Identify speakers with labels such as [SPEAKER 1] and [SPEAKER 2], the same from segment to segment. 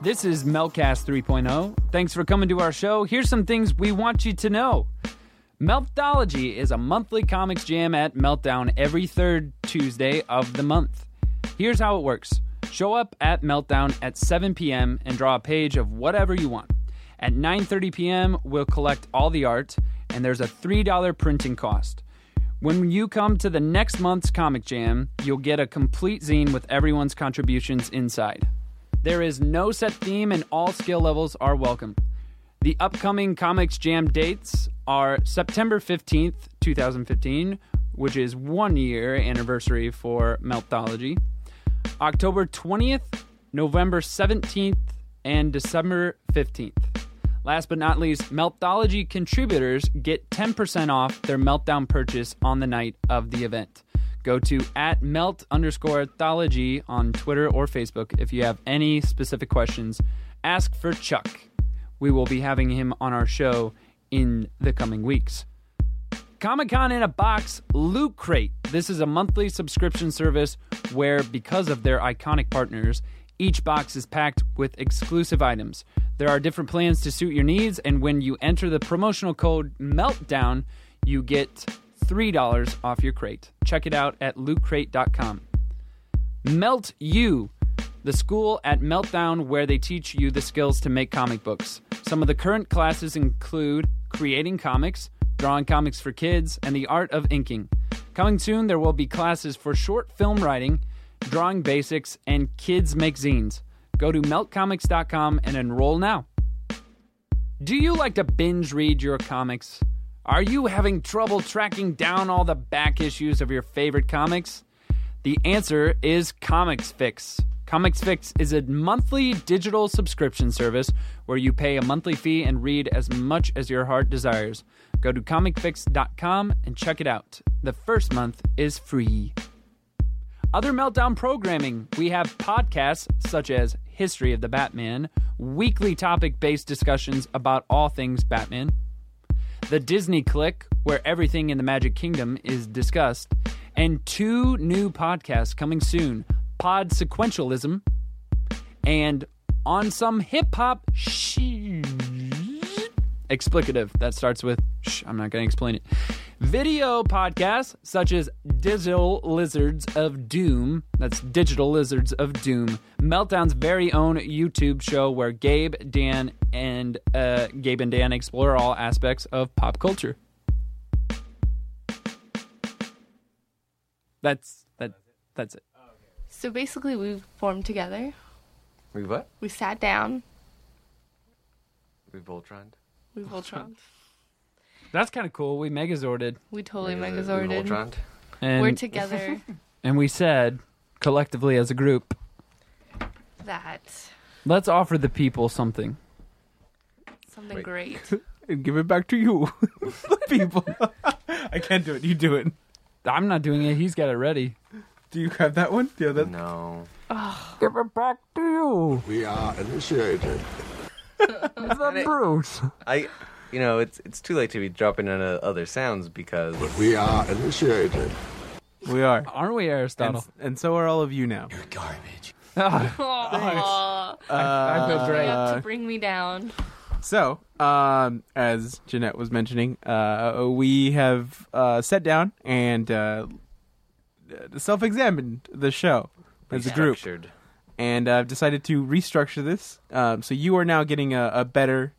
[SPEAKER 1] This is Meltcast 3.0. oh. Thanks for coming to our show. Here's some things we want you to know. Meltology is a monthly comics jam at Meltdown every third Tuesday of the month. Here's how it works show up at Meltdown at 7 p.m. and draw a page of whatever you want. At 9:30 p.m., we'll collect all the art, and there's a $3 printing cost. When you come to the next month's comic jam, you'll get a complete zine with everyone's contributions inside. There is no set theme, and all skill levels are welcome. The upcoming Comics Jam dates are September 15th, 2015, which is one year anniversary for Meltology, October 20th, November 17th, and December 15th. Last but not least, Meltology contributors get 10% off their Meltdown purchase on the night of the event. Go to at melt underscore thology on Twitter or Facebook if you have any specific questions. Ask for Chuck. We will be having him on our show in the coming weeks. Comic Con in a Box Loot Crate. This is a monthly subscription service where, because of their iconic partners, each box is packed with exclusive items. There are different plans to suit your needs, and when you enter the promotional code MELTDOWN, you get $3 off your crate. Check it out at lootcrate.com. Melt U, the school at Meltdown where they teach you the skills to make comic books. Some of the current classes include creating comics, drawing comics for kids, and the art of inking. Coming soon, there will be classes for short film writing, drawing basics, and kids make zines. Go to meltcomics.com and enroll now. Do you like to binge read your comics? Are you having trouble tracking down all the back issues of your favorite comics? The answer is Comics Fix. Comics Fix is a monthly digital subscription service where you pay a monthly fee and read as much as your heart desires. Go to comicfix.com and check it out. The first month is free. Other Meltdown programming. We have podcasts such as History of the Batman, weekly topic based discussions about all things Batman, the Disney Click, where everything in the Magic Kingdom is discussed, and two new podcasts coming soon Pod Sequentialism and On Some Hip Hop Shit. Explicative. That starts with shh, I'm not going to explain it. Video podcasts such as Digital Lizards of Doom, that's Digital Lizards of Doom, Meltdown's very own YouTube show where Gabe, Dan, and uh, Gabe and Dan explore all aspects of pop culture. That's that. That's it.
[SPEAKER 2] So basically, we formed together.
[SPEAKER 3] We what?
[SPEAKER 2] We sat down.
[SPEAKER 3] We Voltroned.
[SPEAKER 2] We Voltroned.
[SPEAKER 1] That's kind of cool. We Megazorded,
[SPEAKER 2] We totally
[SPEAKER 3] We- we
[SPEAKER 2] Megazorded.
[SPEAKER 3] Voltroned.
[SPEAKER 1] and
[SPEAKER 2] We're together.
[SPEAKER 1] and we said collectively as a group,
[SPEAKER 2] that
[SPEAKER 1] let's offer the people something.
[SPEAKER 2] something
[SPEAKER 3] Wait.
[SPEAKER 2] great.
[SPEAKER 4] and give it back to you, the people. I can't do it. You do it.
[SPEAKER 1] I'm not doing it. He's got it ready.
[SPEAKER 4] Do you have that one? Yeah, that.
[SPEAKER 3] No.
[SPEAKER 1] Give it back to you.
[SPEAKER 5] We are initiated.
[SPEAKER 1] The Bruce.
[SPEAKER 3] I, you know, it's it's too late to be dropping on uh, other sounds because
[SPEAKER 5] We are initiated.
[SPEAKER 4] We are.
[SPEAKER 1] Aren't we,
[SPEAKER 4] And,
[SPEAKER 1] Aristotle?
[SPEAKER 4] and so are all of you now.
[SPEAKER 1] Ah,
[SPEAKER 2] Aw,
[SPEAKER 1] I feel
[SPEAKER 2] you
[SPEAKER 1] great.
[SPEAKER 3] Uh,
[SPEAKER 2] have to bring me down.
[SPEAKER 4] So, um, as Jeanette was mentioning, uh, we have uh, sat down and uh, self-examined the show as a group,
[SPEAKER 3] structured.
[SPEAKER 4] and I've decided to restructure this. Um, so you are now getting a, a better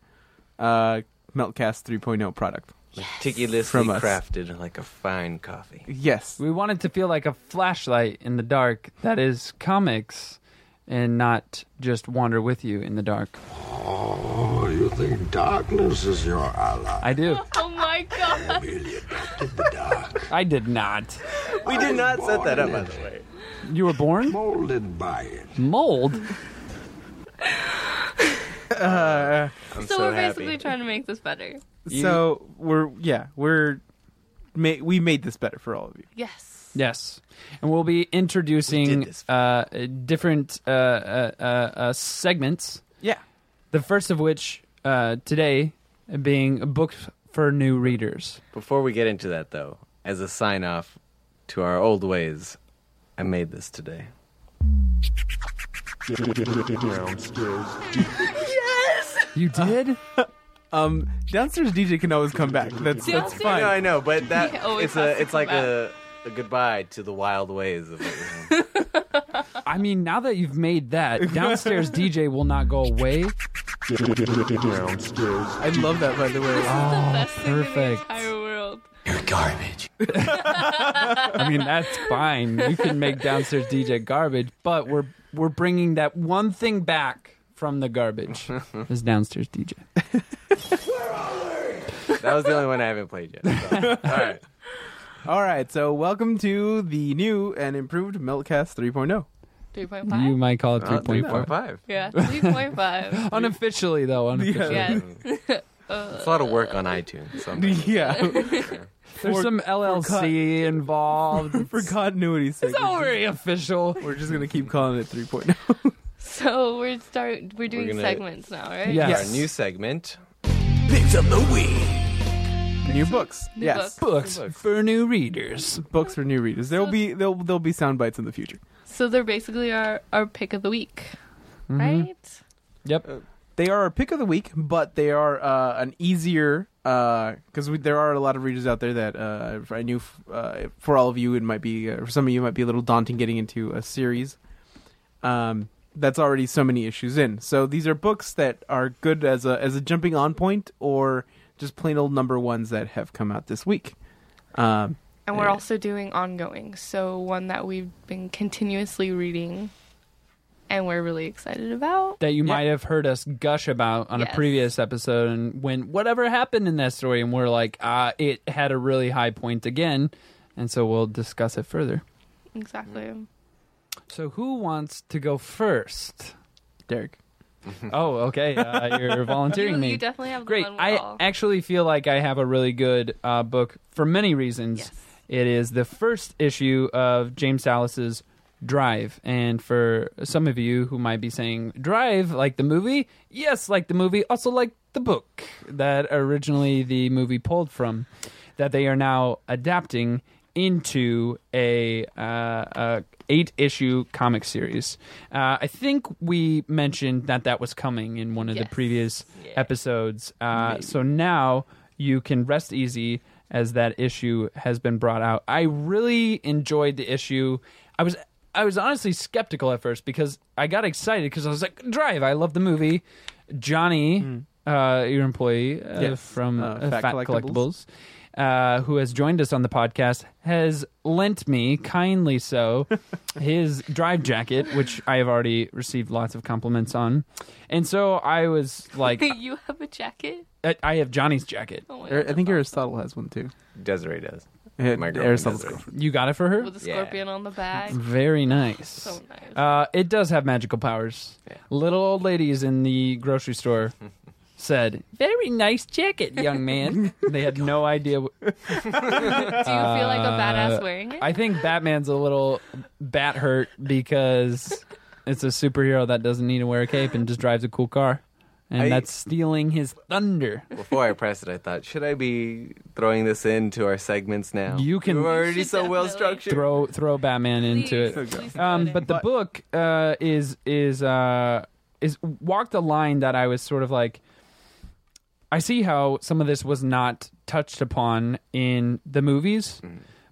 [SPEAKER 4] uh, Meltcast 3.0 product.
[SPEAKER 3] meticulously
[SPEAKER 4] From us.
[SPEAKER 3] crafted like a fine coffee.
[SPEAKER 4] Yes,
[SPEAKER 1] we wanted to feel like a flashlight in the dark that is comics and not just wander with you in the dark.
[SPEAKER 5] Oh, you think darkness is your ally?
[SPEAKER 1] I do.
[SPEAKER 2] Oh my god.
[SPEAKER 5] Really adopted the dark.
[SPEAKER 1] I did not.
[SPEAKER 3] We did not set that up, by the way.
[SPEAKER 1] You were born?
[SPEAKER 5] Molded by it.
[SPEAKER 1] Mold?
[SPEAKER 3] I'm
[SPEAKER 2] So,
[SPEAKER 3] so,
[SPEAKER 2] we're
[SPEAKER 3] happy.
[SPEAKER 2] basically trying to make this better.
[SPEAKER 4] so we're yeah we're ma- we made this better for all of you.
[SPEAKER 2] Yes.
[SPEAKER 1] Yes. And we'll be introducing
[SPEAKER 3] did this.
[SPEAKER 1] uh, different uh, uh, uh, uh, segments,
[SPEAKER 4] Yeah,
[SPEAKER 1] the first of which uh, today being booked for new readers.
[SPEAKER 3] Before we get into that, though, as a sign off to our old ways, I made this today.
[SPEAKER 6] downstairs
[SPEAKER 1] You did?
[SPEAKER 4] Um, downstairs DJ can always come back. That's that's
[SPEAKER 2] Downstairs-
[SPEAKER 4] fine.
[SPEAKER 3] No, I know, but that
[SPEAKER 2] He always
[SPEAKER 3] it's
[SPEAKER 2] has
[SPEAKER 3] a
[SPEAKER 2] to
[SPEAKER 3] it's like
[SPEAKER 2] come
[SPEAKER 3] a, a goodbye to the wild ways of it.
[SPEAKER 1] I mean, now that you've made that, downstairs DJ will not go away.
[SPEAKER 6] deep. downstairs
[SPEAKER 4] I love that, by the way.
[SPEAKER 2] the best thing in the
[SPEAKER 1] perfect.
[SPEAKER 2] entire world.
[SPEAKER 1] I mean, that's fine. You can make downstairs DJ garbage, but we're we're bringing that one thing back from the garbage. Is downstairs DJ.
[SPEAKER 3] that was the only one I haven't played yet. so. All right.
[SPEAKER 4] All right, so welcome to the new and improved Meltcast oh. 3.0.
[SPEAKER 1] You
[SPEAKER 2] 3.5?
[SPEAKER 1] might call it
[SPEAKER 3] Uh,
[SPEAKER 1] 3.4.
[SPEAKER 3] 3.5.
[SPEAKER 2] Yeah, 3.5.
[SPEAKER 1] Unofficially though, unofficially.
[SPEAKER 2] yeah.
[SPEAKER 3] It's a lot of work on iTunes. sometimes.
[SPEAKER 4] Yeah,
[SPEAKER 1] There's
[SPEAKER 4] For-
[SPEAKER 1] some LLC involved.
[SPEAKER 4] for continuity's sake,
[SPEAKER 1] It's not very official.
[SPEAKER 4] we're just gonna keep calling it oh. 3.0.
[SPEAKER 2] So we're start we're doing
[SPEAKER 3] gonna-
[SPEAKER 2] segments now, right?
[SPEAKER 1] Yeah.
[SPEAKER 3] Our new segment.
[SPEAKER 4] new books,
[SPEAKER 2] New
[SPEAKER 4] yes,
[SPEAKER 2] books.
[SPEAKER 1] Books for new readers.
[SPEAKER 4] books for new readers. There'll be there'll there'll be sound bites in the future.
[SPEAKER 2] So they're basically our our pick of the week, Mm-hmm.
[SPEAKER 1] Mm-hmm.
[SPEAKER 2] right?
[SPEAKER 1] Yep.
[SPEAKER 4] They are our pick of the week, but they are uh, an easier because we there are a lot of readers out there that uh, I knew f- uh, for all of you it might be uh, for some of you it might be a little daunting getting into a series. Um, that's already so many issues in. So these are books that are good as a as a jumping on point or just plain old number ones that have come out this week. Um,
[SPEAKER 2] And we're
[SPEAKER 4] Yeah.
[SPEAKER 2] also doing ongoing, so one that we've been continuously reading, and we're really excited about.
[SPEAKER 1] That you might have heard us gush about on a
[SPEAKER 2] Yes.
[SPEAKER 1] previous episode, and when whatever happened in that story, and we're like, ah, it had a really high point again, and so we'll discuss it further.
[SPEAKER 2] Exactly.
[SPEAKER 1] So, who wants to go first?
[SPEAKER 4] Derek,
[SPEAKER 1] Oh, okay. Uh, you're volunteering
[SPEAKER 2] You,
[SPEAKER 1] me.
[SPEAKER 2] you definitely have the
[SPEAKER 1] Great.
[SPEAKER 2] One with
[SPEAKER 1] I
[SPEAKER 2] all.
[SPEAKER 1] actually feel like I have a really good uh, book for many reasons.
[SPEAKER 2] Yes.
[SPEAKER 1] It is the first issue of James Dallas's Drive. And for some of you who might be saying Drive like the movie, yes, like the movie, also like the book that originally the movie pulled from, that they are now adapting into a, uh, a eight issue comic series. Uh, I think we mentioned that that was coming in one of
[SPEAKER 2] Yes.
[SPEAKER 1] the previous episodes. Uh, so now you can rest easy as that issue has been brought out. I really enjoyed the issue. I was I was honestly skeptical at first because I got excited because I was like, "Drive! I love the movie." Johnny, uh, your employee uh,
[SPEAKER 4] Yes.
[SPEAKER 1] from
[SPEAKER 4] Uh,
[SPEAKER 1] uh, Fat,
[SPEAKER 4] Fat
[SPEAKER 1] Collectibles,
[SPEAKER 4] Collectibles.
[SPEAKER 1] uh, who has joined us on the podcast, has lent me kindly so his drive jacket, which I have already received lots of compliments on, and so I was like,
[SPEAKER 2] you have a jacket.
[SPEAKER 1] I- I have Johnny's jacket.
[SPEAKER 2] Oh my
[SPEAKER 4] Er- I
[SPEAKER 2] God,
[SPEAKER 4] think
[SPEAKER 2] that's
[SPEAKER 4] Aristotle has one too.
[SPEAKER 3] Desiree does.
[SPEAKER 4] Eh,
[SPEAKER 3] My girlfriend
[SPEAKER 4] Aristotle's
[SPEAKER 3] does it.
[SPEAKER 4] girlfriend.
[SPEAKER 1] You got it for
[SPEAKER 2] awesome.
[SPEAKER 1] her?
[SPEAKER 2] with a
[SPEAKER 3] Yeah.
[SPEAKER 2] scorpion on the back.
[SPEAKER 1] Very nice.
[SPEAKER 2] So nice.
[SPEAKER 1] Uh, it does have magical powers.
[SPEAKER 3] Yeah.
[SPEAKER 1] Little old ladies in the grocery store said, "Very nice jacket, young man." they had no idea. wh-
[SPEAKER 2] Do you feel like a
[SPEAKER 1] uh,
[SPEAKER 2] badass wearing it?
[SPEAKER 1] I think Batman's a little bat hurt because it's a superhero that doesn't need to wear a cape and just drives a cool car, and
[SPEAKER 3] I-
[SPEAKER 1] that's stealing his thunder.
[SPEAKER 3] Before I pressed it, I thought, should I be throwing this into our segments now?
[SPEAKER 1] You can-
[SPEAKER 3] We're already
[SPEAKER 2] You should
[SPEAKER 3] so well
[SPEAKER 2] definitely.
[SPEAKER 3] structured.
[SPEAKER 1] Throw throw Batman into it.
[SPEAKER 2] Please, please
[SPEAKER 1] um,
[SPEAKER 2] put it
[SPEAKER 1] but the
[SPEAKER 4] But-
[SPEAKER 1] book uh, is is uh, is walked a line that I was sort of like. I see how some of this was not touched upon in the movies,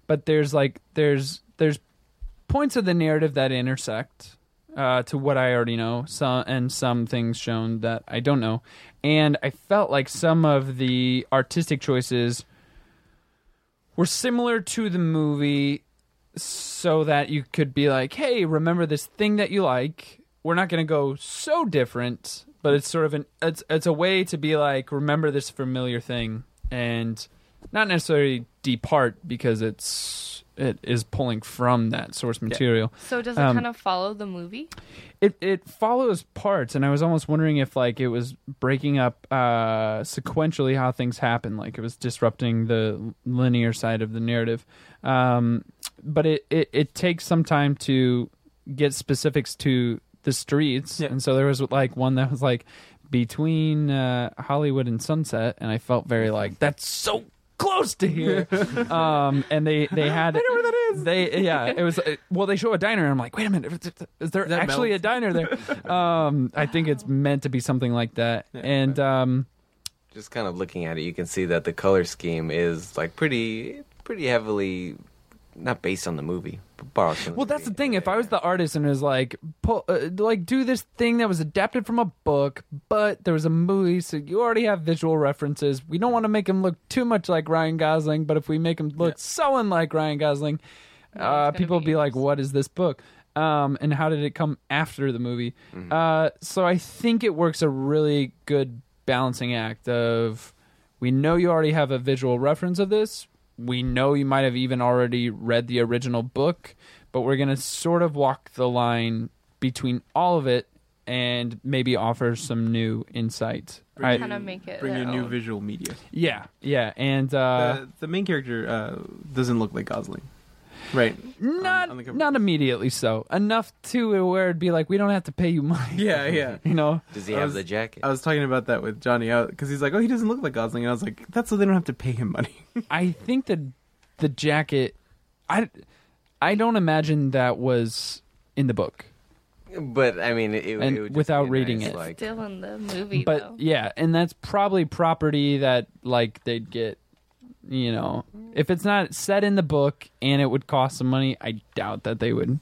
[SPEAKER 1] but there's like there's there's points of the narrative that intersect uh, to what I already know, some and some things shown that I don't know, and I felt like some of the artistic choices were similar to the movie so that you could be like, hey, remember this thing that you like. We're not going to go so different, but it's sort of an it's it's a way to be like, remember this familiar thing and not necessarily depart because it's it is pulling from that source material.
[SPEAKER 2] so does it
[SPEAKER 1] um,
[SPEAKER 2] kind of follow the movie?
[SPEAKER 1] It it follows parts, and I was almost wondering if like it was breaking up uh, sequentially how things happen, like it was disrupting the linear side of the narrative. Um, but it, it it takes some time to get specifics to the streets,
[SPEAKER 4] Yeah.
[SPEAKER 1] and so there was like one that was like between uh, Hollywood and Sunset, and I felt very like that's so close to here. um, and they they had I know where that is. They yeah, it was uh, well they show a diner and I'm like, wait a minute, is- is there
[SPEAKER 4] that
[SPEAKER 1] actually
[SPEAKER 4] Mel's?
[SPEAKER 1] a diner there? Um, I think it's meant to be something like that. and um,
[SPEAKER 3] Just kind of looking at it, you can see that the color scheme is like pretty, pretty heavily, not based on the movie, but borrowed. From
[SPEAKER 1] well, that's the thing. If I was the artist and was like, pull, uh, like do this thing that was adapted from a book, but there was a movie, so you already have visual references. We don't want to make him look too much like Ryan Gosling, but if we make him look so unlike Ryan Gosling, uh,
[SPEAKER 2] gonna
[SPEAKER 1] people
[SPEAKER 2] be
[SPEAKER 1] will be like, "What is this book?" Um, and how did it come after the movie?
[SPEAKER 4] Mm-hmm.
[SPEAKER 1] Uh, so I think it works a really good balancing act of we know you already have a visual reference of this. We know you might have even already read the original book, but we're going to sort of walk the line between all of it and maybe offer some new insight. I-
[SPEAKER 2] kind of make it
[SPEAKER 4] Bring
[SPEAKER 2] their
[SPEAKER 4] your new
[SPEAKER 2] own.
[SPEAKER 4] visual media.
[SPEAKER 1] yeah, yeah. And uh,
[SPEAKER 4] the, the main character uh, doesn't look like Gosling, right?
[SPEAKER 1] not
[SPEAKER 4] on the cover.
[SPEAKER 1] not immediately so enough to where it'd be like we don't have to pay you money
[SPEAKER 4] Yeah, yeah.
[SPEAKER 1] you know
[SPEAKER 3] Does he
[SPEAKER 4] I
[SPEAKER 3] have
[SPEAKER 4] was-
[SPEAKER 3] the jacket?
[SPEAKER 4] I was talking about that with Johnny out because he's like, "Oh, he doesn't look like Gosling," and I was like, "That's so they don't have to pay him money."
[SPEAKER 1] i think that the jacket i i don't imagine that was in the book
[SPEAKER 3] but I mean, it, it
[SPEAKER 1] And
[SPEAKER 3] would just
[SPEAKER 1] without
[SPEAKER 3] be
[SPEAKER 1] reading
[SPEAKER 3] nice,
[SPEAKER 1] it.
[SPEAKER 3] like,
[SPEAKER 2] Still in the movie,
[SPEAKER 1] but
[SPEAKER 2] though.
[SPEAKER 1] yeah and that's probably property that like they'd get you know if it's not set in the book and it would cost some money i doubt that they would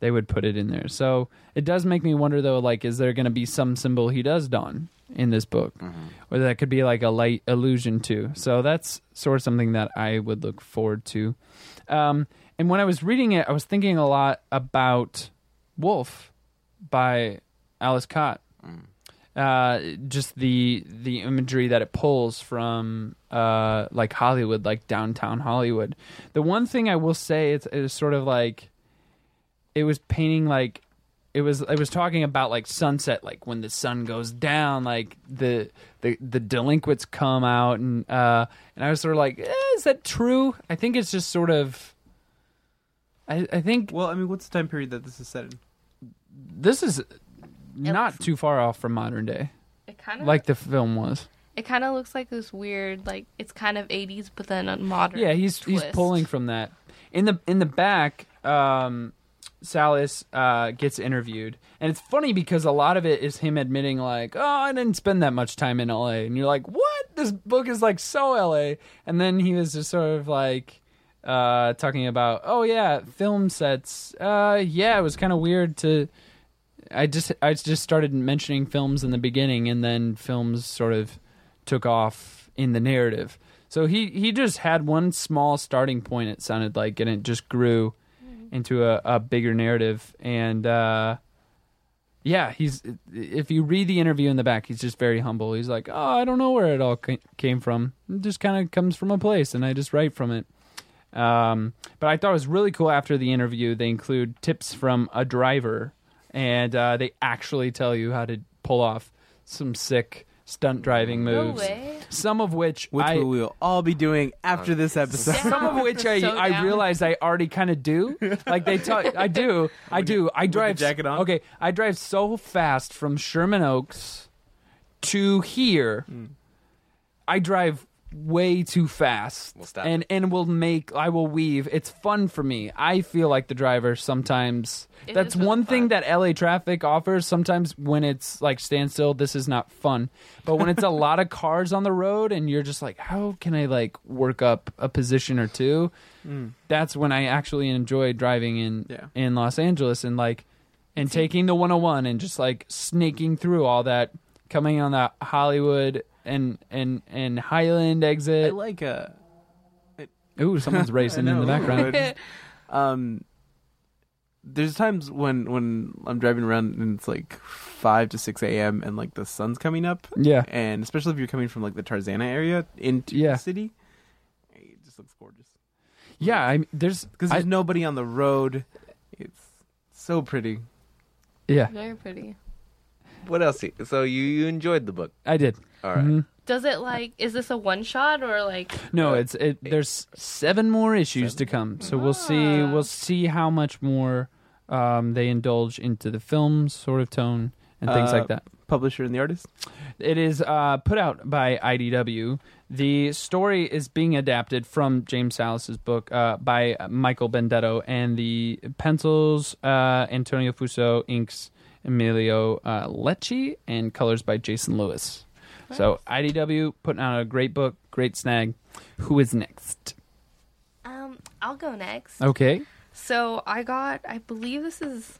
[SPEAKER 1] they would put it in there so it does make me wonder though like is there going to be some symbol he does don in this book or that could be like a light allusion to so that's sort of something that i would look forward to um, and when i was reading it i was thinking a lot about wolf by alice cott uh, just the the imagery that it pulls from uh, like Hollywood, like downtown Hollywood. The one thing I will say, it's it was sort of like it was painting like it was it was talking about like sunset, like when the sun goes down, like the the the delinquents come out, and uh, and I was sort of like, eh, is that true? I think it's just sort of. I, I think
[SPEAKER 4] Well, I mean, what's the time period that this is set in?
[SPEAKER 1] this is not too far off from modern day,
[SPEAKER 2] It kind of
[SPEAKER 1] like the film was.
[SPEAKER 2] it kind of looks like this weird, like it's kind of 80s, but then a modern.
[SPEAKER 1] Yeah, he's he's
[SPEAKER 2] twist.
[SPEAKER 1] pulling from that. In the in the back, um, Salas uh, gets interviewed, and it's funny because a lot of it is him admitting like, "Oh, I didn't spend that much time in L.A." And you're like, "What? This book is like so L.A." And then he was just sort of like. Uh, talking about oh yeah film sets uh yeah it was kind of weird to I just I just started mentioning films in the beginning, and then films sort of took off in the narrative. So he he just had one small starting point. It sounded like, and it just grew into a, a bigger narrative. And uh, yeah, he's if you read the interview in the back, he's just very humble. He's like, oh, I don't know where it all ca- came from. It just kind of comes from a place, and I just write from it. Um, but I thought it was really cool after the interview. They include tips from a driver, and uh, they actually tell you how to pull off some sick stunt driving
[SPEAKER 2] No
[SPEAKER 1] moves.
[SPEAKER 2] way.
[SPEAKER 1] Some of which,
[SPEAKER 4] Which
[SPEAKER 1] I, Uh,
[SPEAKER 4] we will all be doing after this episode.
[SPEAKER 1] some of which I,
[SPEAKER 2] So
[SPEAKER 1] I
[SPEAKER 2] down.
[SPEAKER 1] realize I already kind of do. Like they talk, I do, I do. I drive
[SPEAKER 4] jacket on?
[SPEAKER 1] Okay, I drive so fast from Sherman Oaks to here. I drive way too fast.
[SPEAKER 3] We'll stop
[SPEAKER 1] and
[SPEAKER 3] it.
[SPEAKER 1] and will make I will weave. It's fun for me. I feel like the driver sometimes.
[SPEAKER 2] It
[SPEAKER 1] that's
[SPEAKER 2] is really
[SPEAKER 1] one thing
[SPEAKER 2] fun.
[SPEAKER 1] that LA traffic offers. Sometimes when it's like standstill, this is not fun. But when it's a lot of cars on the road and you're just like, how can I like work up a position or two? That's when I actually enjoy driving in
[SPEAKER 4] Yeah.
[SPEAKER 1] in Los Angeles and like and taking the 101 and just like snaking through all that coming on that Hollywood and and and Highland
[SPEAKER 4] I
[SPEAKER 1] exit.
[SPEAKER 4] like uh,
[SPEAKER 1] Ooh, someone's racing in the background.
[SPEAKER 4] um, there's times when when I'm driving around and it's like five to six a.m. and like the sun's coming up,
[SPEAKER 1] Yeah.
[SPEAKER 4] and especially if you're coming from like the Tarzana area into
[SPEAKER 1] Yeah.
[SPEAKER 4] the city, it just looks gorgeous
[SPEAKER 1] Yeah, I there's
[SPEAKER 4] because
[SPEAKER 1] I-
[SPEAKER 4] there's nobody on the road. It's so pretty.
[SPEAKER 1] yeah,
[SPEAKER 2] Very pretty.
[SPEAKER 3] what else? you- So you, you enjoyed the book,
[SPEAKER 1] I did.
[SPEAKER 3] all right.
[SPEAKER 1] Mhm.
[SPEAKER 2] Does it like? Is this a one shot or like?
[SPEAKER 1] No, it's it. There's seven more issues to come, so we'll see.
[SPEAKER 2] Ah.
[SPEAKER 1] We'll see how much more um, they indulge into the film sort of tone and things
[SPEAKER 4] Uh,
[SPEAKER 1] like that.
[SPEAKER 4] Publisher and the artist.
[SPEAKER 1] It is uh, put out by IDW. The story is being adapted from James Salas's book uh, by Michael Bendetto, and the pencils uh, Antonio Fuso, inks Emilio uh, Lecce, and colors by Jason Lewis. So IDW putting out a great book, great snag. Who is next?
[SPEAKER 2] Um, I'll go next.
[SPEAKER 1] Okay,
[SPEAKER 2] So I got, I believe this is.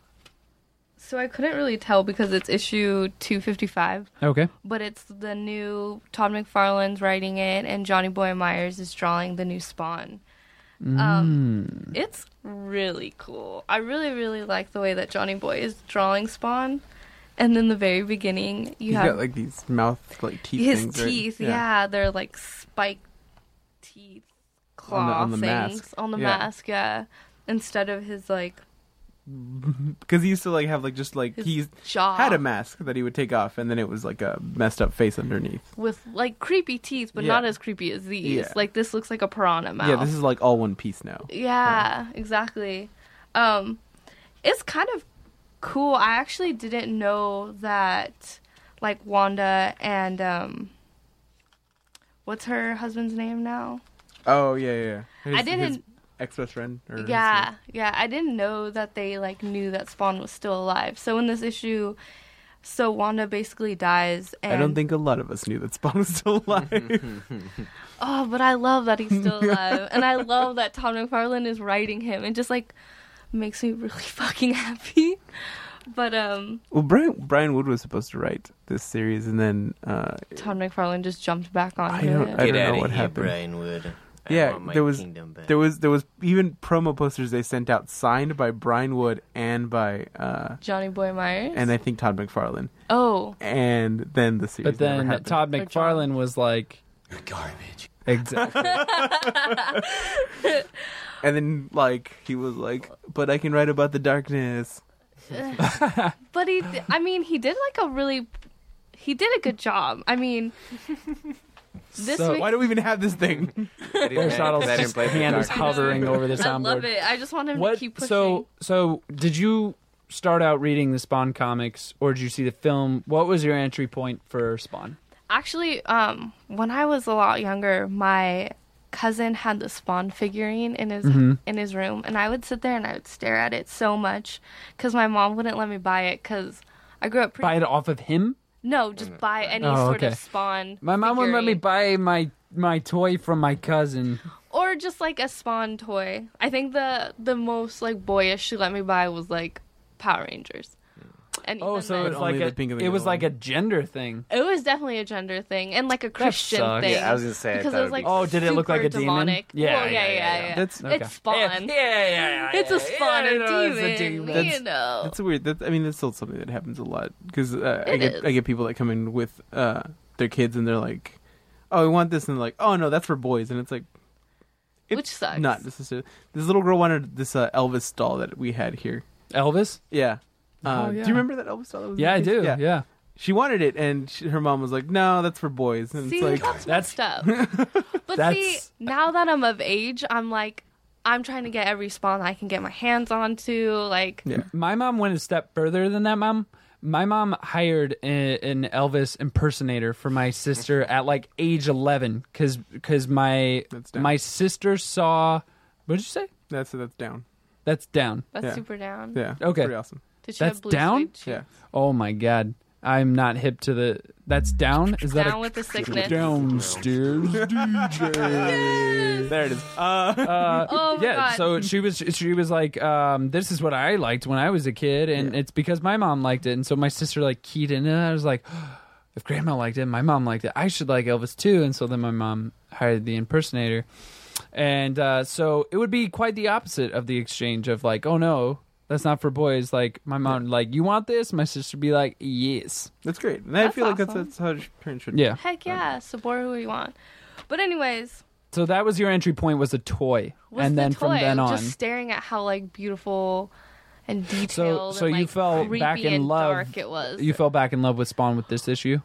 [SPEAKER 2] So I couldn't really tell because it's issue 255,
[SPEAKER 1] okay,
[SPEAKER 2] but it's the new Todd McFarlane's writing it, and Johnny Boy Myers is drawing the new Spawn.
[SPEAKER 1] Mm.
[SPEAKER 2] Um, it's really cool. I really, really like the way that Johnny Boy is drawing Spawn, and then the very beginning you
[SPEAKER 4] He's
[SPEAKER 2] have
[SPEAKER 4] got like these mouth like teeth.
[SPEAKER 2] his
[SPEAKER 4] things, right?
[SPEAKER 2] teeth. Yeah. they're like spiked teeth, claw
[SPEAKER 4] On the- on the
[SPEAKER 2] things
[SPEAKER 4] mask.
[SPEAKER 2] on the
[SPEAKER 4] Yeah.
[SPEAKER 2] mask. Yeah, instead of his like
[SPEAKER 4] because he used to like have like just like
[SPEAKER 2] his
[SPEAKER 4] he
[SPEAKER 2] jaw
[SPEAKER 4] had a mask that he would take off, and then it was like a messed up face underneath.
[SPEAKER 2] with like creepy teeth, but
[SPEAKER 4] Yeah.
[SPEAKER 2] not as creepy as these.
[SPEAKER 4] Yeah.
[SPEAKER 2] Like this looks like a piranha mouth.
[SPEAKER 4] Yeah, this is like all one piece now.
[SPEAKER 2] Yeah, exactly. Um, it's kind of cool. I actually didn't know that, like Wanda and um, what's her husband's name now?
[SPEAKER 4] Oh yeah, yeah. yeah.
[SPEAKER 2] I
[SPEAKER 4] His- his
[SPEAKER 2] didn't.
[SPEAKER 4] ex-best friend. Or his-
[SPEAKER 2] Yeah, yeah. I didn't know that they like knew that Spawn was still alive. So in this issue, so Wanda basically dies. And,
[SPEAKER 4] I don't think a lot of us knew that Spawn was still alive.
[SPEAKER 2] Oh, but I love that he's still alive, and I love that Tom McFarlane is writing him. It just like makes me really fucking happy. But um,
[SPEAKER 4] well, Brian Brian Wood was supposed to write this series, and then uh,
[SPEAKER 2] Tom McFarlane just jumped back on
[SPEAKER 4] I
[SPEAKER 2] it.
[SPEAKER 4] don't- I
[SPEAKER 3] Get
[SPEAKER 4] know
[SPEAKER 3] out of
[SPEAKER 4] what
[SPEAKER 3] here,
[SPEAKER 4] happened.
[SPEAKER 3] Brian Wood. uh, I
[SPEAKER 4] Yeah,
[SPEAKER 3] want my
[SPEAKER 4] there was-
[SPEAKER 3] kingdom back.
[SPEAKER 4] there was there was even promo posters they sent out signed by Brian Wood and by uh,
[SPEAKER 2] Johnny Boy Myers.
[SPEAKER 4] and I think Todd McFarlane,
[SPEAKER 2] oh,
[SPEAKER 4] and then the series.
[SPEAKER 1] but
[SPEAKER 4] never
[SPEAKER 1] then
[SPEAKER 4] happened.
[SPEAKER 1] Todd
[SPEAKER 2] Or John.
[SPEAKER 1] McFarlane was like
[SPEAKER 3] garbage.
[SPEAKER 1] exactly.
[SPEAKER 4] and then like he was like, but I can write about the darkness.
[SPEAKER 2] but he. I mean, he did like a really. He did a good job. I mean, this
[SPEAKER 1] So-
[SPEAKER 2] week.
[SPEAKER 4] Why do we even have this thing?
[SPEAKER 3] I didn't-
[SPEAKER 1] Aristotle's
[SPEAKER 3] I didn't
[SPEAKER 1] just
[SPEAKER 3] play the
[SPEAKER 1] hand is
[SPEAKER 3] dark.
[SPEAKER 1] hovering over the
[SPEAKER 2] I
[SPEAKER 1] soundboard.
[SPEAKER 2] love it. I just want him to keep pushing.
[SPEAKER 1] so so did you start out reading the spawn comics or did you see the film what was your entry point for spawn
[SPEAKER 2] Actually, um, when I was a lot younger, my cousin had the Spawn figurine in his
[SPEAKER 1] Mm-hmm.
[SPEAKER 2] in his room, and I would sit there and I would stare at it so much because my mom wouldn't let me buy it because I grew up pretty.
[SPEAKER 1] buy it off of him
[SPEAKER 2] no, just buy any
[SPEAKER 1] Oh,
[SPEAKER 2] sort
[SPEAKER 1] okay.
[SPEAKER 2] of Spawn.
[SPEAKER 1] my mom wouldn't let me
[SPEAKER 2] figurine.
[SPEAKER 1] buy my my toy from my cousin
[SPEAKER 2] or just like a Spawn toy. I think the the most like boyish she let me buy was like Power Rangers. And
[SPEAKER 1] oh
[SPEAKER 2] even
[SPEAKER 1] so
[SPEAKER 2] then-
[SPEAKER 1] it's like
[SPEAKER 4] only the pink
[SPEAKER 1] a,
[SPEAKER 4] and the
[SPEAKER 1] it was
[SPEAKER 4] yellow
[SPEAKER 1] like a gender thing
[SPEAKER 2] it was definitely a gender thing and like a Christian
[SPEAKER 1] sucks.
[SPEAKER 2] thing.
[SPEAKER 3] Yeah, I was gonna say, I
[SPEAKER 2] because
[SPEAKER 3] thought
[SPEAKER 2] it was
[SPEAKER 3] it'd be
[SPEAKER 2] like
[SPEAKER 1] Oh, did it look like
[SPEAKER 2] super
[SPEAKER 1] a demon?
[SPEAKER 2] demonic.
[SPEAKER 1] Yeah,
[SPEAKER 2] Well, yeah,
[SPEAKER 3] yeah,
[SPEAKER 2] yeah,
[SPEAKER 3] yeah, yeah.
[SPEAKER 2] yeah.
[SPEAKER 4] That's-
[SPEAKER 1] Okay.
[SPEAKER 2] It's Spawn.
[SPEAKER 1] yeah yeah yeah, yeah,
[SPEAKER 2] It's a
[SPEAKER 1] yeah,
[SPEAKER 2] spawn
[SPEAKER 1] yeah,
[SPEAKER 2] and
[SPEAKER 1] no, it's a
[SPEAKER 2] demon.
[SPEAKER 1] demon.
[SPEAKER 2] You know.
[SPEAKER 4] That's weird. That, I mean, that's still something that happens a lot because uh, I
[SPEAKER 2] It
[SPEAKER 4] get
[SPEAKER 2] is.
[SPEAKER 4] I get people that come in with uh, their kids and they're like, "Oh, I want this," and they're like, "Oh no, that's for boys," and it's like, it's
[SPEAKER 2] Which sucks.
[SPEAKER 4] Not necessarily. This little girl wanted this uh, Elvis doll that we had here.
[SPEAKER 1] elvis
[SPEAKER 4] Yeah. Uh,
[SPEAKER 1] Oh, yeah.
[SPEAKER 4] Do you remember that Elvis doll? That was in
[SPEAKER 1] yeah i
[SPEAKER 4] the
[SPEAKER 1] do
[SPEAKER 4] case?
[SPEAKER 1] yeah,
[SPEAKER 4] She wanted it, and she, her mom was like, "No, that's for boys." And
[SPEAKER 2] see,
[SPEAKER 4] it's like,
[SPEAKER 2] that's,
[SPEAKER 1] that's-
[SPEAKER 2] messed up. But see,
[SPEAKER 1] that's-
[SPEAKER 2] now that I'm of age, I'm like, I'm trying to get every spawn I can get my hands onto. Like,
[SPEAKER 4] yeah.
[SPEAKER 1] my mom went a step further than that mom my mom hired a, an elvis impersonator for my sister at like age 11 because my
[SPEAKER 4] That's down.
[SPEAKER 1] my sister saw what did you say
[SPEAKER 4] That's that's down.
[SPEAKER 1] that's down
[SPEAKER 2] that's
[SPEAKER 4] Yeah.
[SPEAKER 2] super down.
[SPEAKER 4] Yeah.
[SPEAKER 1] Okay.
[SPEAKER 4] Pretty awesome.
[SPEAKER 2] Did she
[SPEAKER 1] That's
[SPEAKER 2] have blue
[SPEAKER 1] down?
[SPEAKER 2] sleeve too?
[SPEAKER 4] Yeah.
[SPEAKER 1] oh my god i'm not hip to the that's down is that
[SPEAKER 2] Down
[SPEAKER 1] a
[SPEAKER 2] with the sickness.
[SPEAKER 1] downstairs dj
[SPEAKER 4] There it is. Uh,
[SPEAKER 2] Oh my
[SPEAKER 1] yeah
[SPEAKER 2] god.
[SPEAKER 1] so she was she was like um, this is what i liked when i was a kid and it's because my mom liked it and so my sister like keyed in and i was like if grandma liked it my mom liked it i should like elvis too and so then my mom hired the impersonator and uh, so it would be quite the opposite of the exchange of like oh no that's not for boys like my mom like you want this my sister would be like yes
[SPEAKER 4] that's great. And I
[SPEAKER 2] That's
[SPEAKER 4] feel like that's
[SPEAKER 2] awesome.
[SPEAKER 4] that's how sh- parents should.
[SPEAKER 1] yeah
[SPEAKER 2] heck yeah, support who you want. But anyways,
[SPEAKER 1] so that was your entry point was a toy
[SPEAKER 2] what's
[SPEAKER 1] and then
[SPEAKER 2] the toy?
[SPEAKER 1] from then on
[SPEAKER 2] Just staring at how like beautiful and detailed.
[SPEAKER 1] so
[SPEAKER 2] and,
[SPEAKER 1] so you
[SPEAKER 2] like,
[SPEAKER 1] fell
[SPEAKER 2] creepy
[SPEAKER 1] back in
[SPEAKER 2] and
[SPEAKER 1] love
[SPEAKER 2] Dark it was.
[SPEAKER 1] you fell back in love with spawn with this issue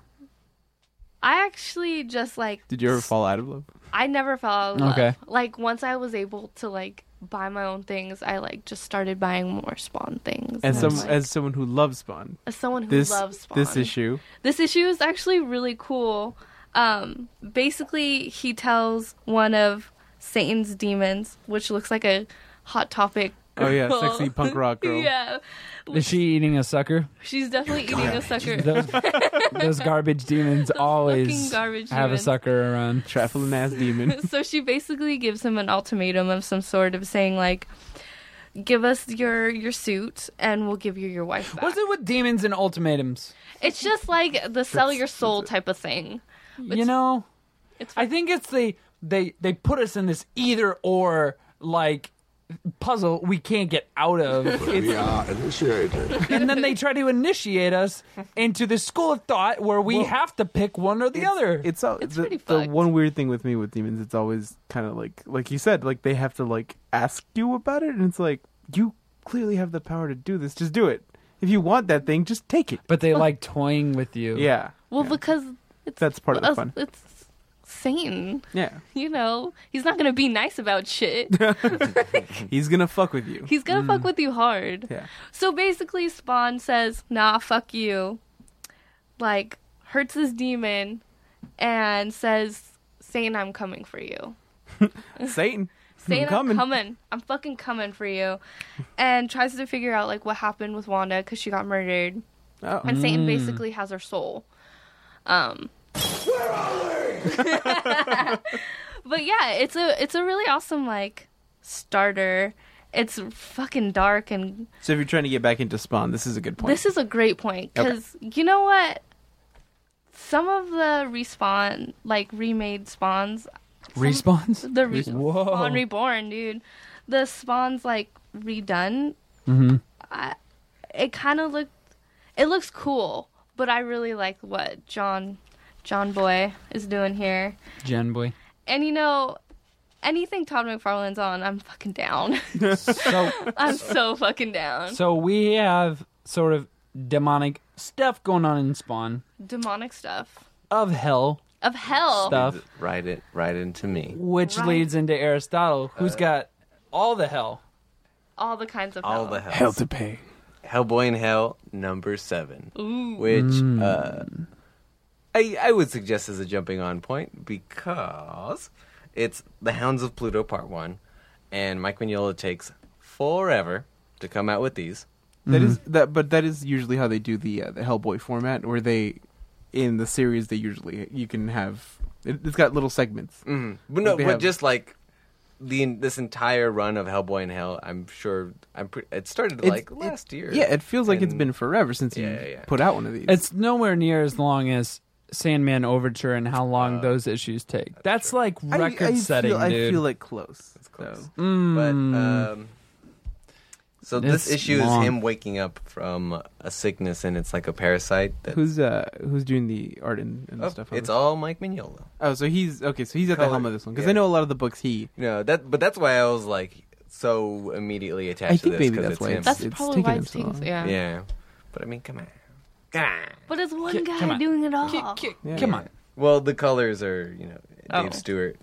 [SPEAKER 2] I actually just like
[SPEAKER 4] Did you ever fall out of love?
[SPEAKER 2] I never fell out of love.
[SPEAKER 1] Okay.
[SPEAKER 2] Like once I was able to like buy my own things, I like just started buying more Spawn things.
[SPEAKER 4] As
[SPEAKER 2] And I'm
[SPEAKER 4] some
[SPEAKER 2] like-
[SPEAKER 4] as someone who loves Spawn,
[SPEAKER 2] as someone who
[SPEAKER 4] this
[SPEAKER 2] loves Spawn,
[SPEAKER 4] this issue.
[SPEAKER 2] this issue is actually really cool. Um, basically, he tells one of Satan's demons, which looks like a hot topic.
[SPEAKER 4] Oh, yeah,
[SPEAKER 2] girl.
[SPEAKER 4] sexy punk rock girl.
[SPEAKER 2] yeah,
[SPEAKER 1] Is she eating a sucker?
[SPEAKER 2] she's definitely eating a sucker.
[SPEAKER 1] Those, those garbage demons always
[SPEAKER 2] fucking garbage
[SPEAKER 1] have
[SPEAKER 2] demons.
[SPEAKER 1] a sucker around.
[SPEAKER 4] Traveling ass demon.
[SPEAKER 2] so she basically gives him an ultimatum of some sort of saying like give us your your suit and we'll give you your wife back.
[SPEAKER 1] What's it with demons and ultimatums?
[SPEAKER 2] It's just like the sell your soul type of thing.
[SPEAKER 1] you know,
[SPEAKER 2] It's
[SPEAKER 1] I think it's the they they put us in this either or like puzzle we can't get out of, It's-
[SPEAKER 5] We are initiated.
[SPEAKER 1] and then they try to initiate us into this school of thought where we
[SPEAKER 4] Well,
[SPEAKER 1] have to pick one or the other.
[SPEAKER 4] It's all
[SPEAKER 2] It's
[SPEAKER 4] the,
[SPEAKER 2] pretty
[SPEAKER 4] the
[SPEAKER 2] fucked.
[SPEAKER 4] one weird thing with me with demons. It's always kind of like like you said, like they have to like ask you about it, and it's like you clearly have the power to do this. Just do it. If you want that thing, just take it.
[SPEAKER 1] but they like toying with you.
[SPEAKER 4] Yeah,
[SPEAKER 2] well
[SPEAKER 4] yeah.
[SPEAKER 2] because it's
[SPEAKER 4] that's part of the
[SPEAKER 2] us-
[SPEAKER 4] fun.
[SPEAKER 2] It's Satan.
[SPEAKER 4] Yeah,
[SPEAKER 2] You know, he's not gonna be nice about shit.
[SPEAKER 4] he's gonna fuck with you.
[SPEAKER 2] he's gonna fuck with you hard.
[SPEAKER 4] Mm. Yeah,
[SPEAKER 2] So basically, Spawn says, "Nah, fuck you." Like hurts his demon, and says, "Satan, I'm coming for you."
[SPEAKER 4] Satan.
[SPEAKER 2] Satan,
[SPEAKER 4] I'm coming.
[SPEAKER 2] I'm coming. I'm fucking coming for you. And tries to figure out like what happened with Wanda because she got murdered.
[SPEAKER 4] Oh.
[SPEAKER 2] And Satan basically has her soul. Um. but yeah, it's a it's a really awesome like starter. It's fucking dark and
[SPEAKER 4] So if you're trying to get back into Spawn, this is a good point.
[SPEAKER 2] this is a great point
[SPEAKER 4] Okay.
[SPEAKER 2] because you know what? Some of the respawn like remade spawns
[SPEAKER 1] Respawns?
[SPEAKER 2] the re-
[SPEAKER 1] Whoa.
[SPEAKER 2] Spawn Reborn, dude. The Spawn's like redone.
[SPEAKER 1] Mm-hmm.
[SPEAKER 2] I, it kind of looked, it looks cool, but I really like what John, John Boy is doing here.
[SPEAKER 1] Gen boy.
[SPEAKER 2] And you know, anything Todd McFarlane's on, I'm fucking down.
[SPEAKER 1] So
[SPEAKER 2] I'm so fucking down.
[SPEAKER 1] so we have sort of demonic stuff going on in Spawn
[SPEAKER 2] Demonic stuff
[SPEAKER 1] of hell,
[SPEAKER 2] of hell.
[SPEAKER 1] Stuff.
[SPEAKER 3] Right it right into me.
[SPEAKER 1] which
[SPEAKER 2] Right.
[SPEAKER 1] leads into Aristotle, who's got all the hell.
[SPEAKER 2] All the kinds of
[SPEAKER 3] All
[SPEAKER 2] hell.
[SPEAKER 3] the hell.
[SPEAKER 4] hell to pay.
[SPEAKER 3] Hellboy in Hell number seven, which uh,
[SPEAKER 4] Mm.
[SPEAKER 3] I I would suggest as a jumping on point because it's The Hounds of Pluto Part One, and Mike Mignola takes forever to come out with these.
[SPEAKER 4] That is that, but that is usually how they do the uh, the Hellboy format, where they in the series they usually you can have it, it's got little segments.
[SPEAKER 3] Hmm. But no,
[SPEAKER 4] They
[SPEAKER 3] but
[SPEAKER 4] have-
[SPEAKER 3] just like the this entire run of Hellboy in Hell, I'm sure I'm pre- it started
[SPEAKER 4] It's-
[SPEAKER 3] like
[SPEAKER 4] it-
[SPEAKER 3] last year.
[SPEAKER 4] Yeah, it feels like it's
[SPEAKER 3] And-
[SPEAKER 4] been forever since you
[SPEAKER 3] Yeah, yeah, yeah.
[SPEAKER 4] put out one of these.
[SPEAKER 1] It's nowhere near as long as Sandman Overture and how long those issues take. That's like
[SPEAKER 4] I- I
[SPEAKER 1] record
[SPEAKER 4] feel-
[SPEAKER 1] setting,
[SPEAKER 4] I
[SPEAKER 1] dude. Mm.
[SPEAKER 4] feel like close. It's
[SPEAKER 3] close.
[SPEAKER 4] So.
[SPEAKER 3] but
[SPEAKER 4] Hmm.
[SPEAKER 3] um, so this
[SPEAKER 1] It's
[SPEAKER 3] issue
[SPEAKER 1] long.
[SPEAKER 3] is him waking up from a sickness, and it's like a parasite. That,
[SPEAKER 4] Who's uh who's doing the art and, and
[SPEAKER 3] Oh,
[SPEAKER 4] stuff? on
[SPEAKER 3] it's
[SPEAKER 4] this?
[SPEAKER 3] all Mike Mignola.
[SPEAKER 4] Oh, so he's okay. So he's at the
[SPEAKER 3] Color,
[SPEAKER 4] helm of this one because I
[SPEAKER 3] yeah.
[SPEAKER 4] know a lot of the books he.
[SPEAKER 3] You know that, but that's why I was like so immediately attached
[SPEAKER 4] I
[SPEAKER 3] to
[SPEAKER 4] think
[SPEAKER 3] this
[SPEAKER 4] maybe
[SPEAKER 3] 'cause
[SPEAKER 4] that's
[SPEAKER 3] it's
[SPEAKER 4] why
[SPEAKER 3] him.
[SPEAKER 4] it's-
[SPEAKER 2] That's probably
[SPEAKER 4] taken
[SPEAKER 2] why
[SPEAKER 4] him
[SPEAKER 2] it's
[SPEAKER 4] so
[SPEAKER 2] taking.
[SPEAKER 4] long.
[SPEAKER 2] yeah.
[SPEAKER 3] yeah, but I mean, come on, come on.
[SPEAKER 2] But it's one
[SPEAKER 1] Ki- come
[SPEAKER 2] guy
[SPEAKER 1] on.
[SPEAKER 2] doing it all.
[SPEAKER 4] Yeah.
[SPEAKER 1] Come on.
[SPEAKER 3] Well, the colors are you know
[SPEAKER 2] Oh.
[SPEAKER 3] Dave Stewart,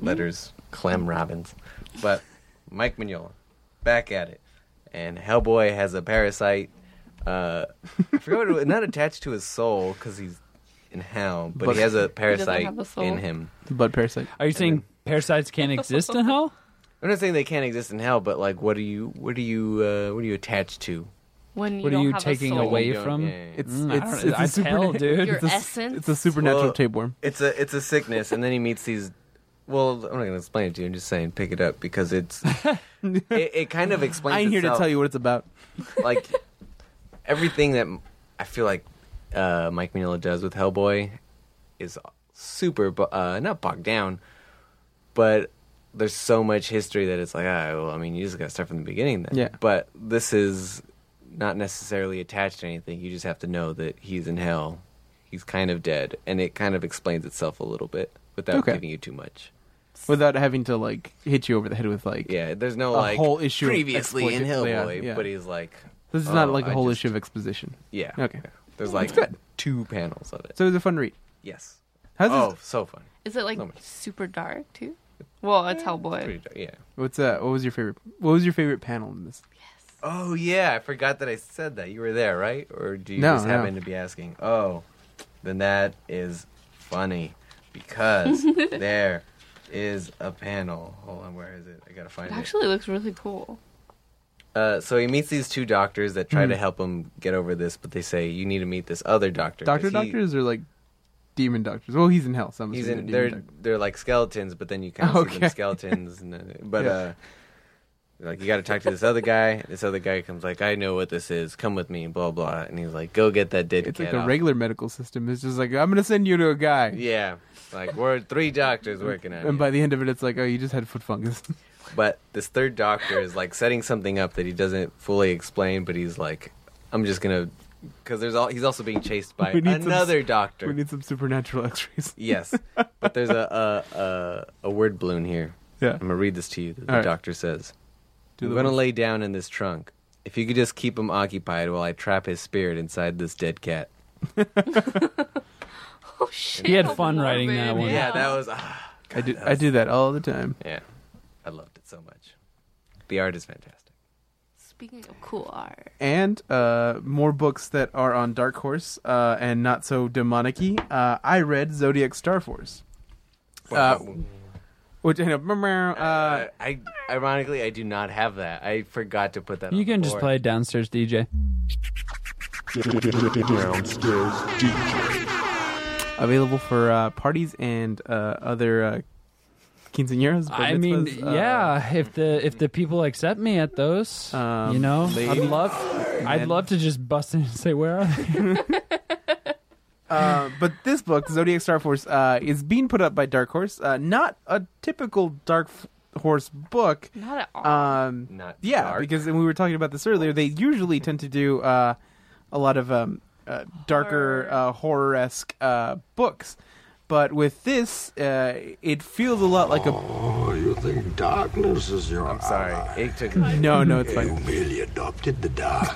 [SPEAKER 3] letters Clem Robbins, but Mike Mignola, back at it, and Hellboy has a parasite. Uh, I forget what it was, not attached to his soul because he's in hell, but,
[SPEAKER 4] But-
[SPEAKER 3] he has a
[SPEAKER 2] doesn't
[SPEAKER 3] parasite
[SPEAKER 2] have a soul.
[SPEAKER 3] in him.
[SPEAKER 4] Blood parasite.
[SPEAKER 1] Are you saying parasites can't exist in hell?
[SPEAKER 3] I'm not saying they can't exist in hell, but like, what are you, what are you, uh, what are you attached to?
[SPEAKER 2] When you
[SPEAKER 1] What are
[SPEAKER 2] don't
[SPEAKER 1] you
[SPEAKER 2] have a
[SPEAKER 1] taking
[SPEAKER 2] soul.
[SPEAKER 1] away
[SPEAKER 3] You don't-
[SPEAKER 1] from?
[SPEAKER 3] yeah, yeah, yeah.
[SPEAKER 4] It's
[SPEAKER 1] Mm, I
[SPEAKER 4] it's
[SPEAKER 1] don't-
[SPEAKER 4] it's a
[SPEAKER 1] that's
[SPEAKER 4] super
[SPEAKER 1] hell, dude.
[SPEAKER 2] Your
[SPEAKER 4] It's a,
[SPEAKER 2] essence?
[SPEAKER 4] It's a supernatural
[SPEAKER 3] Well-
[SPEAKER 4] tapeworm.
[SPEAKER 3] It's a it's a sickness, and then he meets these. Well, I'm not going to explain it to you. I'm just saying, pick it up because it's it, it kind of explains.
[SPEAKER 4] I ain't here to
[SPEAKER 3] itself,
[SPEAKER 4] tell you what it's about.
[SPEAKER 3] like everything that I feel like uh, Mike Mignola does with Hellboy is super bo- uh, not bogged down, but there's so much history that it's like, ah, well, I mean, you just got to start from the beginning then.
[SPEAKER 4] Yeah.
[SPEAKER 3] But this is not necessarily attached to anything. You just have to know that he's in hell. He's kind of dead, and it kind of explains itself a little bit without
[SPEAKER 4] Okay.
[SPEAKER 3] giving you too much.
[SPEAKER 4] without having to like hit you over the head with like
[SPEAKER 3] Yeah, there's no
[SPEAKER 4] A
[SPEAKER 3] like
[SPEAKER 4] whole issue of
[SPEAKER 3] previously in
[SPEAKER 4] explicit- yeah,
[SPEAKER 3] Hellboy,
[SPEAKER 4] yeah.
[SPEAKER 3] but he's like,
[SPEAKER 4] this is not
[SPEAKER 3] oh,
[SPEAKER 4] like a
[SPEAKER 3] I
[SPEAKER 4] whole
[SPEAKER 3] just-
[SPEAKER 4] issue of exposition
[SPEAKER 3] Yeah.
[SPEAKER 4] okay
[SPEAKER 3] There's like
[SPEAKER 4] good.
[SPEAKER 3] two panels of it.
[SPEAKER 4] so it was a fun read
[SPEAKER 3] Yes.
[SPEAKER 4] how's
[SPEAKER 3] oh,
[SPEAKER 4] this
[SPEAKER 3] so fun.
[SPEAKER 2] Is it like
[SPEAKER 3] No, it's-
[SPEAKER 2] super dark too? Well, it's Hellboy.
[SPEAKER 3] Pretty dark. Yeah.
[SPEAKER 4] what's uh what was your favorite what was your favorite panel in this
[SPEAKER 3] Oh yeah, I forgot that I said that. You were there, right? Or do you
[SPEAKER 4] No,
[SPEAKER 3] just
[SPEAKER 4] no.
[SPEAKER 3] happen to be asking? Oh, then that is funny. because there is a panel. Hold on, where is it? I gotta find
[SPEAKER 2] It
[SPEAKER 3] it.
[SPEAKER 2] actually looks really cool.
[SPEAKER 3] Uh, so he meets these two doctors that
[SPEAKER 4] Mm-hmm.
[SPEAKER 3] try to help him get over this, but they say you need to meet this other doctor.
[SPEAKER 4] Doctor
[SPEAKER 3] 'cause he-
[SPEAKER 4] doctors are like demon doctors. Well, he's in hell. So I'm
[SPEAKER 3] He's
[SPEAKER 4] assuming
[SPEAKER 3] in.
[SPEAKER 4] they're
[SPEAKER 3] They're
[SPEAKER 4] demon doctors.
[SPEAKER 3] they're like skeletons, but then you kind of see
[SPEAKER 4] Okay.
[SPEAKER 3] them skeletons. And, then- but
[SPEAKER 4] Yeah.
[SPEAKER 3] uh, like you got to talk to this other guy. This other guy comes like, I know what this is. Come with me. Blah blah. And he's like, Go get that dead
[SPEAKER 4] It's
[SPEAKER 3] cat.
[SPEAKER 4] like the
[SPEAKER 3] off."
[SPEAKER 4] regular medical system. It's just like I'm gonna send you to a guy,
[SPEAKER 3] Yeah, like we're three doctors working on
[SPEAKER 4] and
[SPEAKER 3] it.
[SPEAKER 4] by the end of it, it's like oh, you just had foot fungus.
[SPEAKER 3] But this third doctor is like setting something up that he doesn't fully explain. But he's like, I'm just gonna, because there's all he's also being chased by
[SPEAKER 4] We need some
[SPEAKER 3] another
[SPEAKER 4] s-
[SPEAKER 3] doctor.
[SPEAKER 4] we need some supernatural X-rays.
[SPEAKER 3] Yes, but there's a a, a a word balloon here.
[SPEAKER 4] Yeah.
[SPEAKER 3] I'm gonna read this to you. That the
[SPEAKER 4] All right.
[SPEAKER 3] doctor says,
[SPEAKER 4] Do
[SPEAKER 3] "I'm
[SPEAKER 4] the
[SPEAKER 3] gonna
[SPEAKER 4] voice.
[SPEAKER 3] lay down in this trunk. If you could just keep him occupied while I trap his spirit inside this dead cat."
[SPEAKER 2] Oh shit!
[SPEAKER 1] He had
[SPEAKER 2] I'm
[SPEAKER 1] fun writing
[SPEAKER 2] morbid.
[SPEAKER 1] that one.
[SPEAKER 3] Yeah,
[SPEAKER 1] Yeah.
[SPEAKER 3] that was. ah,
[SPEAKER 4] I do.
[SPEAKER 3] that
[SPEAKER 4] I
[SPEAKER 3] was-
[SPEAKER 4] do that all the time.
[SPEAKER 3] yeah, I loved it so much. The art is fantastic.
[SPEAKER 2] Speaking of cool art,
[SPEAKER 4] and uh, more books that are on Dark Horse uh, and not so demonic-y. Uh, I read Zodiac Star Force, Uh, which and, uh,
[SPEAKER 3] Uh, I ironically I do not have that. I forgot to put that.
[SPEAKER 1] You
[SPEAKER 3] on the
[SPEAKER 1] can just
[SPEAKER 3] board.
[SPEAKER 1] play it downstairs, DJ.
[SPEAKER 6] Downstairs DJ.
[SPEAKER 4] available for uh, parties and uh, other uh, quinceañeras. bar
[SPEAKER 1] I mean,
[SPEAKER 4] mitzvahs, uh,
[SPEAKER 1] yeah. If the if the people accept me at those,
[SPEAKER 4] Um,
[SPEAKER 1] you know,
[SPEAKER 4] they-
[SPEAKER 1] I'd love I'd
[SPEAKER 4] then-
[SPEAKER 1] love to just bust in and say, "Where are they?"
[SPEAKER 4] Uh, but this book, Zodiac Star Force, uh, is being put up by Dark Horse. Uh, not a typical Dark F- Horse book.
[SPEAKER 2] not at all.
[SPEAKER 4] Um,
[SPEAKER 3] Not
[SPEAKER 4] yeah,
[SPEAKER 3] dark.
[SPEAKER 4] because and we were talking about this earlier. They usually tend to do uh, a lot of um, uh, darker,
[SPEAKER 2] Horror.
[SPEAKER 4] uh, horror esque uh, books. But with this, uh, it feels a lot like a.
[SPEAKER 5] Oh, you think darkness is your
[SPEAKER 3] I'm sorry. It took.
[SPEAKER 4] No, no, it's
[SPEAKER 5] You
[SPEAKER 4] fine.
[SPEAKER 5] merely adopted the dark.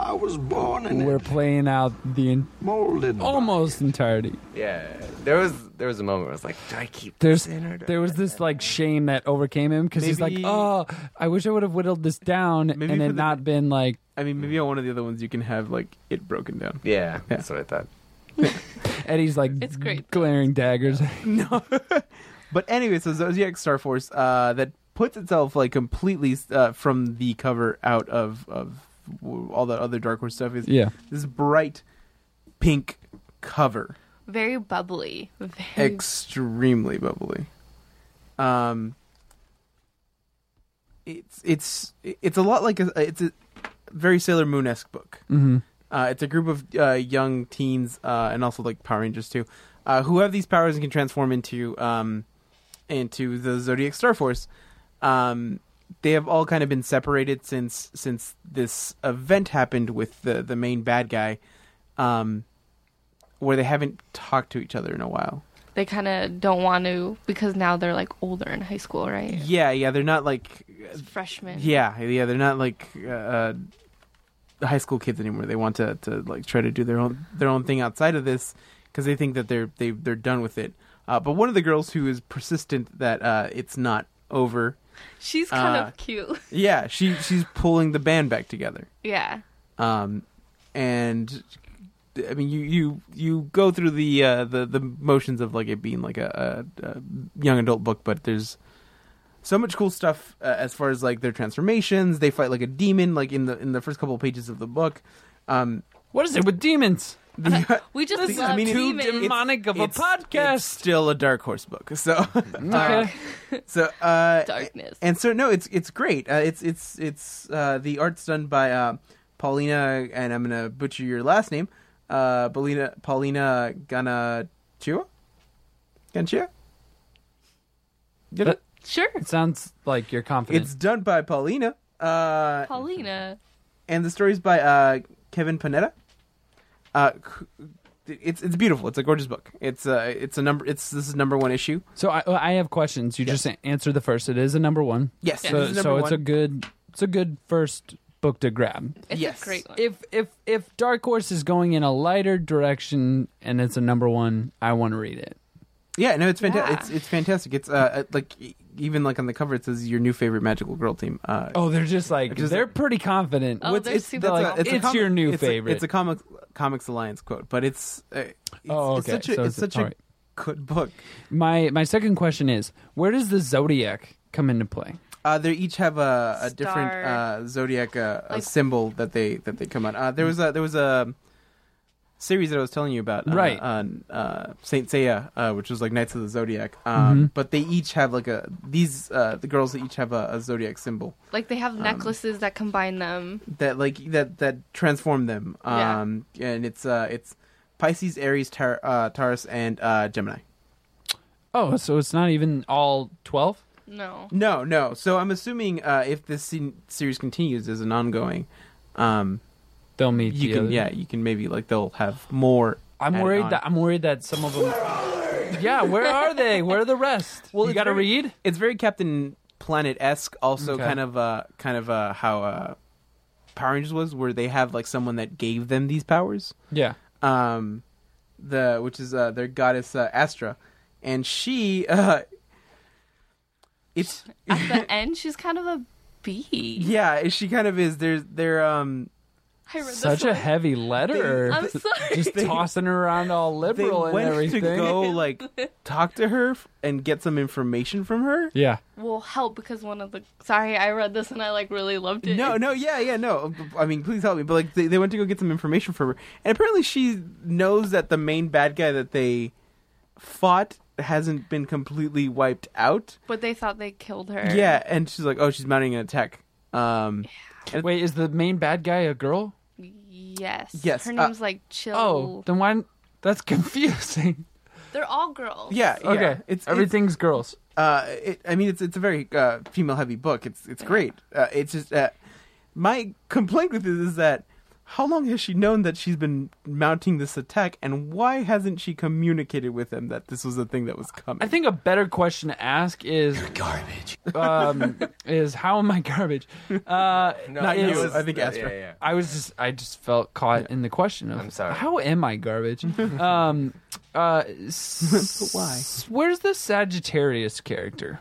[SPEAKER 5] I was born in
[SPEAKER 1] We're
[SPEAKER 5] it,
[SPEAKER 1] playing out the en-
[SPEAKER 5] molded. by
[SPEAKER 3] Oh
[SPEAKER 1] almost entirety.
[SPEAKER 3] Yeah, there was there was a moment where I was like, do I keep
[SPEAKER 1] There's
[SPEAKER 3] this in or do
[SPEAKER 1] there was this like shame that overcame him because he's like,
[SPEAKER 4] Maybe-
[SPEAKER 1] "Oh, I wish I would have whittled this down
[SPEAKER 4] Maybe
[SPEAKER 1] and
[SPEAKER 4] for
[SPEAKER 1] it
[SPEAKER 4] the-
[SPEAKER 1] not been like."
[SPEAKER 4] I mean, maybe on one of the other ones you can have like it broken down.
[SPEAKER 3] Yeah, that's what I thought.
[SPEAKER 1] Eddie's like
[SPEAKER 2] It's great.
[SPEAKER 1] glaring daggers.
[SPEAKER 4] But anyway, so Zodiac Star Force uh, that puts itself like completely uh, from the cover out of of w- all the other Dark Horse stuff is
[SPEAKER 1] yeah,
[SPEAKER 4] this bright pink cover.
[SPEAKER 2] Very bubbly. Very
[SPEAKER 4] extremely bubbly. Um, it's it's it's a lot like a it's a very Sailor Moon esque book.
[SPEAKER 1] hmm
[SPEAKER 4] Uh, it's a group of uh, young teens uh, and also like Power Rangers too, uh, who have these powers and can transform into um, into the Zodiac Star Force. Um, they have all kind of been separated since since this event happened with the the main bad guy, um, where they haven't talked to each other in a while.
[SPEAKER 2] they kind of don't want to because now they're like older in high school, right?
[SPEAKER 4] Yeah, yeah, they're not like
[SPEAKER 2] As freshmen.
[SPEAKER 4] yeah, yeah, they're not like uh, high school kids anymore. They want to, to like try to do their own their own thing outside of this because they think that they're they they're done with it. Uh, but one of the girls who is persistent that uh, it's not over.
[SPEAKER 2] She's kind
[SPEAKER 4] Uh,
[SPEAKER 2] of cute.
[SPEAKER 4] Yeah, she she's pulling the band back together.
[SPEAKER 2] yeah.
[SPEAKER 4] Um, and I mean, you you you go through the uh, the the motions of like it being like a, a, a young adult book, but there's so much cool stuff uh, as far as like their transformations. They fight like a demon, like in the in the first couple of pages of the book. Um,
[SPEAKER 1] what is it with demons?
[SPEAKER 2] We just
[SPEAKER 1] This is
[SPEAKER 2] love
[SPEAKER 4] I mean, it's-
[SPEAKER 1] too
[SPEAKER 2] demons.
[SPEAKER 1] demonic of a
[SPEAKER 4] it's- It's
[SPEAKER 1] podcast.
[SPEAKER 4] still a dark horse book, so
[SPEAKER 1] Okay.
[SPEAKER 4] so uh,
[SPEAKER 2] Darkness.
[SPEAKER 4] And so no, it's it's great. Uh, it's it's it's uh, the art's done by uh, Paulina, and I'm gonna butcher your last name. Uh, Paulina Paulina Ganachua, Ganachua. Get it?
[SPEAKER 2] sure.
[SPEAKER 1] It sounds like you're confident.
[SPEAKER 4] It's done by Paulina, uh,
[SPEAKER 2] Paulina.
[SPEAKER 4] and the story's by uh, Kevin Panetta. Uh, who- it's it's beautiful. It's a gorgeous book. It's uh, it's a number. It's this is number one issue.
[SPEAKER 1] so I, I have questions. You just a- answer the first. It is a number one.
[SPEAKER 4] Yes,
[SPEAKER 1] So,
[SPEAKER 4] this is number
[SPEAKER 1] so it's
[SPEAKER 4] one.
[SPEAKER 1] a good it's a good first book to grab.
[SPEAKER 2] It's
[SPEAKER 4] yes.
[SPEAKER 2] a great one.
[SPEAKER 1] If if if Dark Horse is going in a lighter direction and it's a number one, I want to read it.
[SPEAKER 4] Yeah, no, it's fantastic.
[SPEAKER 2] Yeah.
[SPEAKER 4] It's it's fantastic. It's uh like e- even like on the cover it says your new favorite magical girl team. Uh,
[SPEAKER 1] Oh, they're just like
[SPEAKER 4] Just-
[SPEAKER 1] they're pretty confident.
[SPEAKER 2] Oh,
[SPEAKER 1] What's-
[SPEAKER 2] they're super
[SPEAKER 1] like,
[SPEAKER 2] confident.
[SPEAKER 1] it's your new
[SPEAKER 4] it's a-
[SPEAKER 1] favorite.
[SPEAKER 4] it's a comic comics alliance quote, but it's uh, it's,
[SPEAKER 1] oh,
[SPEAKER 4] it's
[SPEAKER 1] okay.
[SPEAKER 4] such a
[SPEAKER 1] so
[SPEAKER 4] it's such a
[SPEAKER 1] alright.
[SPEAKER 4] good book.
[SPEAKER 1] My my second question is, where does the zodiac come into play?
[SPEAKER 4] Uh, they each have a, a different
[SPEAKER 2] Star.
[SPEAKER 4] uh, zodiac uh, a
[SPEAKER 2] Like-
[SPEAKER 4] symbol that they that they come on. Uh, there was a there was a series that I was telling you about, uh,
[SPEAKER 1] Right.
[SPEAKER 4] On uh, Saint Seiya, uh, which was like Knights of the Zodiac.
[SPEAKER 1] Mm-hmm.
[SPEAKER 4] Um, But they each have like a these uh, the girls each have a, a zodiac symbol
[SPEAKER 2] Like they have necklaces that combine them.
[SPEAKER 4] that like that that transform them.
[SPEAKER 2] Yeah.
[SPEAKER 4] Um, and it's uh, it's Pisces, Aries, Tar- uh, Taurus, and uh, Gemini.
[SPEAKER 1] Oh, so it's not even all twelve.
[SPEAKER 2] No.
[SPEAKER 4] No, no. So I'm assuming uh, if this se- series continues as an ongoing. Um,
[SPEAKER 1] They'll meet.
[SPEAKER 4] you
[SPEAKER 1] the
[SPEAKER 4] can
[SPEAKER 1] other-
[SPEAKER 4] yeah you can maybe like they'll have more
[SPEAKER 1] I'm
[SPEAKER 4] added
[SPEAKER 1] worried
[SPEAKER 4] on.
[SPEAKER 1] that I'm worried that some of them. Yeah, where are they? Where are the rest?
[SPEAKER 4] Well,
[SPEAKER 1] you
[SPEAKER 4] it's
[SPEAKER 1] got to
[SPEAKER 4] very-
[SPEAKER 1] read.
[SPEAKER 4] it's very captain planet-esque also
[SPEAKER 1] Okay.
[SPEAKER 4] kind of uh kind of uh how uh power rangers was where they have like someone that gave them these powers
[SPEAKER 1] Yeah.
[SPEAKER 4] um the which is uh their goddess uh, astra and she uh it's
[SPEAKER 2] At the end, she's kind of a bee.
[SPEAKER 4] yeah she kind of is there's they're um
[SPEAKER 2] I read
[SPEAKER 1] Such a
[SPEAKER 2] this
[SPEAKER 1] heavy letter.
[SPEAKER 2] I'm sorry.
[SPEAKER 1] Just tossing her around all
[SPEAKER 4] they
[SPEAKER 1] liberal and
[SPEAKER 4] went
[SPEAKER 1] everything.
[SPEAKER 4] to go like talk to her f- and get some information from her
[SPEAKER 1] Yeah.
[SPEAKER 2] will help because one of the. Sorry, I read this and I like really loved it.
[SPEAKER 4] No, no, yeah, yeah, no. I mean, please help me. But like, they, they went to go get some information from her, and apparently she knows that the main bad guy that they fought hasn't been completely wiped out.
[SPEAKER 2] But they thought they killed her.
[SPEAKER 4] Yeah, and she's like, oh, she's mounting an attack. Um,
[SPEAKER 1] Wait, is the main bad guy a girl?
[SPEAKER 2] Yes.
[SPEAKER 4] Yes,
[SPEAKER 2] Her
[SPEAKER 4] uh,
[SPEAKER 2] name's like Chill.
[SPEAKER 1] Oh, then why? That's confusing.
[SPEAKER 2] They're all girls.
[SPEAKER 4] yeah, yeah.
[SPEAKER 1] Okay,
[SPEAKER 4] It's everything.
[SPEAKER 1] everything's girls.
[SPEAKER 4] uh, it, I mean, it's it's a very uh, female heavy book. It's it's great. Uh, it's just uh, my complaint with it is that how long has she known that she's been mounting this attack, and why hasn't she communicated with them that this was a thing that was coming?
[SPEAKER 1] I think a better question to ask is
[SPEAKER 5] Garbage.
[SPEAKER 1] um, is how am I garbage? Uh,
[SPEAKER 3] No,
[SPEAKER 4] Not
[SPEAKER 3] that
[SPEAKER 4] you,
[SPEAKER 3] was-
[SPEAKER 4] I think Astra.
[SPEAKER 3] Yeah, yeah.
[SPEAKER 1] I was just I just felt caught in the question of
[SPEAKER 3] I'm sorry.
[SPEAKER 1] How am I garbage? um, uh,
[SPEAKER 4] But why?
[SPEAKER 1] s- Where's the Sagittarius character?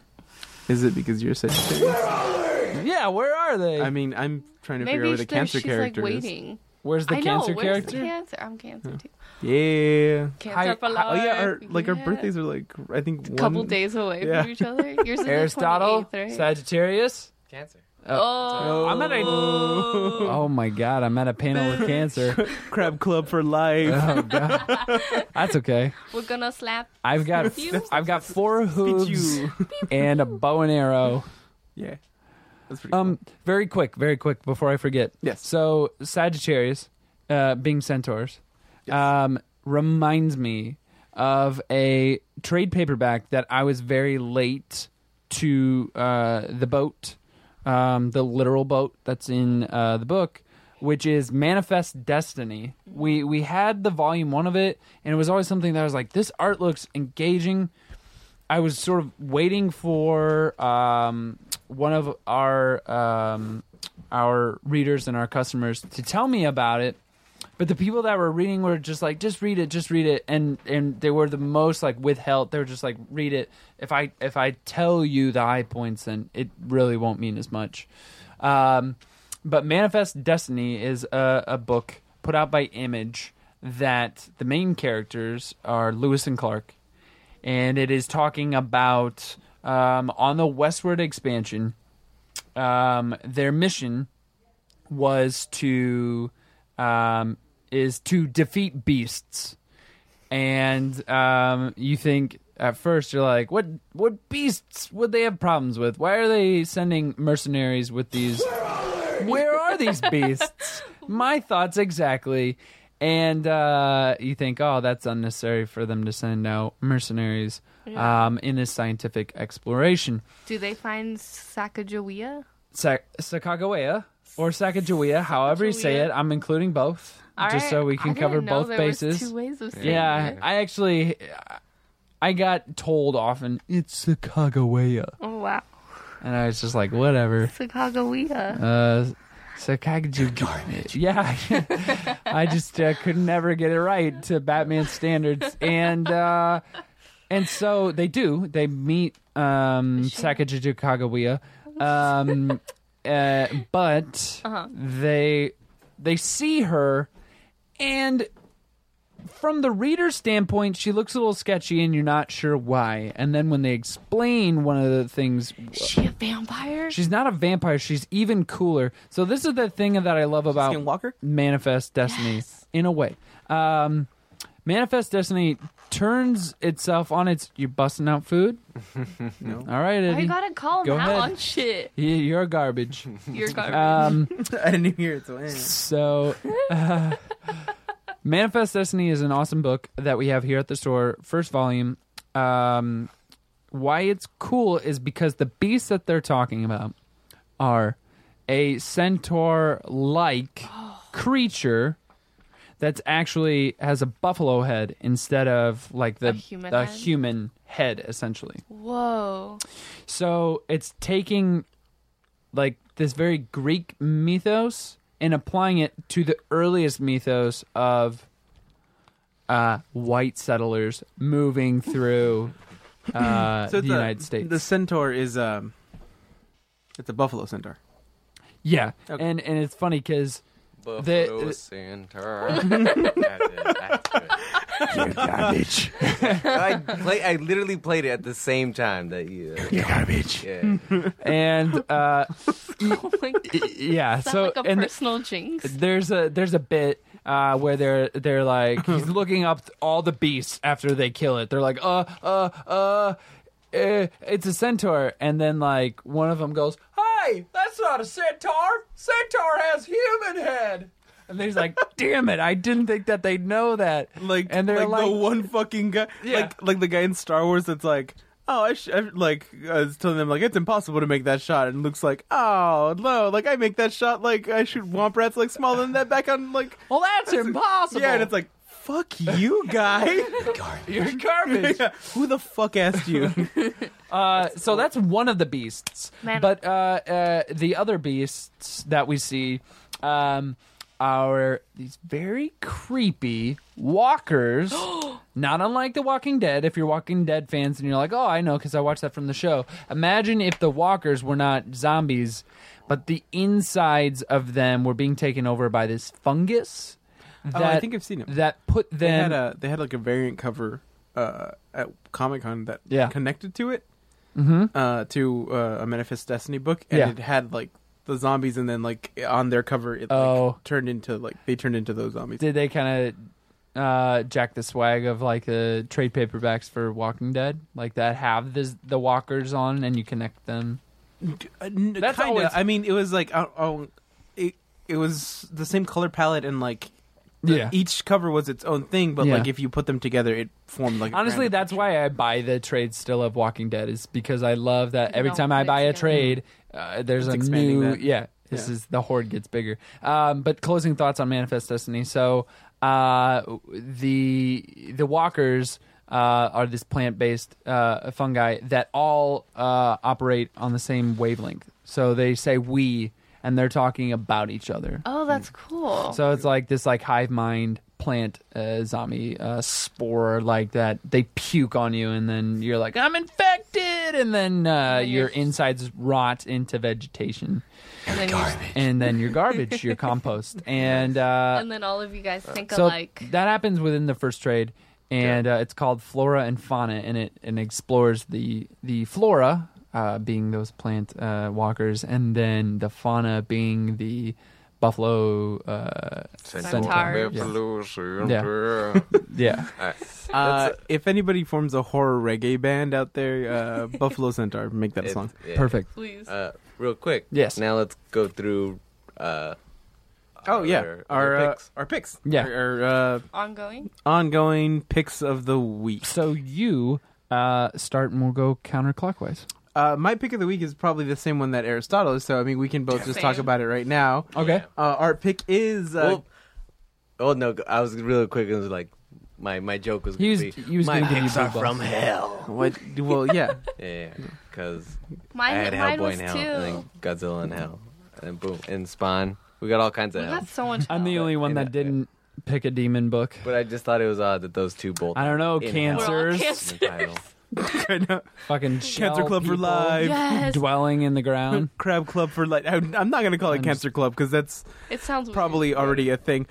[SPEAKER 4] Is it because you're Sagittarius?
[SPEAKER 1] Yeah, where are they?
[SPEAKER 4] I mean, I'm trying to figure out
[SPEAKER 2] Maybe
[SPEAKER 4] where the
[SPEAKER 2] there's-
[SPEAKER 4] cancer
[SPEAKER 2] she's
[SPEAKER 4] character
[SPEAKER 2] like
[SPEAKER 4] is.
[SPEAKER 2] waiting.
[SPEAKER 1] Where's the
[SPEAKER 2] I know.
[SPEAKER 1] cancer
[SPEAKER 2] where's
[SPEAKER 1] character?
[SPEAKER 2] The cancer? I'm cancer too.
[SPEAKER 4] Yeah.
[SPEAKER 2] Cancer
[SPEAKER 1] Hi-
[SPEAKER 2] for
[SPEAKER 1] hi-
[SPEAKER 4] Oh yeah, our,
[SPEAKER 2] life.
[SPEAKER 4] like our
[SPEAKER 2] Yeah.
[SPEAKER 4] birthdays are like I think
[SPEAKER 2] A
[SPEAKER 4] one
[SPEAKER 2] couple days away
[SPEAKER 4] Yeah.
[SPEAKER 2] from each other. Yours is
[SPEAKER 1] Aristotle,
[SPEAKER 2] the 28th, right?
[SPEAKER 1] Sagittarius.
[SPEAKER 3] Cancer.
[SPEAKER 2] Oh,
[SPEAKER 1] I'm at a. Oh my god, I'm at a panel with cancer.
[SPEAKER 4] Crab Club for life.
[SPEAKER 1] Oh god, that's okay.
[SPEAKER 2] we're gonna slap
[SPEAKER 1] I've got
[SPEAKER 2] You?
[SPEAKER 1] I've got four hooves
[SPEAKER 4] you.
[SPEAKER 1] and a bow and arrow.
[SPEAKER 4] yeah. That's pretty
[SPEAKER 1] Um,
[SPEAKER 4] cool.
[SPEAKER 1] very quick, very quick before I forget.
[SPEAKER 4] Yes.
[SPEAKER 1] So Sagittarius, uh, being centaurs,
[SPEAKER 4] Yes.
[SPEAKER 1] um, reminds me of a trade paperback that I was very late to uh, the boat, um, the literal boat that's in uh, the book, which is Manifest Destiny. We we had the volume one of it, and it was always something that I was like, this art looks engaging. I was sort of waiting for um, one of our um, our readers and our customers to tell me about it, but the people that were reading were just like, "Just read it, just read it," and and they were the most like withheld. They were just like, "Read it." If I if I tell you the high points, then it really won't mean as much. Um, but Manifest Destiny is a, a book put out by Image that the main characters are Lewis and Clark and it is talking about um, on the westward expansion um, their mission was to um, is to defeat beasts and um, you think at first you're like what what beasts would they have problems with why are they sending mercenaries with these where are these beasts? My thoughts exactly. And uh, you think, oh, that's unnecessary for them to send out mercenaries um, in this scientific exploration.
[SPEAKER 2] Do they find Sacagawea?
[SPEAKER 1] Sa- Sacagawea or Sacagawea, however you say it, I'm including both,
[SPEAKER 2] All
[SPEAKER 1] just so
[SPEAKER 2] right,
[SPEAKER 1] we can
[SPEAKER 2] I didn't
[SPEAKER 1] cover
[SPEAKER 2] know
[SPEAKER 1] both
[SPEAKER 2] there
[SPEAKER 1] bases.
[SPEAKER 2] Was two ways of saying
[SPEAKER 1] yeah,
[SPEAKER 2] it.
[SPEAKER 1] I actually, I got told often it's Sacagawea,
[SPEAKER 2] Oh wow,
[SPEAKER 1] and I was just like, whatever.
[SPEAKER 2] Sacagawea.
[SPEAKER 1] Uh, Sakagaju garbage. Yeah, I just uh, could never get it right to Batman standards, and uh, and so they do. They meet um, Sakagaju Kagawiya, um, uh, but they they see her, and from the reader's standpoint, she looks a little sketchy and you're not sure why. And then when they explain one of the things,
[SPEAKER 2] Is she a vampire?
[SPEAKER 1] she's not a vampire, she's even cooler. So this is the thing that I love about
[SPEAKER 4] Skinwalker?
[SPEAKER 1] Manifest Destiny in a way. Um, Manifest Destiny turns itself on its. You're busting out food?
[SPEAKER 4] No.
[SPEAKER 1] All right,
[SPEAKER 2] I
[SPEAKER 1] Eddie.
[SPEAKER 2] gotta call
[SPEAKER 1] Go
[SPEAKER 2] him out
[SPEAKER 1] ahead.
[SPEAKER 2] on shit.
[SPEAKER 1] You- You're garbage.
[SPEAKER 2] You're garbage.
[SPEAKER 1] Um,
[SPEAKER 4] I didn't even hear it. So eh.
[SPEAKER 1] So, uh, Manifest Destiny is an awesome book that we have here at the store. First volume. Um, why it's cool is because the beasts that they're talking about are a centaur-like creature that's actually has a buffalo head instead of like the
[SPEAKER 2] A human head?
[SPEAKER 1] human head essentially.
[SPEAKER 2] Whoa. Oh
[SPEAKER 1] So it's taking like this very Greek mythos and applying it to the earliest mythos of uh, white settlers moving through uh,
[SPEAKER 4] So
[SPEAKER 1] the
[SPEAKER 4] the-
[SPEAKER 1] United States.
[SPEAKER 4] The centaur is um, it's a buffalo centaur.
[SPEAKER 1] yeah,
[SPEAKER 4] Okay.
[SPEAKER 1] and and it's funny because
[SPEAKER 3] Buffalo
[SPEAKER 1] the-
[SPEAKER 3] Centaur. That's it, that's it.
[SPEAKER 5] You're garbage.
[SPEAKER 3] I play. I literally played it at the same time that you.
[SPEAKER 5] You're garbage.
[SPEAKER 3] Yeah.
[SPEAKER 1] and uh,
[SPEAKER 2] Oh my god.
[SPEAKER 1] y- yeah,
[SPEAKER 2] Sounds
[SPEAKER 1] so
[SPEAKER 2] like a
[SPEAKER 1] and
[SPEAKER 2] personal jinx.
[SPEAKER 1] there's a there's a bit uh, where they're they're like he's looking up all the beasts after they kill it. They're like, uh, uh, uh, eh, it's a centaur, and then like one of them goes, "Hey, that's not a centaur. Centaur has human head." And he's like, "Damn it! I didn't think that they'd know that."
[SPEAKER 4] Like
[SPEAKER 1] and they're
[SPEAKER 4] like, the one fucking guy,
[SPEAKER 1] Yeah.
[SPEAKER 4] like like the guy in Star Wars that's like. Oh, I, sh- I like I was telling them like it's impossible to make that shot, and Luke's like, oh no, like I make that shot like I shoot womp rats like smaller than that back on like
[SPEAKER 1] "Well, that's impossible."
[SPEAKER 4] yeah, and it's like fuck you guy,
[SPEAKER 1] you're garbage.
[SPEAKER 4] Yeah, who the fuck asked you?
[SPEAKER 1] Uh, so that's one of the beasts.
[SPEAKER 2] Man.
[SPEAKER 1] But uh, uh, the other beasts that we see um, are these very creepy walkers. not unlike The Walking Dead. If you're Walking Dead fans and you're like, oh, I know because I watched that from the show. Imagine if the walkers were not zombies, but the insides of them were being taken over by this fungus. That,
[SPEAKER 4] Oh, I think I've seen 'em.
[SPEAKER 1] That put them.
[SPEAKER 4] they had a they had like a variant cover uh, at Comic Con that
[SPEAKER 1] Yeah.
[SPEAKER 4] connected to it mm-hmm. uh, to uh, a Manifest Destiny book, and
[SPEAKER 1] Yeah.
[SPEAKER 4] it had like the zombies, and then like on their cover, it like,
[SPEAKER 1] Oh.
[SPEAKER 4] turned into like they turned into those zombies.
[SPEAKER 1] did they kind of uh, jack the swag of like the trade paperbacks for Walking Dead, like that have the the walkers on and you connect them?
[SPEAKER 4] That's
[SPEAKER 1] kinda. always-
[SPEAKER 4] uh, I mean, it was like oh, oh it it was the same color palette and like.
[SPEAKER 1] Yeah.
[SPEAKER 4] Each cover was its own thing, but
[SPEAKER 1] Yeah.
[SPEAKER 4] like if you put them together, it formed like. a
[SPEAKER 1] Honestly,
[SPEAKER 4] grand
[SPEAKER 1] that's why I buy the trade still of Walking Dead is because I love that
[SPEAKER 2] You
[SPEAKER 1] every
[SPEAKER 2] don't
[SPEAKER 1] time
[SPEAKER 2] put
[SPEAKER 1] I
[SPEAKER 2] it
[SPEAKER 1] buy a
[SPEAKER 2] together.
[SPEAKER 1] trade, uh, there's
[SPEAKER 4] It's
[SPEAKER 1] a
[SPEAKER 4] expanding
[SPEAKER 1] new
[SPEAKER 4] that.
[SPEAKER 1] yeah. This
[SPEAKER 4] Yeah.
[SPEAKER 1] is the horde gets bigger. Um, but closing thoughts on Manifest Destiny. So uh, the the walkers. Uh, are this plant-based uh, fungi that all uh, operate on the same wavelength? So they say we, and they're talking about each other.
[SPEAKER 2] Oh, that's cool.
[SPEAKER 1] So it's like this like hive mind plant uh, zombie uh, spore like that they puke on you and then you're like I'm infected and then uh,
[SPEAKER 2] then
[SPEAKER 1] your
[SPEAKER 2] you're-
[SPEAKER 1] insides rot into vegetation
[SPEAKER 2] and, then you,
[SPEAKER 1] and then you're garbage you're compost and uh,
[SPEAKER 2] and then all of you guys think
[SPEAKER 1] so
[SPEAKER 2] alike.
[SPEAKER 1] that happens within the first trade and uh, it's called flora and fauna and it and explores the the flora uh, being those plant uh, walkers and then the fauna being the buffalo uh,
[SPEAKER 2] Centaur.
[SPEAKER 3] Buffalo
[SPEAKER 1] Yeah.
[SPEAKER 3] Centaur.
[SPEAKER 1] yeah
[SPEAKER 4] Uh, if anybody forms a horror reggae band out there, uh, Buffalo Centaur, make that a
[SPEAKER 3] It's-
[SPEAKER 4] song.
[SPEAKER 3] yeah.
[SPEAKER 1] Perfect.
[SPEAKER 2] Please.
[SPEAKER 3] Uh, real quick.
[SPEAKER 1] Yes.
[SPEAKER 3] Now let's go through. Uh,
[SPEAKER 4] Oh yeah,
[SPEAKER 3] our-
[SPEAKER 4] our
[SPEAKER 3] our
[SPEAKER 4] uh,
[SPEAKER 3] picks.
[SPEAKER 4] our picks.
[SPEAKER 1] Yeah.
[SPEAKER 4] our, our, uh,
[SPEAKER 2] Ongoing.
[SPEAKER 4] ongoing picks of the week.
[SPEAKER 1] So you uh, start and we'll go counterclockwise.
[SPEAKER 4] Uh, my pick of the week is probably the same one that Aristotle is. So I mean, we can both just
[SPEAKER 2] Same.
[SPEAKER 4] talk about it right now.
[SPEAKER 1] Okay.
[SPEAKER 4] Uh, our pick is uh,
[SPEAKER 3] well, oh no! I was really quick and was like, my my joke was.
[SPEAKER 1] He was-
[SPEAKER 3] gonna be,
[SPEAKER 1] he was
[SPEAKER 3] my
[SPEAKER 1] gonna give you
[SPEAKER 3] picks are
[SPEAKER 1] blue
[SPEAKER 3] from
[SPEAKER 1] balls."
[SPEAKER 3] hell.
[SPEAKER 4] what? Well, yeah,
[SPEAKER 3] Yeah, because I
[SPEAKER 2] Mine,
[SPEAKER 3] had
[SPEAKER 2] mine
[SPEAKER 3] Hellboy
[SPEAKER 2] was
[SPEAKER 3] in
[SPEAKER 2] two.
[SPEAKER 3] hell, and then Godzilla in hell, and then boom, and Spawn. We got all kinds
[SPEAKER 2] we
[SPEAKER 3] of hell.
[SPEAKER 2] got so much.
[SPEAKER 1] I'm the
[SPEAKER 2] hell.
[SPEAKER 1] only one
[SPEAKER 3] in
[SPEAKER 1] that
[SPEAKER 3] that-
[SPEAKER 1] didn't pick a demon book.
[SPEAKER 3] But I just thought it was odd that those two both.
[SPEAKER 1] I don't know,
[SPEAKER 3] in hell.
[SPEAKER 1] cancers.
[SPEAKER 2] We're all cancers.
[SPEAKER 3] in the title.
[SPEAKER 4] kind of
[SPEAKER 1] Fucking shell
[SPEAKER 4] cancer club for
[SPEAKER 1] people
[SPEAKER 4] life.
[SPEAKER 2] Yes.
[SPEAKER 1] Dwelling in the ground.
[SPEAKER 4] Crab club for life. I- I'm not gonna call it cancer club because that's
[SPEAKER 2] It sounds weird.
[SPEAKER 4] probably already a thing.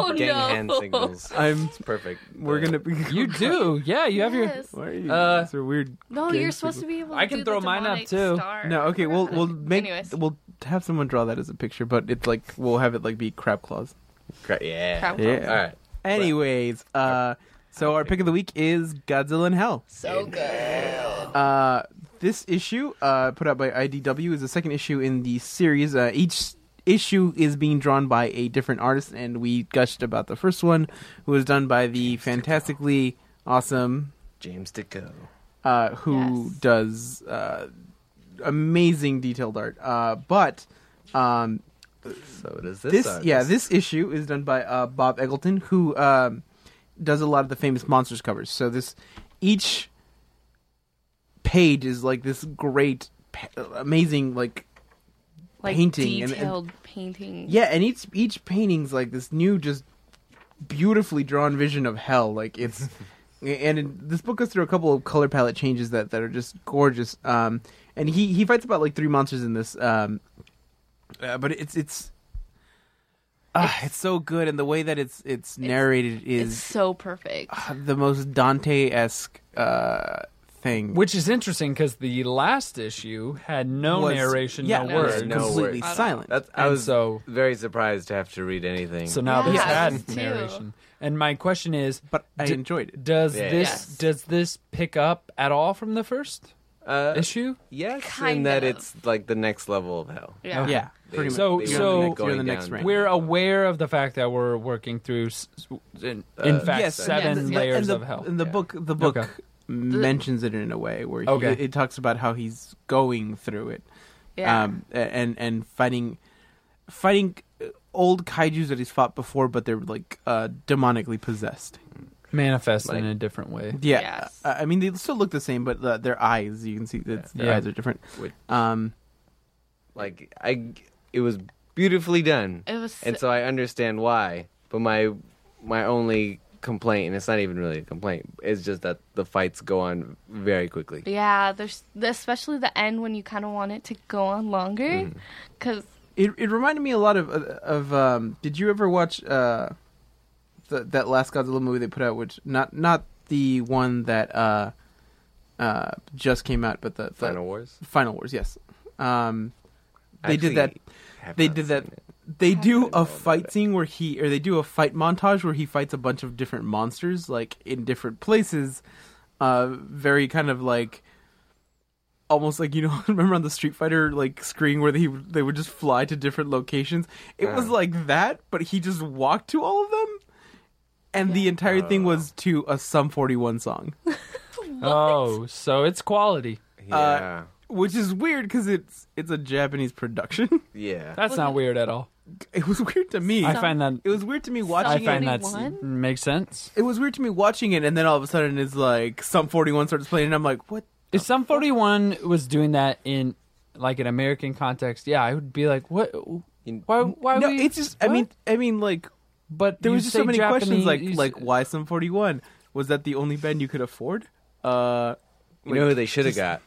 [SPEAKER 2] Oh,
[SPEAKER 3] Gang
[SPEAKER 2] no.
[SPEAKER 3] hand signals.
[SPEAKER 4] I'm.
[SPEAKER 3] It's perfect.
[SPEAKER 4] We're gonna. Be,
[SPEAKER 1] You do, yeah. You have your.
[SPEAKER 2] Yes.
[SPEAKER 4] Why are you?
[SPEAKER 1] Uh,
[SPEAKER 4] these are weird.
[SPEAKER 2] No,
[SPEAKER 4] gang
[SPEAKER 2] you're supposed
[SPEAKER 4] people.
[SPEAKER 2] to be able. To
[SPEAKER 1] I can
[SPEAKER 2] do
[SPEAKER 1] throw
[SPEAKER 2] the
[SPEAKER 1] mine up,
[SPEAKER 2] demonic
[SPEAKER 1] too.
[SPEAKER 2] star.
[SPEAKER 4] No, okay. We'll we'll make
[SPEAKER 2] Anyways.
[SPEAKER 4] we'll have someone draw that as a picture, but it's like we'll have it like be crab claws.
[SPEAKER 3] Cra- yeah.
[SPEAKER 2] Crab
[SPEAKER 4] Yeah.
[SPEAKER 3] All right.
[SPEAKER 4] Anyways, uh, so our pick of the week is Godzilla in Hell.
[SPEAKER 2] so good.
[SPEAKER 4] Uh, this issue, uh, put out by IDW, is the second issue in the series. Uh, each issue is being drawn by a different artist, and we gushed about the first one, who was done by the fantastically awesome,
[SPEAKER 3] James DeCo.
[SPEAKER 4] uh, who
[SPEAKER 2] Yes.
[SPEAKER 4] does uh, amazing detailed art. Uh, but um,
[SPEAKER 3] So does this.
[SPEAKER 4] this,
[SPEAKER 3] artist.
[SPEAKER 4] yeah, this issue is done by uh, Bob Eggleton, who um, does a lot of the famous monsters covers. So this each page is like this great, pa- amazing like
[SPEAKER 2] Like
[SPEAKER 4] Painting and- and-
[SPEAKER 2] detailed painting.
[SPEAKER 4] yeah, and each each painting's like this new, just beautifully drawn vision of hell. Like it's, and it, this book goes through a couple of color palette changes that that are just gorgeous. Um, and he he fights about like three monsters in this. Um, uh, but it's it's. Uh, it's so good, and the way that it's it's narrated
[SPEAKER 2] It's
[SPEAKER 4] is Ah,
[SPEAKER 2] so perfect.
[SPEAKER 4] the most Dante esque uh, thing.
[SPEAKER 1] Which is interesting because the last issue had no
[SPEAKER 4] was-
[SPEAKER 1] narration,
[SPEAKER 4] yeah,
[SPEAKER 1] no
[SPEAKER 4] was
[SPEAKER 1] words.
[SPEAKER 3] No
[SPEAKER 4] completely
[SPEAKER 3] words.
[SPEAKER 4] silent.
[SPEAKER 3] That's, I
[SPEAKER 1] And
[SPEAKER 3] was
[SPEAKER 1] so-
[SPEAKER 3] very surprised to have to read anything.
[SPEAKER 1] So now
[SPEAKER 2] Yeah,
[SPEAKER 1] this
[SPEAKER 2] I was
[SPEAKER 1] had
[SPEAKER 2] too.
[SPEAKER 1] narration. And my question is,
[SPEAKER 4] but I
[SPEAKER 1] d-
[SPEAKER 4] enjoyed it.
[SPEAKER 1] does
[SPEAKER 3] Yeah.
[SPEAKER 1] this
[SPEAKER 2] Yes.
[SPEAKER 1] does this pick up at all from the first
[SPEAKER 3] uh,
[SPEAKER 1] issue?
[SPEAKER 3] yes, in
[SPEAKER 2] Kind
[SPEAKER 3] that
[SPEAKER 2] of.
[SPEAKER 3] it's like the next level of hell.
[SPEAKER 2] Yeah.
[SPEAKER 4] Yeah,
[SPEAKER 3] They-
[SPEAKER 4] pretty much.
[SPEAKER 1] So-
[SPEAKER 3] they were
[SPEAKER 1] so-
[SPEAKER 3] like going
[SPEAKER 4] You're the next
[SPEAKER 3] down.
[SPEAKER 4] rank.
[SPEAKER 1] We're aware of the fact that we're working through, s- in, in
[SPEAKER 3] Uh,
[SPEAKER 1] fact,
[SPEAKER 3] yes,
[SPEAKER 1] seven
[SPEAKER 2] yes, yes.
[SPEAKER 1] layers
[SPEAKER 4] and the,
[SPEAKER 1] of hell.
[SPEAKER 4] And the
[SPEAKER 3] Yeah.
[SPEAKER 4] book, the book
[SPEAKER 1] Okay.
[SPEAKER 4] mentions it in a way where he,
[SPEAKER 1] Okay.
[SPEAKER 4] it talks about how he's going through it,
[SPEAKER 2] Yeah.
[SPEAKER 4] um, a- and and fighting, fighting uh, old kaiju's that he's fought before, but they're like uh, demonically possessed.
[SPEAKER 1] Manifest in
[SPEAKER 3] like-
[SPEAKER 1] a different way.
[SPEAKER 4] Yeah,
[SPEAKER 2] Yes.
[SPEAKER 4] uh, I mean they still look the same, but uh, their eyes, you can see that their
[SPEAKER 1] Yeah.
[SPEAKER 4] eyes are different.
[SPEAKER 3] Which-
[SPEAKER 4] Um,
[SPEAKER 3] like I, it was beautifully done,
[SPEAKER 2] It was.
[SPEAKER 3] and so I understand why. But my my only complaint, and it's not even really a complaint, is just that the fights go on very quickly.
[SPEAKER 2] yeah. There's especially the end when you kind of want it to go on longer,
[SPEAKER 4] Mm.
[SPEAKER 2] because
[SPEAKER 4] it it reminded me a lot of of um, did you ever watch uh, the, that last Godzilla movie they put out, which not not the one that uh, uh, just came out, but the, the
[SPEAKER 3] Final Wars.
[SPEAKER 4] Final Wars, yes. Um, they did that.
[SPEAKER 3] Actually, I have
[SPEAKER 4] They
[SPEAKER 3] not
[SPEAKER 4] did that.
[SPEAKER 3] seen it.
[SPEAKER 4] They do
[SPEAKER 3] don't know
[SPEAKER 4] a
[SPEAKER 3] about
[SPEAKER 4] fight
[SPEAKER 3] it.
[SPEAKER 4] scene where he, or they do a fight montage where he fights a bunch of different monsters, like in different places. Uh, very kind of like, almost like you know, remember on the Street Fighter like screen where he they would just fly to different locations. It was
[SPEAKER 3] Uh.
[SPEAKER 4] like that, but he just walked to all of them, and the entire thing was to a Sum Forty One song.
[SPEAKER 1] Oh, so it's quality.
[SPEAKER 3] Yeah,
[SPEAKER 4] Which is weird because it's it's a Japanese production.
[SPEAKER 3] yeah.
[SPEAKER 1] That's not weird at all.
[SPEAKER 4] it was weird to me.
[SPEAKER 1] I find that
[SPEAKER 4] It was weird to me
[SPEAKER 1] I
[SPEAKER 4] watching
[SPEAKER 1] find
[SPEAKER 4] it.
[SPEAKER 1] that
[SPEAKER 2] Seventy-one?
[SPEAKER 1] makes sense.
[SPEAKER 4] It was weird to me watching it, and then all of a sudden it's like some forty one starts playing, and I'm like, what?
[SPEAKER 1] If some forty one was doing that in like an American context, yeah, I would be like, what?
[SPEAKER 3] You-
[SPEAKER 1] Why? Why?
[SPEAKER 4] no,
[SPEAKER 1] we,
[SPEAKER 4] it's just. I
[SPEAKER 1] what?
[SPEAKER 4] mean, I mean, like
[SPEAKER 1] but
[SPEAKER 4] there
[SPEAKER 1] you
[SPEAKER 4] was just
[SPEAKER 1] say
[SPEAKER 4] so many questions,
[SPEAKER 1] Japanese-
[SPEAKER 4] like
[SPEAKER 1] you s-
[SPEAKER 4] like why some forty one? Was that the only band you could afford? Uh,
[SPEAKER 3] You know who they should have got?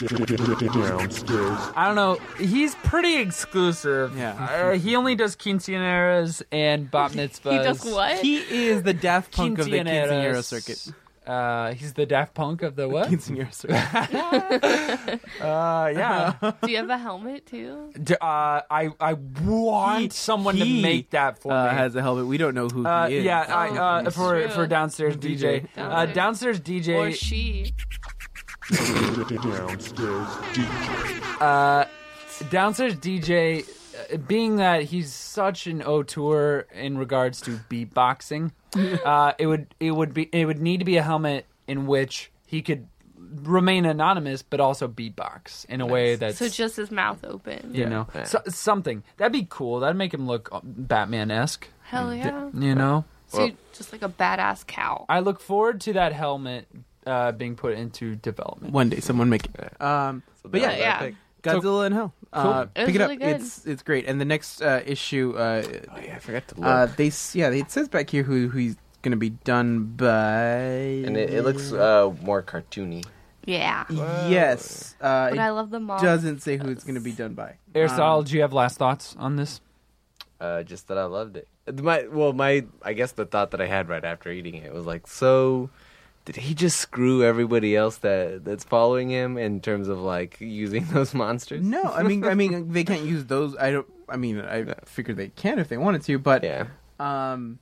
[SPEAKER 6] Down skills.
[SPEAKER 1] I don't know. He's pretty exclusive.
[SPEAKER 4] Yeah.
[SPEAKER 1] Uh, he only does quinceaneras and bat mitzvahs.
[SPEAKER 2] he does what?
[SPEAKER 4] he is the Daft Punk of the quinceanera
[SPEAKER 1] Quinceañeras.
[SPEAKER 4] circuit.
[SPEAKER 1] Uh, he's the Daft Punk of the what?
[SPEAKER 4] Quinceanera circuit.
[SPEAKER 1] Uh, yeah.
[SPEAKER 2] Do you have a helmet too?
[SPEAKER 1] D- uh, I I want
[SPEAKER 4] He-
[SPEAKER 1] someone to
[SPEAKER 4] he,
[SPEAKER 1] make that for
[SPEAKER 4] uh,
[SPEAKER 1] me.
[SPEAKER 4] has a helmet. We don't know who
[SPEAKER 1] Uh,
[SPEAKER 4] he is.
[SPEAKER 1] yeah, I, uh,
[SPEAKER 2] Oh, that's
[SPEAKER 1] for
[SPEAKER 2] true.
[SPEAKER 1] for downstairs DJ,
[SPEAKER 4] DJ.
[SPEAKER 1] Uh, downstairs DJ.
[SPEAKER 2] Or she?
[SPEAKER 6] Down skills.
[SPEAKER 1] downstairs DJ, uh, being that he's such an auteur in regards to beatboxing, uh, it would it would be it would need to be a helmet in which he could remain anonymous but also beatbox in a way that's
[SPEAKER 2] So just his mouth open.
[SPEAKER 1] you know
[SPEAKER 3] Yeah.
[SPEAKER 1] so, something that'd be cool. That'd make him look Batman esque.
[SPEAKER 2] Hell
[SPEAKER 4] Mm.
[SPEAKER 2] yeah.
[SPEAKER 1] You know,
[SPEAKER 2] So you just like a badass cow.
[SPEAKER 1] I look forward to that helmet uh, being put into development.
[SPEAKER 4] One day someone make it. Um, but yeah,
[SPEAKER 3] That-
[SPEAKER 2] yeah.
[SPEAKER 3] that-
[SPEAKER 4] Godzilla in Hell. Uh,
[SPEAKER 2] It was
[SPEAKER 4] pick it
[SPEAKER 2] really
[SPEAKER 4] up.
[SPEAKER 2] good.
[SPEAKER 4] It's it's great. And the next uh, issue, uh,
[SPEAKER 3] Oh yeah, I forgot to look.
[SPEAKER 4] uh, they s- yeah, it says back here who who he's going to be done by.
[SPEAKER 3] and it, it looks uh, more cartoony.
[SPEAKER 2] Yeah.
[SPEAKER 4] Yes. Uh,
[SPEAKER 2] But
[SPEAKER 4] it
[SPEAKER 2] I love the mom.
[SPEAKER 4] doesn't say who it's going to be done by. Um,
[SPEAKER 1] Aristotle, do you have last thoughts on this?
[SPEAKER 3] Uh, just that I loved it. My well, my I guess the thought that I had right after eating it was like, so did he just screw everybody else that that's following him in terms of like using those monsters?
[SPEAKER 4] No, I mean, I mean, they can't use those. I don't. I mean, I figured they can if they wanted to, but
[SPEAKER 3] Yeah.
[SPEAKER 4] um,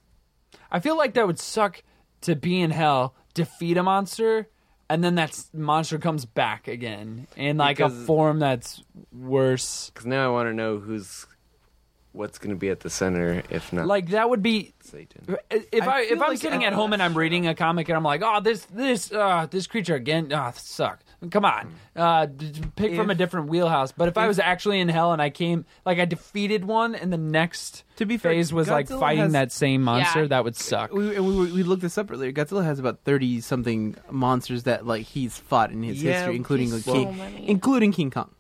[SPEAKER 1] I feel like that would suck to be in hell, defeat a monster, and then that s- monster comes back again in like a
[SPEAKER 3] Because-
[SPEAKER 1] form that's worse.
[SPEAKER 3] Because now I want to know who's what's going to be at the center, if not
[SPEAKER 1] Like that would be
[SPEAKER 3] Satan.
[SPEAKER 1] if I, if I'm
[SPEAKER 4] feel like
[SPEAKER 1] sitting
[SPEAKER 4] I-
[SPEAKER 1] at home and I'm reading a comic and I'm like, oh this this uh this creature again, ah oh, suck. Come on, uh, d- d- pick from a
[SPEAKER 4] If-
[SPEAKER 1] different wheelhouse. But if, I was actually in hell and I came, like I defeated one, and the next
[SPEAKER 4] To be fair,
[SPEAKER 1] phase was like
[SPEAKER 4] Godzilla
[SPEAKER 1] fighting
[SPEAKER 4] has-
[SPEAKER 1] that same monster,
[SPEAKER 2] Yeah.
[SPEAKER 1] that would suck.
[SPEAKER 4] we, we we looked this up earlier. Godzilla has about thirty something monsters that like he's fought in his
[SPEAKER 3] Yeah,
[SPEAKER 4] history, including
[SPEAKER 2] he's
[SPEAKER 4] like,
[SPEAKER 2] so
[SPEAKER 4] King,
[SPEAKER 2] many.
[SPEAKER 4] including King Kong.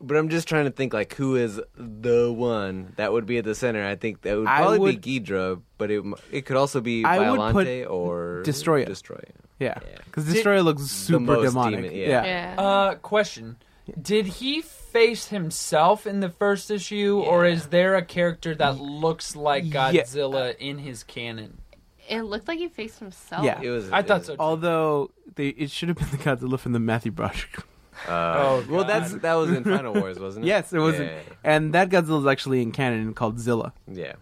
[SPEAKER 3] But I'm just trying to think like who is the one that would be at the center. I think that would
[SPEAKER 4] I
[SPEAKER 3] probably
[SPEAKER 4] would-
[SPEAKER 3] be Ghidra, but it m- it could also be
[SPEAKER 4] I would put
[SPEAKER 3] Violante or
[SPEAKER 4] Destroyer.
[SPEAKER 3] Destroyer.
[SPEAKER 4] Yeah, because Destroyer looks super
[SPEAKER 3] most
[SPEAKER 4] demonic.
[SPEAKER 3] demon- yeah.
[SPEAKER 4] yeah.
[SPEAKER 2] Yeah.
[SPEAKER 1] Uh, question: Did he face himself in the first issue, or is there a character that looks like
[SPEAKER 4] Yeah.
[SPEAKER 1] Godzilla in his canon?
[SPEAKER 2] it looked like he faced himself.
[SPEAKER 4] Yeah.
[SPEAKER 3] It was. uh,
[SPEAKER 1] I
[SPEAKER 3] it
[SPEAKER 1] thought
[SPEAKER 3] was-
[SPEAKER 1] so.
[SPEAKER 4] Although they, it should have been the Godzilla from the Matthew Broderick.
[SPEAKER 1] oh,
[SPEAKER 3] Well,
[SPEAKER 1] God.
[SPEAKER 3] that's that was in Final Wars, wasn't it?
[SPEAKER 4] yes, it wasn't.
[SPEAKER 3] Yeah.
[SPEAKER 4] And that Godzilla is actually in canon called Zilla.
[SPEAKER 3] yeah.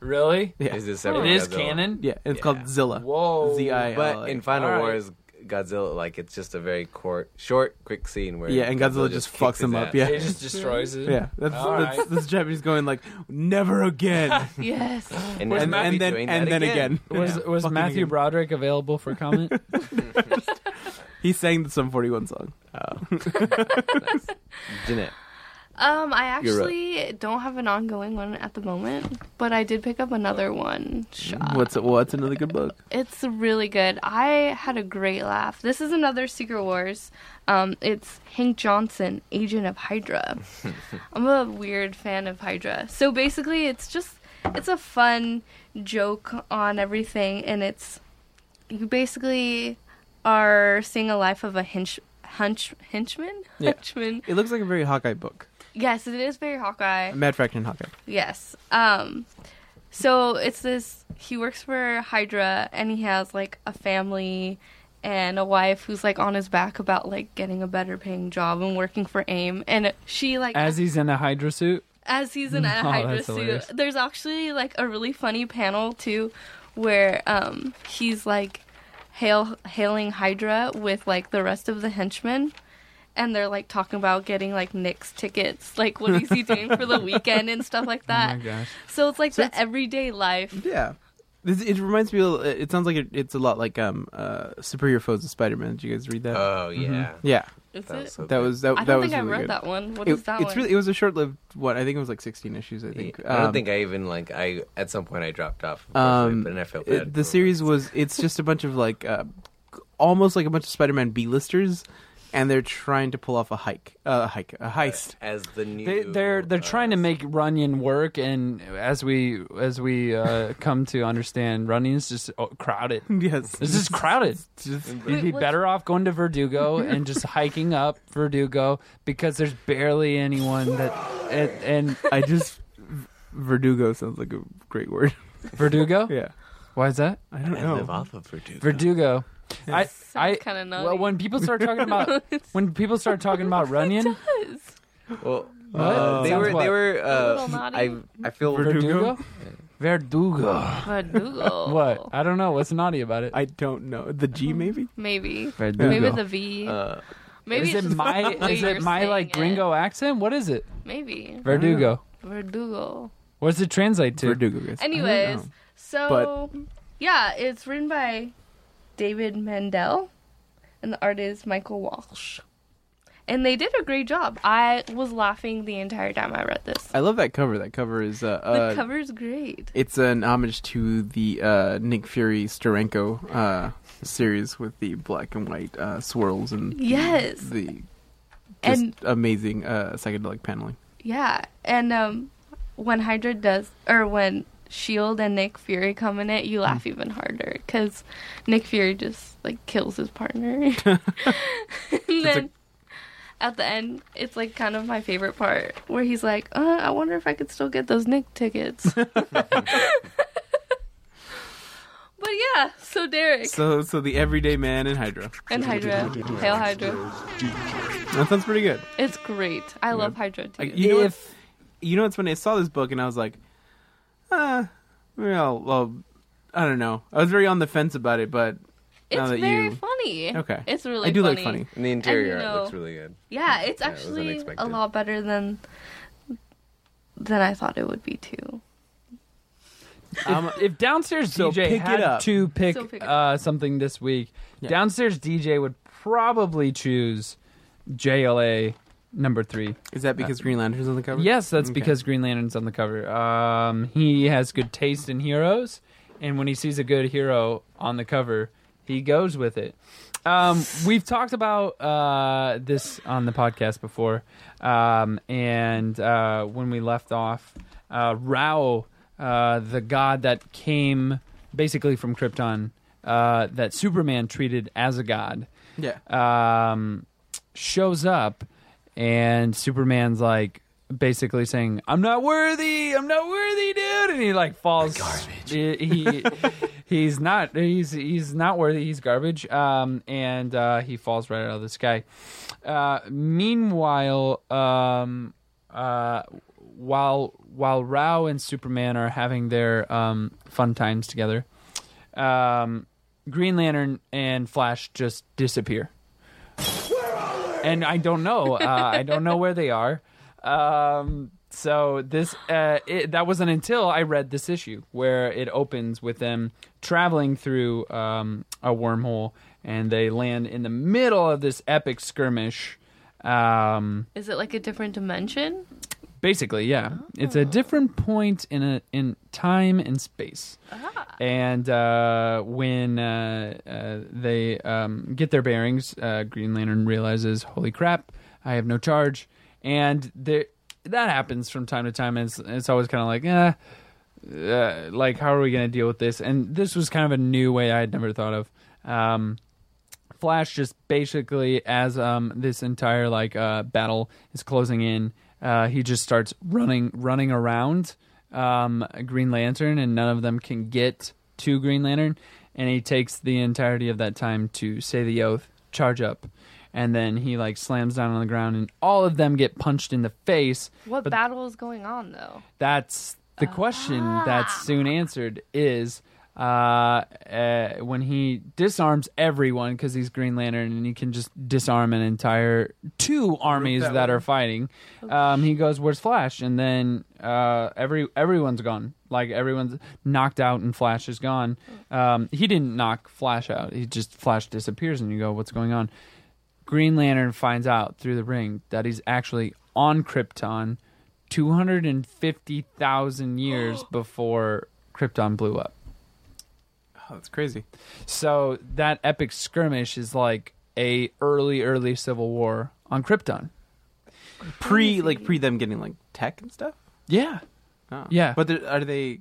[SPEAKER 1] really
[SPEAKER 4] Yeah,
[SPEAKER 3] Is this
[SPEAKER 1] it is canon.
[SPEAKER 4] yeah, it's
[SPEAKER 3] Yeah.
[SPEAKER 4] called Zilla.
[SPEAKER 1] Whoa.
[SPEAKER 4] Z I uh, L
[SPEAKER 3] But
[SPEAKER 4] A.
[SPEAKER 3] in Final
[SPEAKER 1] Alright.
[SPEAKER 3] Wars, Godzilla like it's just a very court, short, quick scene where
[SPEAKER 4] Yeah, and Godzilla just fucks
[SPEAKER 3] kicks
[SPEAKER 4] him
[SPEAKER 3] his
[SPEAKER 4] up,
[SPEAKER 3] ass.
[SPEAKER 4] yeah.
[SPEAKER 1] It just destroys it.
[SPEAKER 4] Yeah, that's,
[SPEAKER 1] All
[SPEAKER 4] that's,
[SPEAKER 1] right.
[SPEAKER 4] that's Japanese going like never again,
[SPEAKER 2] Yes.
[SPEAKER 3] and,
[SPEAKER 1] Was
[SPEAKER 3] and,
[SPEAKER 1] Matt-
[SPEAKER 3] and
[SPEAKER 4] and then
[SPEAKER 3] doing
[SPEAKER 4] and
[SPEAKER 3] that
[SPEAKER 4] then again.
[SPEAKER 1] Was
[SPEAKER 4] Yeah.
[SPEAKER 1] was
[SPEAKER 4] Fucking
[SPEAKER 1] Matthew
[SPEAKER 4] again.
[SPEAKER 1] Broderick available for comment?
[SPEAKER 4] He sang the Sum 41 song.
[SPEAKER 3] Jeanette.
[SPEAKER 2] Um, I
[SPEAKER 3] You're up.
[SPEAKER 2] actually don't have an ongoing one at the moment, but I did pick up another one. Shot.
[SPEAKER 4] What's what's another good book?
[SPEAKER 2] It's really good. I had a great laugh. This is another Secret Wars. Um, it's Hank Johnson, Agent of Hydra. I'm a weird fan of Hydra. So basically, it's just it's a fun joke on everything, and it's you basically are seeing a life of a hinch, hunch, henchman,
[SPEAKER 4] Yeah.
[SPEAKER 2] henchman.
[SPEAKER 4] It looks like a very Hawkeye book.
[SPEAKER 2] Yes, it is very Hawkeye.
[SPEAKER 4] Mad Fraction Hawkeye.
[SPEAKER 2] Yes. Um so it's this he works for Hydra and he has like a family and a wife who's like on his back about like getting a better paying job and working for AIM and she like
[SPEAKER 1] As he's in a Hydra suit.
[SPEAKER 2] as he's in a
[SPEAKER 1] Oh,
[SPEAKER 2] Hydra
[SPEAKER 1] that's hilarious.
[SPEAKER 2] suit. There's actually like a really funny panel too, where um he's like hail hailing Hydra with like the rest of the henchmen. And they're like talking about getting like Nick's tickets, like what is he doing for the weekend and stuff
[SPEAKER 1] Oh
[SPEAKER 2] like
[SPEAKER 4] Oh
[SPEAKER 2] that.
[SPEAKER 1] gosh.
[SPEAKER 2] So it's like the everyday life.
[SPEAKER 4] Yeah. This, it reminds me. a little- It sounds like it, it's a lot like um uh Superior Foes of Spider Man. Did you guys read that?
[SPEAKER 3] Oh yeah.
[SPEAKER 4] Mm-hmm. yeah,
[SPEAKER 2] Is
[SPEAKER 3] That
[SPEAKER 2] it?
[SPEAKER 3] was so
[SPEAKER 4] that
[SPEAKER 3] good.
[SPEAKER 4] was that.
[SPEAKER 2] I
[SPEAKER 4] that
[SPEAKER 2] don't
[SPEAKER 4] was
[SPEAKER 2] think I
[SPEAKER 4] really
[SPEAKER 2] read
[SPEAKER 4] good.
[SPEAKER 2] that one. What
[SPEAKER 4] It-
[SPEAKER 2] is that
[SPEAKER 4] it's
[SPEAKER 2] one?
[SPEAKER 4] really it was a short lived one. I think it was like sixteen issues. I think.
[SPEAKER 3] I don't
[SPEAKER 4] Um,
[SPEAKER 3] think I even like I at some point I dropped off,
[SPEAKER 4] Um,
[SPEAKER 3] um, and I felt
[SPEAKER 4] it-
[SPEAKER 3] bad.
[SPEAKER 4] the series was it's just a bunch of like uh, almost like a bunch of Spider-Man B-listers, and they're trying to pull off a hike, uh, a hike, a heist.
[SPEAKER 3] as the new
[SPEAKER 1] They, they're they're
[SPEAKER 3] uh,
[SPEAKER 1] trying to make Runyon work, and as we as we uh, come to understand, Runyon's just oh, crowded.
[SPEAKER 4] yes,
[SPEAKER 1] It's just crowded.
[SPEAKER 4] Just-
[SPEAKER 1] You'd be
[SPEAKER 2] Wait,
[SPEAKER 1] better off going to Verdugo and just hiking up Verdugo because there's barely anyone that and, and
[SPEAKER 4] I just Verdugo sounds like a great word.
[SPEAKER 1] Verdugo.
[SPEAKER 4] Yeah,
[SPEAKER 1] Why is that?
[SPEAKER 4] I don't
[SPEAKER 3] I
[SPEAKER 4] know.
[SPEAKER 3] live off of Verdugo.
[SPEAKER 1] Verdugo. I, I
[SPEAKER 2] Sounds kinda
[SPEAKER 1] Well,
[SPEAKER 2] nutty.
[SPEAKER 1] when people start talking about when people start talking about Runyon,
[SPEAKER 3] Well,
[SPEAKER 1] What?
[SPEAKER 3] uh, they
[SPEAKER 1] Sounds
[SPEAKER 3] were
[SPEAKER 1] what?
[SPEAKER 3] they were. Uh,
[SPEAKER 2] little naughty.
[SPEAKER 3] I I feel
[SPEAKER 1] Verdugo. Verdugo.
[SPEAKER 2] But Google.
[SPEAKER 1] What? I don't know. What's naughty about it?
[SPEAKER 4] I don't know. The G maybe.
[SPEAKER 2] Maybe.
[SPEAKER 1] Verdugo.
[SPEAKER 2] Maybe the V.
[SPEAKER 3] Uh,
[SPEAKER 2] Maybe
[SPEAKER 1] is
[SPEAKER 2] it's
[SPEAKER 1] it
[SPEAKER 2] just
[SPEAKER 1] my
[SPEAKER 2] the way
[SPEAKER 1] is it
[SPEAKER 2] you're
[SPEAKER 1] my like
[SPEAKER 2] saying it.
[SPEAKER 1] gringo accent? What is it?
[SPEAKER 2] Maybe.
[SPEAKER 1] Verdugo.
[SPEAKER 2] Verdugo.
[SPEAKER 1] What does it translate to?
[SPEAKER 4] Verdugo. Guys.
[SPEAKER 2] Anyways,
[SPEAKER 4] know.
[SPEAKER 2] so yeah, it's written by David Mendel, and the art is Michael Walsh. And they did a great job. I was laughing the entire time I read this.
[SPEAKER 4] I love that cover. That cover is uh,
[SPEAKER 2] The
[SPEAKER 4] uh
[SPEAKER 2] cover's great.
[SPEAKER 4] it's an homage to the uh Nick Fury Starenko uh series with the black and white uh swirls and
[SPEAKER 2] Yes.
[SPEAKER 4] the just
[SPEAKER 2] And
[SPEAKER 4] amazing uh, psychedelic paneling.
[SPEAKER 2] yeah, and um when Hydra does or when Shield and Nick Fury come in it,
[SPEAKER 4] Hmm.
[SPEAKER 2] you laugh even harder because Nick Fury just like kills his partner. and then at the end, it's like kind of my favorite part where he's like, uh, "I wonder if I could still get those Nick tickets." but yeah, so Derek
[SPEAKER 4] So, so the everyday man in Hydra.
[SPEAKER 2] and Hydra, hail Hydra.
[SPEAKER 4] That sounds pretty good.
[SPEAKER 2] It's great. I love Hydra too.
[SPEAKER 4] Like, Uh, you know,
[SPEAKER 1] If-
[SPEAKER 4] if you know, it's when I saw this book and I was like, uh, well, well, I don't know. I was very on the fence about it, but now
[SPEAKER 2] It's
[SPEAKER 4] that
[SPEAKER 2] very
[SPEAKER 4] you-
[SPEAKER 2] funny.
[SPEAKER 4] okay,
[SPEAKER 2] it's really.
[SPEAKER 4] I do
[SPEAKER 2] funny.
[SPEAKER 4] like funny.
[SPEAKER 3] And the interior
[SPEAKER 2] And, you
[SPEAKER 3] art looks
[SPEAKER 2] know,
[SPEAKER 3] really good.
[SPEAKER 2] Yeah, it's
[SPEAKER 3] Yeah, it was
[SPEAKER 2] actually a
[SPEAKER 3] unexpected.
[SPEAKER 2] lot better than than I thought it would be too.
[SPEAKER 4] Um,
[SPEAKER 1] If downstairs
[SPEAKER 4] So
[SPEAKER 1] DJ
[SPEAKER 4] pick it
[SPEAKER 1] had
[SPEAKER 4] up.
[SPEAKER 1] to pick,
[SPEAKER 2] So pick it
[SPEAKER 1] uh, something this week,
[SPEAKER 4] Yeah.
[SPEAKER 1] downstairs DJ would probably choose JLA number three.
[SPEAKER 4] Is that
[SPEAKER 2] Uh,
[SPEAKER 4] because Green Lantern's on the cover?
[SPEAKER 1] Yes, that's
[SPEAKER 4] Okay.
[SPEAKER 1] because Green Lantern's on the cover. Um, he has good taste in heroes, and when he sees a good hero on the cover, he goes with it. Um, we've talked about uh, this on the podcast before, um, and uh, when we left off, uh, Rao, uh, the god that came basically from Krypton, uh, that Superman treated as a god
[SPEAKER 4] Yeah.
[SPEAKER 1] um, shows up, and Superman's like basically saying, "I'm not worthy. I'm not worthy, dude." And he like falls. Garbage. He, he- he's not. He's he's not worthy. He's garbage. Um, and uh, he falls right out of the sky. Uh, meanwhile, um, uh, while while Rao and Superman are having their um, fun times together, um, Green Lantern and Flash just disappear. And I don't know. Uh, I don't know where they are. Um, so this uh, it, that wasn't until I read this issue where it opens with them traveling through um, a wormhole, and they land in the middle of this epic skirmish. Um,
[SPEAKER 2] Is it like a different dimension?
[SPEAKER 1] basically yeah it's a different point in a in time and space and uh, when uh, uh, they um, get their bearings uh, green lantern realizes holy crap i have no charge and there that happens from time to time and it's, it's always kind of like eh, uh, like how are we going to deal with this and this was kind of a new way i had never thought of um, Flash just basically as um this entire like uh battle is closing in, uh he just starts running running around um Green Lantern and none of them can get to Green Lantern and he takes the entirety of that time to say the oath, charge up. And then he like slams down on the ground and all of them get punched in the face.
[SPEAKER 2] What
[SPEAKER 1] But-
[SPEAKER 2] battle is going on though?
[SPEAKER 1] That's the question that's soon answered is uh, uh, when he disarms everyone because he's Green Lantern and he can just disarm an entire two armies that,
[SPEAKER 4] that
[SPEAKER 1] are fighting. Um, he goes, "Where's Flash?" And then uh, every everyone's gone. Like everyone's knocked out and Flash is gone. Um, he didn't knock Flash out. He just Flash disappears and you go, "What's going on?" Green Lantern finds out through the ring that he's actually on Krypton 250,000 years before Krypton blew up.
[SPEAKER 4] Oh, that's crazy.
[SPEAKER 1] So that epic skirmish is like a early early civil war on Krypton.
[SPEAKER 4] Pre, like pre them getting like tech and stuff.
[SPEAKER 1] Yeah.
[SPEAKER 4] Oh.
[SPEAKER 1] Yeah.
[SPEAKER 4] But they're- are they?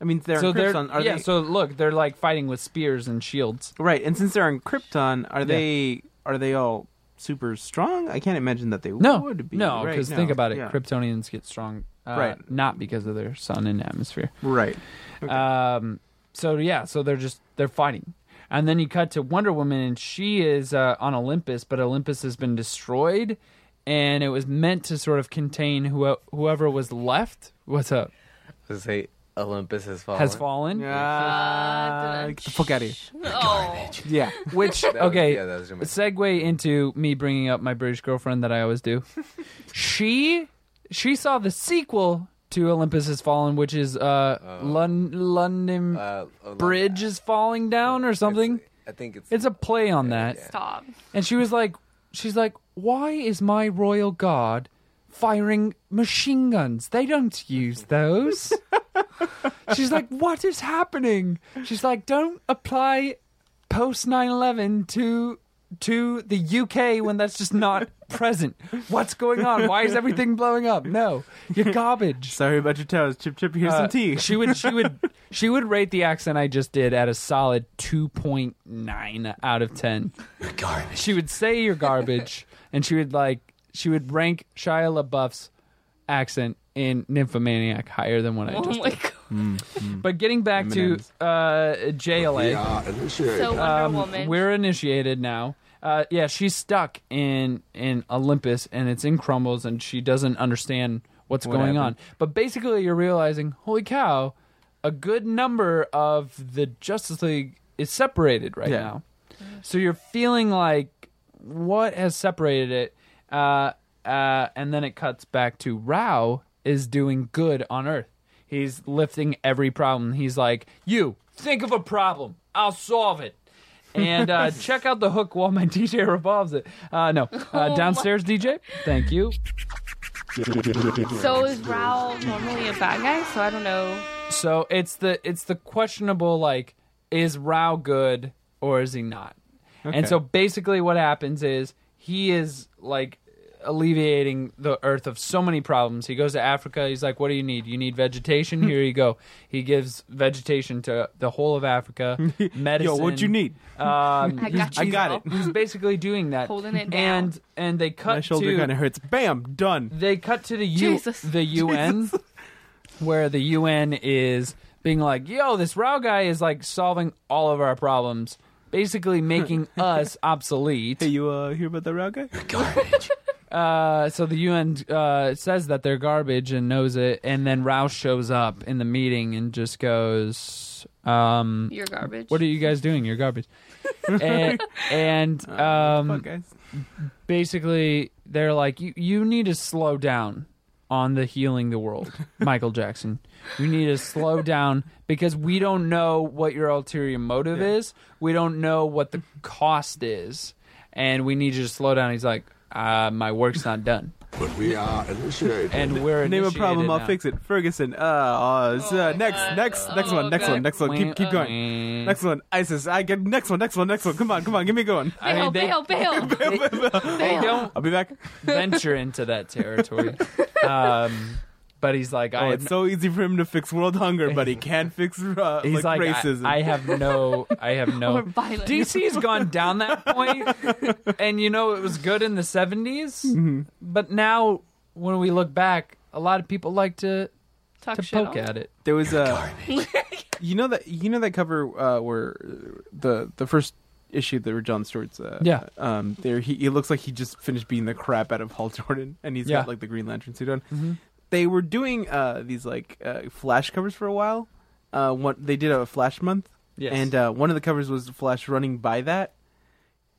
[SPEAKER 4] I mean, they're
[SPEAKER 1] so
[SPEAKER 4] on
[SPEAKER 1] they're
[SPEAKER 4] Krypton. Are
[SPEAKER 1] yeah,
[SPEAKER 4] they
[SPEAKER 1] so look, they're like fighting with spears and shields.
[SPEAKER 4] right? And since they're on Krypton, are they are they all super strong? I can't imagine that they
[SPEAKER 1] No.
[SPEAKER 4] would be.
[SPEAKER 1] no,
[SPEAKER 4] right?
[SPEAKER 1] cuz think about it,
[SPEAKER 4] Yeah.
[SPEAKER 1] Kryptonians get strong uh,
[SPEAKER 4] Right.
[SPEAKER 1] not because of their sun and atmosphere.
[SPEAKER 4] Right.
[SPEAKER 1] Um, so yeah, so they're just they're fighting, and then you cut to Wonder Woman, and she is uh, on Olympus, but Olympus has been destroyed, and it was meant to sort of contain who- whoever was left. What's up?
[SPEAKER 3] To say Olympus has fallen.
[SPEAKER 1] Has fallen.
[SPEAKER 4] Yeah.
[SPEAKER 2] dun-
[SPEAKER 4] Get the Uh, fuck out of here.
[SPEAKER 2] Oh,
[SPEAKER 4] Yeah.
[SPEAKER 1] Which
[SPEAKER 3] That was-
[SPEAKER 1] okay,
[SPEAKER 3] yeah, that was gonna be-
[SPEAKER 1] segue into me bringing up my British girlfriend that I always do. she she saw the sequel to Olympus Has Fallen, which is uh, Lon- London
[SPEAKER 3] Oh. Uh, Olymp-
[SPEAKER 1] Bridge is falling down or something.
[SPEAKER 3] It's- I think it's
[SPEAKER 1] It's a play on that.
[SPEAKER 2] stop!
[SPEAKER 1] And she was like, she's like, why is my royal guard firing machine guns? They don't use those. she's like, what is happening? She's like, don't apply post 9 11 to to the UK when that's just not present. What's going on? Why is everything blowing up? No, you're garbage.
[SPEAKER 4] Sorry about your toes. Chip, chip, here's
[SPEAKER 1] Uh,
[SPEAKER 4] some tea.
[SPEAKER 1] She would she would she would rate the accent I just did at a solid two point nine out of ten.
[SPEAKER 5] Garbage.
[SPEAKER 1] She would say you're garbage, and she would like she would rank Shia LaBeouf's accent in Nymphomaniac higher than what I
[SPEAKER 2] Oh
[SPEAKER 1] just.
[SPEAKER 2] my god.
[SPEAKER 1] did. But getting back
[SPEAKER 4] M&Ms.
[SPEAKER 1] to uh, JLA,
[SPEAKER 5] We are initiated.
[SPEAKER 2] So Wonder
[SPEAKER 1] um,
[SPEAKER 2] Woman.
[SPEAKER 1] we're initiated now. Uh, yeah, she's stuck in in Olympus, and it's in crumbles, and she doesn't understand what's
[SPEAKER 4] What
[SPEAKER 1] going
[SPEAKER 4] happened?
[SPEAKER 1] on. But basically, you're realizing, holy cow, a good number of the Justice League is separated right
[SPEAKER 4] Yeah.
[SPEAKER 1] now. So you're feeling like what has separated it, uh, uh, and then it cuts back to Rao is doing good on Earth. He's lifting every problem. He's like, "You think of a problem, I'll solve it." And uh, check out the hook while my DJ revolves it. Uh, no, uh, downstairs DJ. Thank you.
[SPEAKER 2] So is Raoul normally a bad guy? So I don't know.
[SPEAKER 1] So it's the it's the questionable like is Rao good or is he not? And
[SPEAKER 4] Okay.
[SPEAKER 1] so basically what happens is he is like alleviating the earth of so many problems. He goes to Africa, he's like what do you need? You need vegetation? Here you go. He gives vegetation to the whole of Africa, medicine.
[SPEAKER 4] Yo, what you need?
[SPEAKER 1] Um,
[SPEAKER 2] I got
[SPEAKER 4] I
[SPEAKER 2] you,
[SPEAKER 4] got
[SPEAKER 2] Raoul.
[SPEAKER 4] it.
[SPEAKER 1] he's basically doing that.
[SPEAKER 2] Holding it down.
[SPEAKER 1] And and they cut
[SPEAKER 4] My shoulder
[SPEAKER 1] to
[SPEAKER 4] kind of hurts. Bam, done.
[SPEAKER 1] they cut to the U-
[SPEAKER 2] Jesus.
[SPEAKER 1] the UN where the UN is being like, "Yo, this Rao guy is like solving all of our problems, basically making us obsolete."
[SPEAKER 4] Hey, you uh, hear about that route guy?
[SPEAKER 5] Garbage.
[SPEAKER 1] Uh, so the UN uh, says that they're garbage and knows it, and then Rao shows up in the meeting and just goes, um,
[SPEAKER 2] You're garbage.
[SPEAKER 1] "What are you guys doing? You're garbage." and
[SPEAKER 2] Uh,
[SPEAKER 1] and um,
[SPEAKER 4] Fuck, guys.
[SPEAKER 1] basically they're like you you need to slow down on the healing the world michael jackson you need to slow down because we don't know what your ulterior motive is we don't know what the cost is and we need you to slow down he's like uh, my work's not done
[SPEAKER 5] But we are initiated.
[SPEAKER 1] and we're
[SPEAKER 4] Name a problem, I'll
[SPEAKER 1] it.
[SPEAKER 4] fix it. Ferguson. Uh, uh, it's, uh
[SPEAKER 2] Oh,
[SPEAKER 4] next,
[SPEAKER 2] God.
[SPEAKER 4] next, next
[SPEAKER 2] Oh,
[SPEAKER 4] one, next
[SPEAKER 2] God.
[SPEAKER 4] one, next one. Keep, keep going. Next one, ISIS. I get next one, next one, next one. Come on, come on, give me a good one.
[SPEAKER 2] Bail,
[SPEAKER 1] I mean, they-
[SPEAKER 2] bail, bail,
[SPEAKER 1] They don't
[SPEAKER 4] I'll be back.
[SPEAKER 1] venture into that territory. Um, but he's like,
[SPEAKER 4] Oh,
[SPEAKER 1] I
[SPEAKER 4] it's so easy for him to fix world hunger, but he can't fix uh,
[SPEAKER 1] He's
[SPEAKER 4] like,
[SPEAKER 1] like, I-
[SPEAKER 4] racism.
[SPEAKER 1] I, have no, I have no.
[SPEAKER 2] Or violent.
[SPEAKER 1] DC's gone down that point, and you know it was good in the 70s but now when we look back, a lot of people like to
[SPEAKER 2] Talk
[SPEAKER 1] to
[SPEAKER 2] shit
[SPEAKER 1] poke
[SPEAKER 2] on.
[SPEAKER 1] at it.
[SPEAKER 4] there was a you know that you know that cover uh, where the the first issue that were John Stewart's uh,
[SPEAKER 1] Yeah.
[SPEAKER 4] um there he, he looks like he just finished beating the crap out of Hal Jordan and he's
[SPEAKER 1] Yeah.
[SPEAKER 4] got like the Green Lantern suit on. They were doing uh these like uh, flash covers for a while. Uh, what they did a flash month,
[SPEAKER 1] Yes.
[SPEAKER 4] and uh, one of the covers was Flash running by that,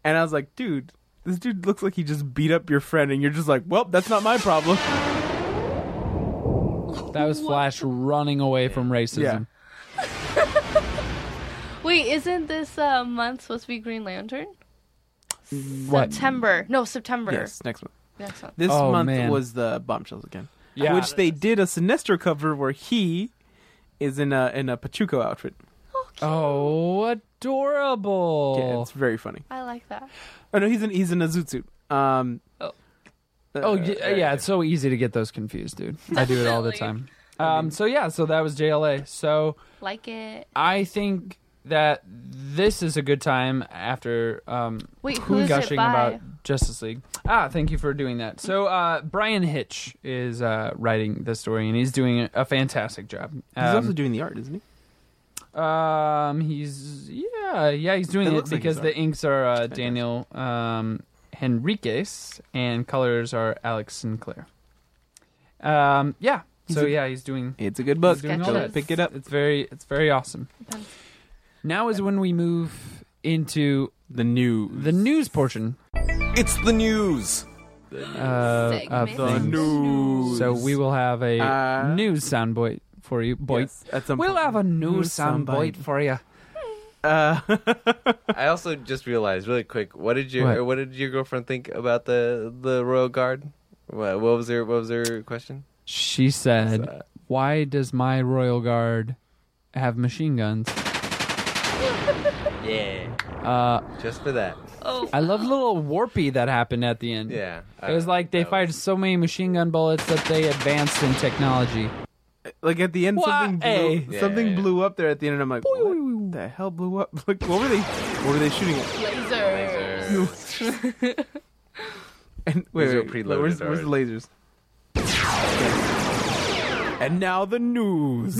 [SPEAKER 4] and I was like, dude. This dude looks like he just beat up your friend, and you're just like, "Well, that's not my problem."
[SPEAKER 1] That was Flash running away from racism.
[SPEAKER 2] Wait, isn't this uh, month supposed to be Green Lantern?
[SPEAKER 1] What?
[SPEAKER 2] September. No, September.
[SPEAKER 4] Yes, next one.
[SPEAKER 2] Next one.
[SPEAKER 4] This
[SPEAKER 1] Oh,
[SPEAKER 4] month
[SPEAKER 1] man.
[SPEAKER 4] was the bombshells again.
[SPEAKER 1] Yeah.
[SPEAKER 4] Which they did a Sinestro cover where he is in a in a Pachuco outfit.
[SPEAKER 1] Oh, adorable!
[SPEAKER 4] Yeah, it's very funny.
[SPEAKER 2] I like that.
[SPEAKER 4] Oh no, he's in he's in a zoot suit. Um
[SPEAKER 2] Oh.
[SPEAKER 4] uh,
[SPEAKER 1] Oh yeah, yeah, it's so easy to get those confused, dude. I do it all the
[SPEAKER 2] Definitely.
[SPEAKER 1] time. Um, so yeah, so that was JLA. So
[SPEAKER 2] Like it.
[SPEAKER 1] I think that this is a good time after um,
[SPEAKER 2] Wait, who is it
[SPEAKER 1] gushing
[SPEAKER 2] by?
[SPEAKER 1] about Justice League. Ah, thank you for doing that. So uh, Brian Hitch is uh, writing the story, and he's doing a fantastic job.
[SPEAKER 4] He's also
[SPEAKER 1] Um,
[SPEAKER 4] doing the art, isn't he?
[SPEAKER 1] um, he's yeah, yeah, he's doing
[SPEAKER 4] It
[SPEAKER 1] it,
[SPEAKER 4] looks like
[SPEAKER 1] because
[SPEAKER 4] his
[SPEAKER 1] the
[SPEAKER 4] art.
[SPEAKER 1] inks are uh,
[SPEAKER 4] Fantastic.
[SPEAKER 1] Daniel um, Henriquez and colors are Alex Sinclair. Um, yeah.
[SPEAKER 4] He's
[SPEAKER 1] so
[SPEAKER 4] a-
[SPEAKER 1] yeah, he's doing.
[SPEAKER 4] It's a good book.
[SPEAKER 1] he's doing all
[SPEAKER 4] Go
[SPEAKER 1] that.
[SPEAKER 2] Sketches.
[SPEAKER 4] pick it up.
[SPEAKER 1] It's very, it's very awesome. Now is when we move into
[SPEAKER 4] The new
[SPEAKER 1] the news portion
[SPEAKER 3] It's the news.
[SPEAKER 1] uh, of
[SPEAKER 2] Segment.
[SPEAKER 4] the
[SPEAKER 1] things.
[SPEAKER 4] news.
[SPEAKER 1] So we will have a
[SPEAKER 4] Uh,
[SPEAKER 1] news soundbite for you, boy.
[SPEAKER 4] Yes, at some
[SPEAKER 1] We'll
[SPEAKER 4] point. Uh,
[SPEAKER 1] have a news
[SPEAKER 4] News
[SPEAKER 1] soundbite
[SPEAKER 4] soundbite.
[SPEAKER 1] for you.
[SPEAKER 3] I also just realized really quick. What did you?
[SPEAKER 1] What?
[SPEAKER 3] What, what did your girlfriend think about the the royal guard? What, what was her What was her question?
[SPEAKER 1] She said,
[SPEAKER 3] Sad.
[SPEAKER 1] "Why does my royal guard have machine guns?"
[SPEAKER 3] Yeah.
[SPEAKER 1] Uh,
[SPEAKER 3] Just for that.
[SPEAKER 2] Oh,
[SPEAKER 1] I love the little warpy that happened at the end.
[SPEAKER 3] Yeah. Uh,
[SPEAKER 1] It was like they fired so many machine gun bullets that they advanced in technology.
[SPEAKER 4] Like at the end,
[SPEAKER 1] Why?
[SPEAKER 4] something blew,
[SPEAKER 3] Yeah,
[SPEAKER 4] something
[SPEAKER 3] yeah.
[SPEAKER 4] blew up there at the end, and I'm like, what the hell blew up? Like, what were they? What were they shooting at?
[SPEAKER 2] laser.
[SPEAKER 4] And wait,
[SPEAKER 3] These are
[SPEAKER 4] wait,
[SPEAKER 3] preloaded
[SPEAKER 4] where's, where's the lasers? And now the news.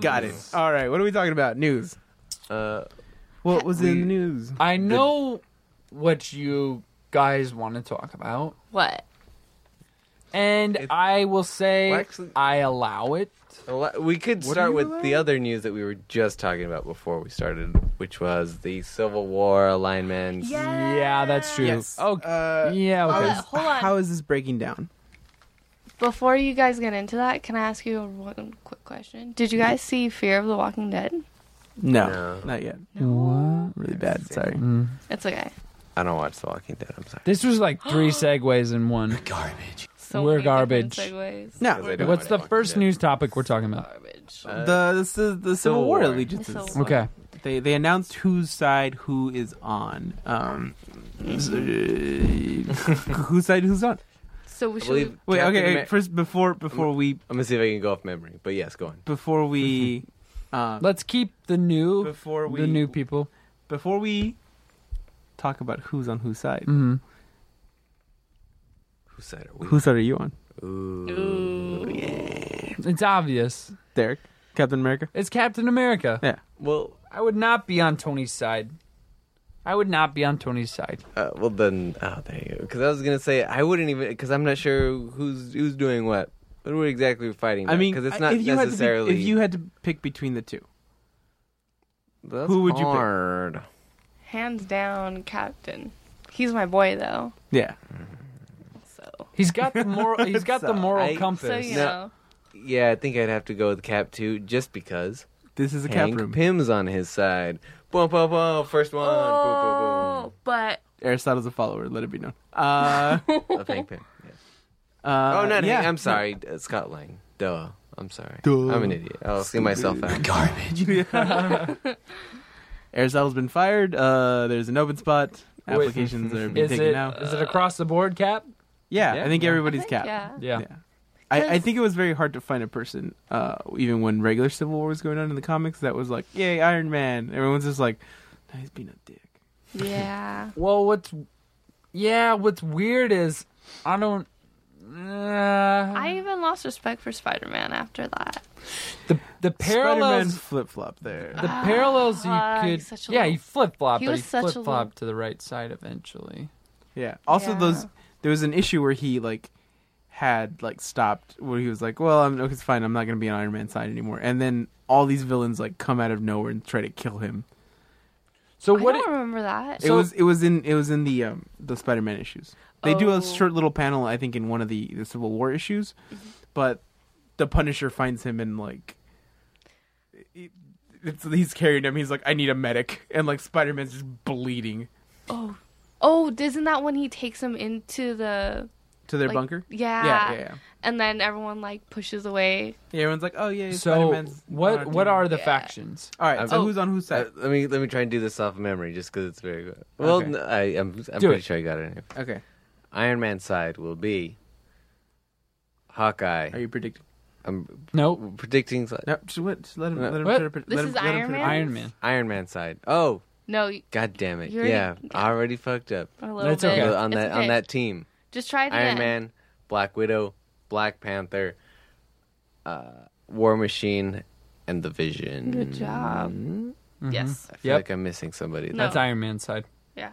[SPEAKER 4] Got it. All right, what are we talking about? News.
[SPEAKER 3] Uh,
[SPEAKER 4] What was in the news?
[SPEAKER 1] I know what you guys want to talk about,
[SPEAKER 2] What?
[SPEAKER 1] and I will say
[SPEAKER 3] Well, actually-
[SPEAKER 1] I allow it.
[SPEAKER 3] Well, We could
[SPEAKER 4] What
[SPEAKER 3] start
[SPEAKER 4] are you
[SPEAKER 3] with the
[SPEAKER 4] allowed?
[SPEAKER 3] other news that we were just talking about before we started, which was the Civil War alignment.
[SPEAKER 1] Yeah, that's true. Oh,
[SPEAKER 4] Uh,
[SPEAKER 1] yeah.
[SPEAKER 2] I'll
[SPEAKER 1] Okay.
[SPEAKER 2] let- hold on.
[SPEAKER 4] How is this breaking down?
[SPEAKER 2] Before you guys get into that, can I ask you one quick question? Did you guys see Fear of the Walking Dead?
[SPEAKER 4] No,
[SPEAKER 3] No.
[SPEAKER 4] not yet.
[SPEAKER 1] What?
[SPEAKER 4] Really bad. Sorry.
[SPEAKER 2] It's okay.
[SPEAKER 3] I don't watch The Walking Dead. I'm sorry.
[SPEAKER 1] Mm. This was like three segues in one.
[SPEAKER 2] So
[SPEAKER 1] We're
[SPEAKER 2] many different
[SPEAKER 1] garbage.
[SPEAKER 2] Segues.
[SPEAKER 4] No,
[SPEAKER 3] 'Cause I
[SPEAKER 4] the,
[SPEAKER 3] don't
[SPEAKER 1] What's
[SPEAKER 3] watch
[SPEAKER 1] the
[SPEAKER 3] Walking
[SPEAKER 1] first
[SPEAKER 3] Dead.
[SPEAKER 1] news topic we're talking about?
[SPEAKER 2] Garbage.
[SPEAKER 3] Uh,
[SPEAKER 4] this is the Civil War
[SPEAKER 3] War.
[SPEAKER 4] allegiances.
[SPEAKER 2] The Civil
[SPEAKER 1] Okay.
[SPEAKER 4] They they announced whose side who is on. Um, s- uh, whose side who's on?
[SPEAKER 2] So we
[SPEAKER 3] I
[SPEAKER 2] should.
[SPEAKER 3] believe
[SPEAKER 4] Wait,
[SPEAKER 3] Captain Um,
[SPEAKER 4] okay.
[SPEAKER 3] Ma-
[SPEAKER 4] wait, first, before before we
[SPEAKER 3] I'm gonna see if I can go off memory, but yes, go on.
[SPEAKER 4] before we uh,
[SPEAKER 1] Let's keep the new,
[SPEAKER 4] before we
[SPEAKER 1] the new people.
[SPEAKER 4] before we talk about who's on whose side.
[SPEAKER 1] hmm
[SPEAKER 3] Whose side are we?
[SPEAKER 4] Whose side are you on,
[SPEAKER 2] Ooh,
[SPEAKER 1] It's obvious.
[SPEAKER 4] Derek? Captain America.
[SPEAKER 1] It's Captain America.
[SPEAKER 4] Yeah.
[SPEAKER 3] Well,
[SPEAKER 1] I would not be on Tony's side. I would not be on Tony's side.
[SPEAKER 3] uh, well then. Oh, there you go. Because I was gonna say I wouldn't even because I'm not sure who's who's doing what. What are we exactly fighting?
[SPEAKER 4] I mean,
[SPEAKER 3] because it's not
[SPEAKER 4] if you
[SPEAKER 3] necessarily.
[SPEAKER 4] Had to be, if you had to pick between the two,
[SPEAKER 3] That's
[SPEAKER 4] who would you pick?
[SPEAKER 3] hard. you
[SPEAKER 2] hands down, Captain. He's my boy though.
[SPEAKER 4] yeah,
[SPEAKER 2] So
[SPEAKER 1] He's got the moral. He's got the moral
[SPEAKER 3] I-
[SPEAKER 1] compass.
[SPEAKER 2] so you
[SPEAKER 3] No.
[SPEAKER 2] know.
[SPEAKER 3] Yeah, I think I'd have to go with Cap too, just because.
[SPEAKER 4] this is a cap
[SPEAKER 3] Hank
[SPEAKER 4] room.
[SPEAKER 3] Pym's on his side. Boom, boom, boom. First one.
[SPEAKER 2] Oh, but
[SPEAKER 4] Aristotle's a follower. Let it be known. Uh,
[SPEAKER 3] Boom, boom, boom. Of Hank Pym. yeah.
[SPEAKER 4] uh,
[SPEAKER 3] Oh, not
[SPEAKER 4] yeah.
[SPEAKER 3] Hank. I'm sorry. Uh, Scott Lang. Duh. I'm sorry.
[SPEAKER 4] Duh.
[SPEAKER 3] I'm an idiot. I'll see myself out.
[SPEAKER 4] Aristotle's been fired. Uh, there's an open spot.
[SPEAKER 1] Wait.
[SPEAKER 4] Applications are being
[SPEAKER 1] Is
[SPEAKER 4] taken
[SPEAKER 1] it? uh,
[SPEAKER 4] now.
[SPEAKER 1] is it across the board cap?
[SPEAKER 4] yeah,
[SPEAKER 3] yeah,
[SPEAKER 4] I think
[SPEAKER 3] yeah.
[SPEAKER 4] everybody's
[SPEAKER 2] I think,
[SPEAKER 4] capped.
[SPEAKER 2] yeah.
[SPEAKER 1] Yeah.
[SPEAKER 4] Yeah. I, I
[SPEAKER 2] Because-
[SPEAKER 4] think it was very hard to find a person, uh, even when regular Civil War was going on in the comics, that was like, yay, Iron Man. Everyone's just like, "Nah, he's being a dick.
[SPEAKER 2] Yeah.
[SPEAKER 1] Well, what's yeah, what's weird is I don't. Uh,
[SPEAKER 2] I even lost respect for Spider-Man after that.
[SPEAKER 1] the the
[SPEAKER 4] Spider-Man
[SPEAKER 1] parallels
[SPEAKER 4] flip flop there.
[SPEAKER 2] Uh,
[SPEAKER 1] the parallels you
[SPEAKER 2] Ah,
[SPEAKER 1] could
[SPEAKER 2] he's such a
[SPEAKER 1] yeah
[SPEAKER 2] little-
[SPEAKER 1] he flip flopped
[SPEAKER 2] he
[SPEAKER 1] but
[SPEAKER 2] was
[SPEAKER 1] he
[SPEAKER 2] such a
[SPEAKER 1] flip
[SPEAKER 2] little-
[SPEAKER 1] flopped to the right side eventually.
[SPEAKER 4] Yeah. Also,
[SPEAKER 2] Yeah.
[SPEAKER 4] those there was an issue where he like had like stopped where he was like, "Well, I'm okay, it's fine. I'm not gonna be on Iron Man's side anymore." And then all these villains like come out of nowhere and try to kill him.
[SPEAKER 1] So
[SPEAKER 2] I
[SPEAKER 1] what?
[SPEAKER 2] don't
[SPEAKER 1] it-
[SPEAKER 2] remember that.
[SPEAKER 4] it was it was in it was in the um, the Spider Man issues. They do
[SPEAKER 2] Oh.
[SPEAKER 4] a short little panel, I think, in one of the, the Civil War issues,
[SPEAKER 2] Mm-hmm.
[SPEAKER 4] but the Punisher finds him and like. it- It's, he's carrying him. He's like, I need a medic, and like Spider Man's just bleeding
[SPEAKER 2] Oh, oh, isn't that when he takes him into the
[SPEAKER 4] to their
[SPEAKER 2] like,
[SPEAKER 4] bunker.
[SPEAKER 2] Yeah.
[SPEAKER 4] yeah, yeah.
[SPEAKER 2] And then everyone like pushes away.
[SPEAKER 4] Yeah, everyone's like, oh yeah.
[SPEAKER 1] so
[SPEAKER 4] Spider-Man's on our
[SPEAKER 1] what? What
[SPEAKER 4] team."
[SPEAKER 1] are the
[SPEAKER 2] Yeah.
[SPEAKER 1] factions?
[SPEAKER 4] All right. So
[SPEAKER 2] Oh.
[SPEAKER 4] who's on whose
[SPEAKER 3] Uh,
[SPEAKER 4] side?
[SPEAKER 3] let me let me try and do this off memory, just because it's very good. Well,
[SPEAKER 4] Okay.
[SPEAKER 3] n- I, am I'm
[SPEAKER 1] Do
[SPEAKER 3] pretty
[SPEAKER 1] it.
[SPEAKER 3] sure I got it.
[SPEAKER 4] Okay.
[SPEAKER 3] Iron Man's side will be Hawkeye.
[SPEAKER 4] Are you predicting?
[SPEAKER 3] I'm
[SPEAKER 1] Nope.
[SPEAKER 3] predicting si-
[SPEAKER 4] No, just, what, just let him. Let him.
[SPEAKER 1] What?
[SPEAKER 4] Let him, let
[SPEAKER 2] This
[SPEAKER 4] him-
[SPEAKER 2] is
[SPEAKER 4] let him
[SPEAKER 2] Iron
[SPEAKER 4] put it-
[SPEAKER 2] Man?
[SPEAKER 1] Iron Man.
[SPEAKER 3] Iron Man side. Oh,
[SPEAKER 2] No, y-
[SPEAKER 3] god damn it!
[SPEAKER 2] You already-
[SPEAKER 3] yeah, I already fucked up.
[SPEAKER 2] a little
[SPEAKER 1] That's
[SPEAKER 2] bit.
[SPEAKER 1] okay.
[SPEAKER 3] On
[SPEAKER 2] It's
[SPEAKER 3] that
[SPEAKER 2] okay.
[SPEAKER 3] on that team,
[SPEAKER 2] Just try it
[SPEAKER 3] Iron
[SPEAKER 2] again.
[SPEAKER 3] Man, Black Widow, Black Panther, uh, War Machine, and the Vision.
[SPEAKER 2] Good job. Yes.
[SPEAKER 3] I feel
[SPEAKER 1] Yep.
[SPEAKER 3] like I'm missing somebody.
[SPEAKER 2] No.
[SPEAKER 1] That's Iron Man's side.
[SPEAKER 2] Yeah.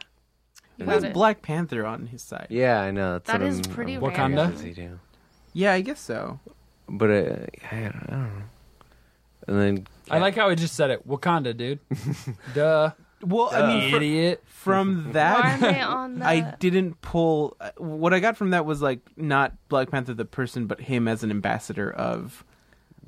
[SPEAKER 2] You
[SPEAKER 3] Who's
[SPEAKER 2] got
[SPEAKER 4] Who's
[SPEAKER 2] it.
[SPEAKER 4] Black Panther on his side? Yeah,
[SPEAKER 3] Yeah, I know. That's
[SPEAKER 2] That
[SPEAKER 3] what
[SPEAKER 2] is
[SPEAKER 3] I'm-
[SPEAKER 2] pretty
[SPEAKER 3] I'm-
[SPEAKER 1] rare. Wakanda?
[SPEAKER 3] What does he do?
[SPEAKER 4] I guess so.
[SPEAKER 3] But uh, I, don't, I don't know. And then
[SPEAKER 1] I like how he just said it. Wakanda, dude. Duh.
[SPEAKER 4] Well, I mean, fr-
[SPEAKER 1] Idiot.
[SPEAKER 4] from
[SPEAKER 2] Why aren't
[SPEAKER 4] that,
[SPEAKER 2] they on the?
[SPEAKER 4] I didn't pull. uh, What I got from that was like not Black Panther the person, but him as an ambassador of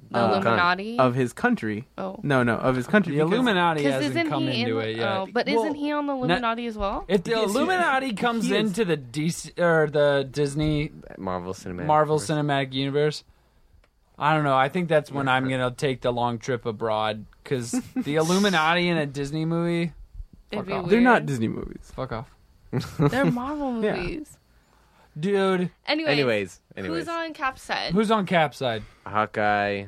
[SPEAKER 2] the Illuminati.
[SPEAKER 4] of his country.
[SPEAKER 2] oh.
[SPEAKER 4] No, no, of his country.
[SPEAKER 1] The
[SPEAKER 4] because-
[SPEAKER 1] Illuminati
[SPEAKER 2] Because
[SPEAKER 1] hasn't
[SPEAKER 2] isn't
[SPEAKER 1] come
[SPEAKER 2] he
[SPEAKER 1] into
[SPEAKER 2] in?
[SPEAKER 1] it yet.
[SPEAKER 2] Oh, but
[SPEAKER 4] Well,
[SPEAKER 2] isn't he on the Illuminati as well?
[SPEAKER 1] If the
[SPEAKER 4] Yes, he is.
[SPEAKER 1] Illuminati comes
[SPEAKER 4] He is.
[SPEAKER 1] into the DC or the Disney
[SPEAKER 3] Marvel Cinematic
[SPEAKER 1] Marvel
[SPEAKER 3] Universe.
[SPEAKER 1] Cinematic Universe, I don't know. I think that's when I'm gonna take the long trip abroad because the Illuminati in a Disney movie.
[SPEAKER 2] It'd
[SPEAKER 1] Fuck
[SPEAKER 2] be
[SPEAKER 1] off.
[SPEAKER 2] weird.
[SPEAKER 4] They're not Disney movies.
[SPEAKER 1] Fuck off.
[SPEAKER 2] They're Marvel
[SPEAKER 4] Yeah.
[SPEAKER 2] movies.
[SPEAKER 1] Dude,
[SPEAKER 2] Anyway,
[SPEAKER 3] Anyways, anyways,
[SPEAKER 2] who's on Cap's side?
[SPEAKER 1] who's on cap side?
[SPEAKER 3] Hawkeye,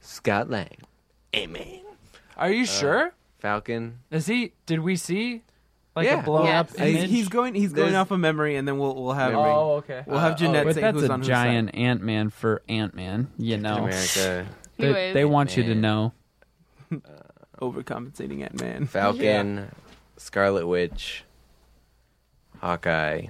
[SPEAKER 3] Scott Lang, Amen,
[SPEAKER 1] Are
[SPEAKER 3] Uh,
[SPEAKER 1] you sure?
[SPEAKER 3] Falcon.
[SPEAKER 1] Is he did we see like
[SPEAKER 3] Yeah.
[SPEAKER 1] a blown up
[SPEAKER 2] Yes.
[SPEAKER 4] He's,
[SPEAKER 1] image?
[SPEAKER 4] he's going. He's going
[SPEAKER 3] There's-
[SPEAKER 4] off of memory, and then we'll we'll have
[SPEAKER 1] oh, okay.
[SPEAKER 4] we'll have Jeanette
[SPEAKER 1] But
[SPEAKER 4] say
[SPEAKER 1] that's
[SPEAKER 4] who's
[SPEAKER 1] a
[SPEAKER 4] on whose
[SPEAKER 1] giant Ant Man for Ant Man, you know.
[SPEAKER 3] America,
[SPEAKER 1] They,
[SPEAKER 2] Anyways,
[SPEAKER 1] they want you to
[SPEAKER 3] Man.
[SPEAKER 1] know.
[SPEAKER 4] side. overcompensating Ant Man.
[SPEAKER 3] Falcon, Scarlet Witch, Hawkeye,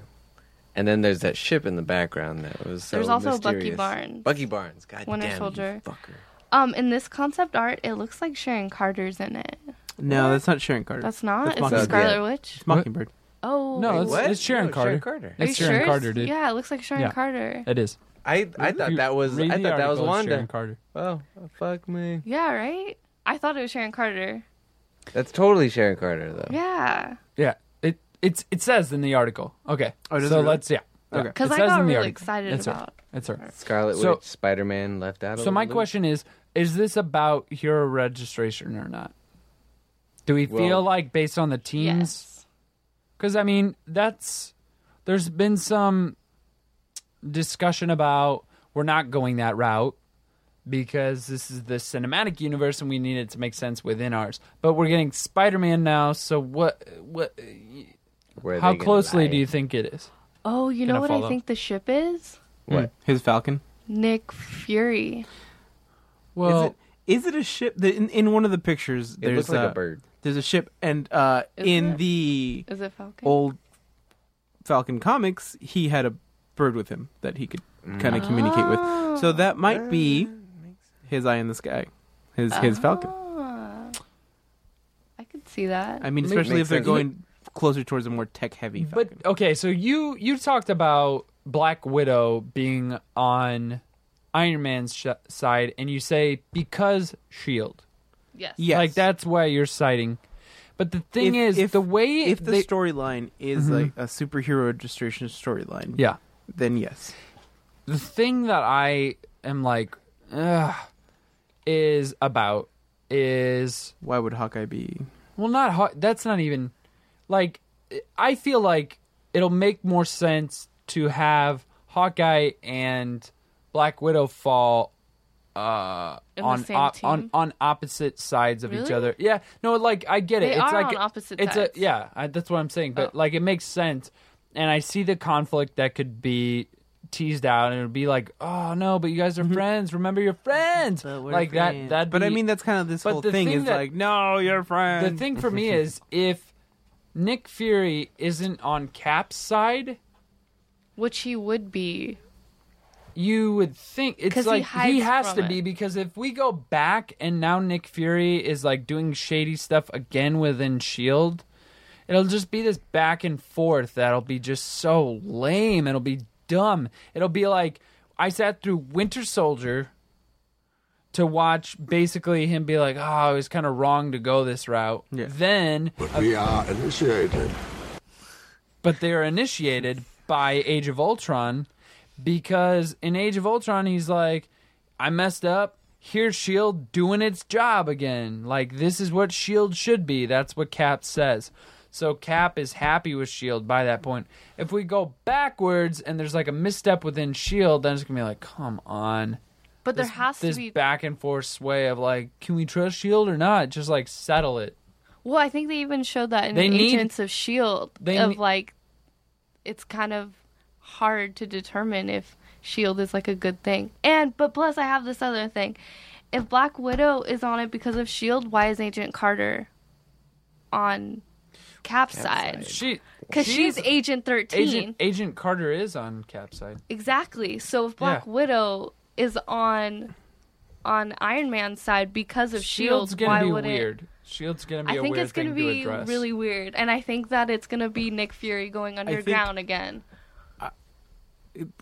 [SPEAKER 3] and then there's that ship in the background that was so
[SPEAKER 2] There's also Bucky
[SPEAKER 3] mysterious.
[SPEAKER 2] Barnes.
[SPEAKER 3] Bucky Barnes, God
[SPEAKER 2] Winter
[SPEAKER 3] damn you
[SPEAKER 2] Soldier.
[SPEAKER 3] fucker.
[SPEAKER 2] um, in this concept art, it looks like Sharon Carter's in it.
[SPEAKER 4] No, that's not Sharon Carter.
[SPEAKER 2] That's not.
[SPEAKER 4] That's
[SPEAKER 2] It's
[SPEAKER 4] Mockingbird.
[SPEAKER 2] Scarlet
[SPEAKER 3] Yeah.
[SPEAKER 2] Witch.
[SPEAKER 4] It's Mockingbird.
[SPEAKER 2] Oh,
[SPEAKER 1] No,
[SPEAKER 2] wait,
[SPEAKER 1] it's,
[SPEAKER 2] what?
[SPEAKER 3] what?
[SPEAKER 1] it's Sharon
[SPEAKER 3] No,
[SPEAKER 1] Carter.
[SPEAKER 3] Sharon Carter.
[SPEAKER 2] Are
[SPEAKER 1] It's
[SPEAKER 2] you
[SPEAKER 1] Sharon
[SPEAKER 2] sure?
[SPEAKER 1] Carter, dude.
[SPEAKER 2] Yeah, it looks like Sharon
[SPEAKER 1] Yeah.
[SPEAKER 2] Carter.
[SPEAKER 1] It is.
[SPEAKER 3] I I thought that was
[SPEAKER 1] Read
[SPEAKER 3] I
[SPEAKER 1] the
[SPEAKER 3] thought that was
[SPEAKER 1] article, it's Sharon
[SPEAKER 3] Wanda.
[SPEAKER 1] Carter.
[SPEAKER 3] Oh fuck me.
[SPEAKER 2] Yeah, right. I thought it was Sharon Carter.
[SPEAKER 3] That's totally Sharon Carter though.
[SPEAKER 2] Yeah,
[SPEAKER 1] Yeah. It it's it says in the article. Okay.
[SPEAKER 4] Oh, does
[SPEAKER 1] so
[SPEAKER 4] it really?
[SPEAKER 1] let's yeah.
[SPEAKER 4] Okay.
[SPEAKER 2] because
[SPEAKER 1] It
[SPEAKER 2] I
[SPEAKER 1] says
[SPEAKER 2] got
[SPEAKER 1] in the
[SPEAKER 2] really
[SPEAKER 1] article.
[SPEAKER 2] excited
[SPEAKER 1] It's her.
[SPEAKER 2] about.
[SPEAKER 1] It's her.
[SPEAKER 3] Scarlet
[SPEAKER 1] So-
[SPEAKER 3] Witch, Spider Man left out. a
[SPEAKER 1] So my
[SPEAKER 3] little.
[SPEAKER 1] question is: Is this about hero registration or not? Do we feel
[SPEAKER 3] Well-
[SPEAKER 1] like based on the teams?
[SPEAKER 2] Yes.
[SPEAKER 1] Because I mean, that's there's been some discussion about we're not going that route because this is the cinematic universe and we need it to make sense within ours. But we're getting Spider-Man now, so what? What?
[SPEAKER 3] Where are
[SPEAKER 1] How
[SPEAKER 3] they gonna
[SPEAKER 1] closely
[SPEAKER 3] lie?
[SPEAKER 1] do you think it is?
[SPEAKER 2] Oh, you
[SPEAKER 1] Gonna
[SPEAKER 2] know what
[SPEAKER 1] follow.
[SPEAKER 2] I think the ship is?
[SPEAKER 3] What? Hmm.
[SPEAKER 4] His Falcon.
[SPEAKER 2] Nick Fury.
[SPEAKER 1] Well,
[SPEAKER 4] is it is it a ship? The, in, in one of the pictures,
[SPEAKER 3] It
[SPEAKER 4] there's
[SPEAKER 3] looks like
[SPEAKER 4] uh,
[SPEAKER 3] a bird.
[SPEAKER 4] There's a ship, and uh,
[SPEAKER 2] Isn't
[SPEAKER 4] in
[SPEAKER 2] it?
[SPEAKER 4] the
[SPEAKER 2] Is it Falcon?
[SPEAKER 4] old Falcon comics, he had a bird with him that he could kind
[SPEAKER 1] Mm.
[SPEAKER 4] of communicate
[SPEAKER 2] Oh.
[SPEAKER 4] with. So
[SPEAKER 1] Oh.
[SPEAKER 4] that might be his eye in the sky, his
[SPEAKER 1] Oh.
[SPEAKER 4] his Falcon.
[SPEAKER 2] Ah. Oh. I could see that.
[SPEAKER 4] I mean, especially
[SPEAKER 3] makes
[SPEAKER 4] if they're
[SPEAKER 3] sense.
[SPEAKER 4] going closer towards a more tech heavy
[SPEAKER 1] But
[SPEAKER 4] Falcon.
[SPEAKER 1] okay, so you you talked about Black Widow being on Iron Man's sh- side, and you say because Shield,
[SPEAKER 2] yes.
[SPEAKER 4] yes,
[SPEAKER 1] E like that's why you're citing. But the thing
[SPEAKER 4] If-
[SPEAKER 1] is,
[SPEAKER 4] if-
[SPEAKER 1] the way
[SPEAKER 4] If the
[SPEAKER 1] they-
[SPEAKER 4] storyline is like a superhero registration storyline,
[SPEAKER 1] Mm-hmm. yeah,
[SPEAKER 4] then yes.
[SPEAKER 1] the thing that I am like, ugh, is about is
[SPEAKER 4] Why would Hawkeye be?
[SPEAKER 1] Well, not ho- that's not even like I feel like it'll make more sense to have Hawkeye and Black Widow fall uh
[SPEAKER 2] In the
[SPEAKER 1] on,
[SPEAKER 2] same
[SPEAKER 1] on
[SPEAKER 2] team?
[SPEAKER 1] on opposite sides of each
[SPEAKER 2] Really?
[SPEAKER 1] other. Yeah. No, like I get it.
[SPEAKER 2] They
[SPEAKER 1] it's
[SPEAKER 2] are
[SPEAKER 1] like
[SPEAKER 2] on opposite
[SPEAKER 1] it's
[SPEAKER 2] sides.
[SPEAKER 1] a yeah, I, that's what I'm saying, but
[SPEAKER 2] Oh.
[SPEAKER 1] like it makes sense and I see the conflict that could be teased out and it would be like, "Oh no, but you guys are
[SPEAKER 2] Mm-hmm.
[SPEAKER 1] friends. Remember your friends." Like that that
[SPEAKER 4] but I mean, that's kind of this
[SPEAKER 1] but
[SPEAKER 4] whole
[SPEAKER 1] the
[SPEAKER 4] thing,
[SPEAKER 1] thing
[SPEAKER 4] is
[SPEAKER 1] that-
[SPEAKER 4] like, no, you're friends.
[SPEAKER 1] the thing for me is if Nick Fury isn't on Cap's side,
[SPEAKER 2] Which he would be.
[SPEAKER 1] you would think
[SPEAKER 2] 'Cause
[SPEAKER 1] it's
[SPEAKER 2] he
[SPEAKER 1] like he,
[SPEAKER 2] hides
[SPEAKER 1] has
[SPEAKER 2] from
[SPEAKER 1] to be
[SPEAKER 2] it.
[SPEAKER 1] because if we go back and now Nick Fury is like doing shady stuff again within Shield, E it'll just be this back and forth that'll be just so lame. It'll be dumb. It'll be like I sat through Winter Soldier to watch basically him be like, "Oh, it was kind of wrong to go this route."
[SPEAKER 4] Yeah.
[SPEAKER 1] Then
[SPEAKER 5] But we are initiated.
[SPEAKER 1] but they're initiated by Age of Ultron because in Age of Ultron he's like, I messed up. Here's Shield E doing its job again. Like this is what Shield E should be. That's what Cap says. So Cap is happy with Shield E by that point. If we go backwards and there's like a misstep within Shield, E then it's gonna be like, come on.
[SPEAKER 2] But there
[SPEAKER 1] This-
[SPEAKER 2] has to
[SPEAKER 1] this
[SPEAKER 2] be.
[SPEAKER 1] back and forth sway of like, can we trust Shield E or not? Just like settle it.
[SPEAKER 2] well, I think they even showed that in
[SPEAKER 1] They need-
[SPEAKER 2] Agents of Shield.
[SPEAKER 1] they
[SPEAKER 2] E of
[SPEAKER 1] need-
[SPEAKER 2] like, it's kind of hard to determine if Shield E is like a good thing. And but plus, I have this other thing. If Black Widow is on it because of Shield, E why is Agent Carter on Cap's, side?
[SPEAKER 1] She
[SPEAKER 2] Because she's, Agent Thirteen.
[SPEAKER 1] Agent Agent Carter is on Cap's side.
[SPEAKER 2] Exactly. So if Black
[SPEAKER 1] Yeah.
[SPEAKER 2] Widow is on on Iron Man's side because of Shield,
[SPEAKER 1] Shield's E gonna
[SPEAKER 2] E why
[SPEAKER 1] be
[SPEAKER 2] wouldn't?
[SPEAKER 1] weird. Shield's gonna be
[SPEAKER 2] I
[SPEAKER 1] a
[SPEAKER 2] think
[SPEAKER 1] weird
[SPEAKER 2] it's gonna
[SPEAKER 1] thing
[SPEAKER 2] be
[SPEAKER 1] to address.
[SPEAKER 2] really weird, and I think that it's gonna be Nick Fury going
[SPEAKER 4] think-
[SPEAKER 2] underground again.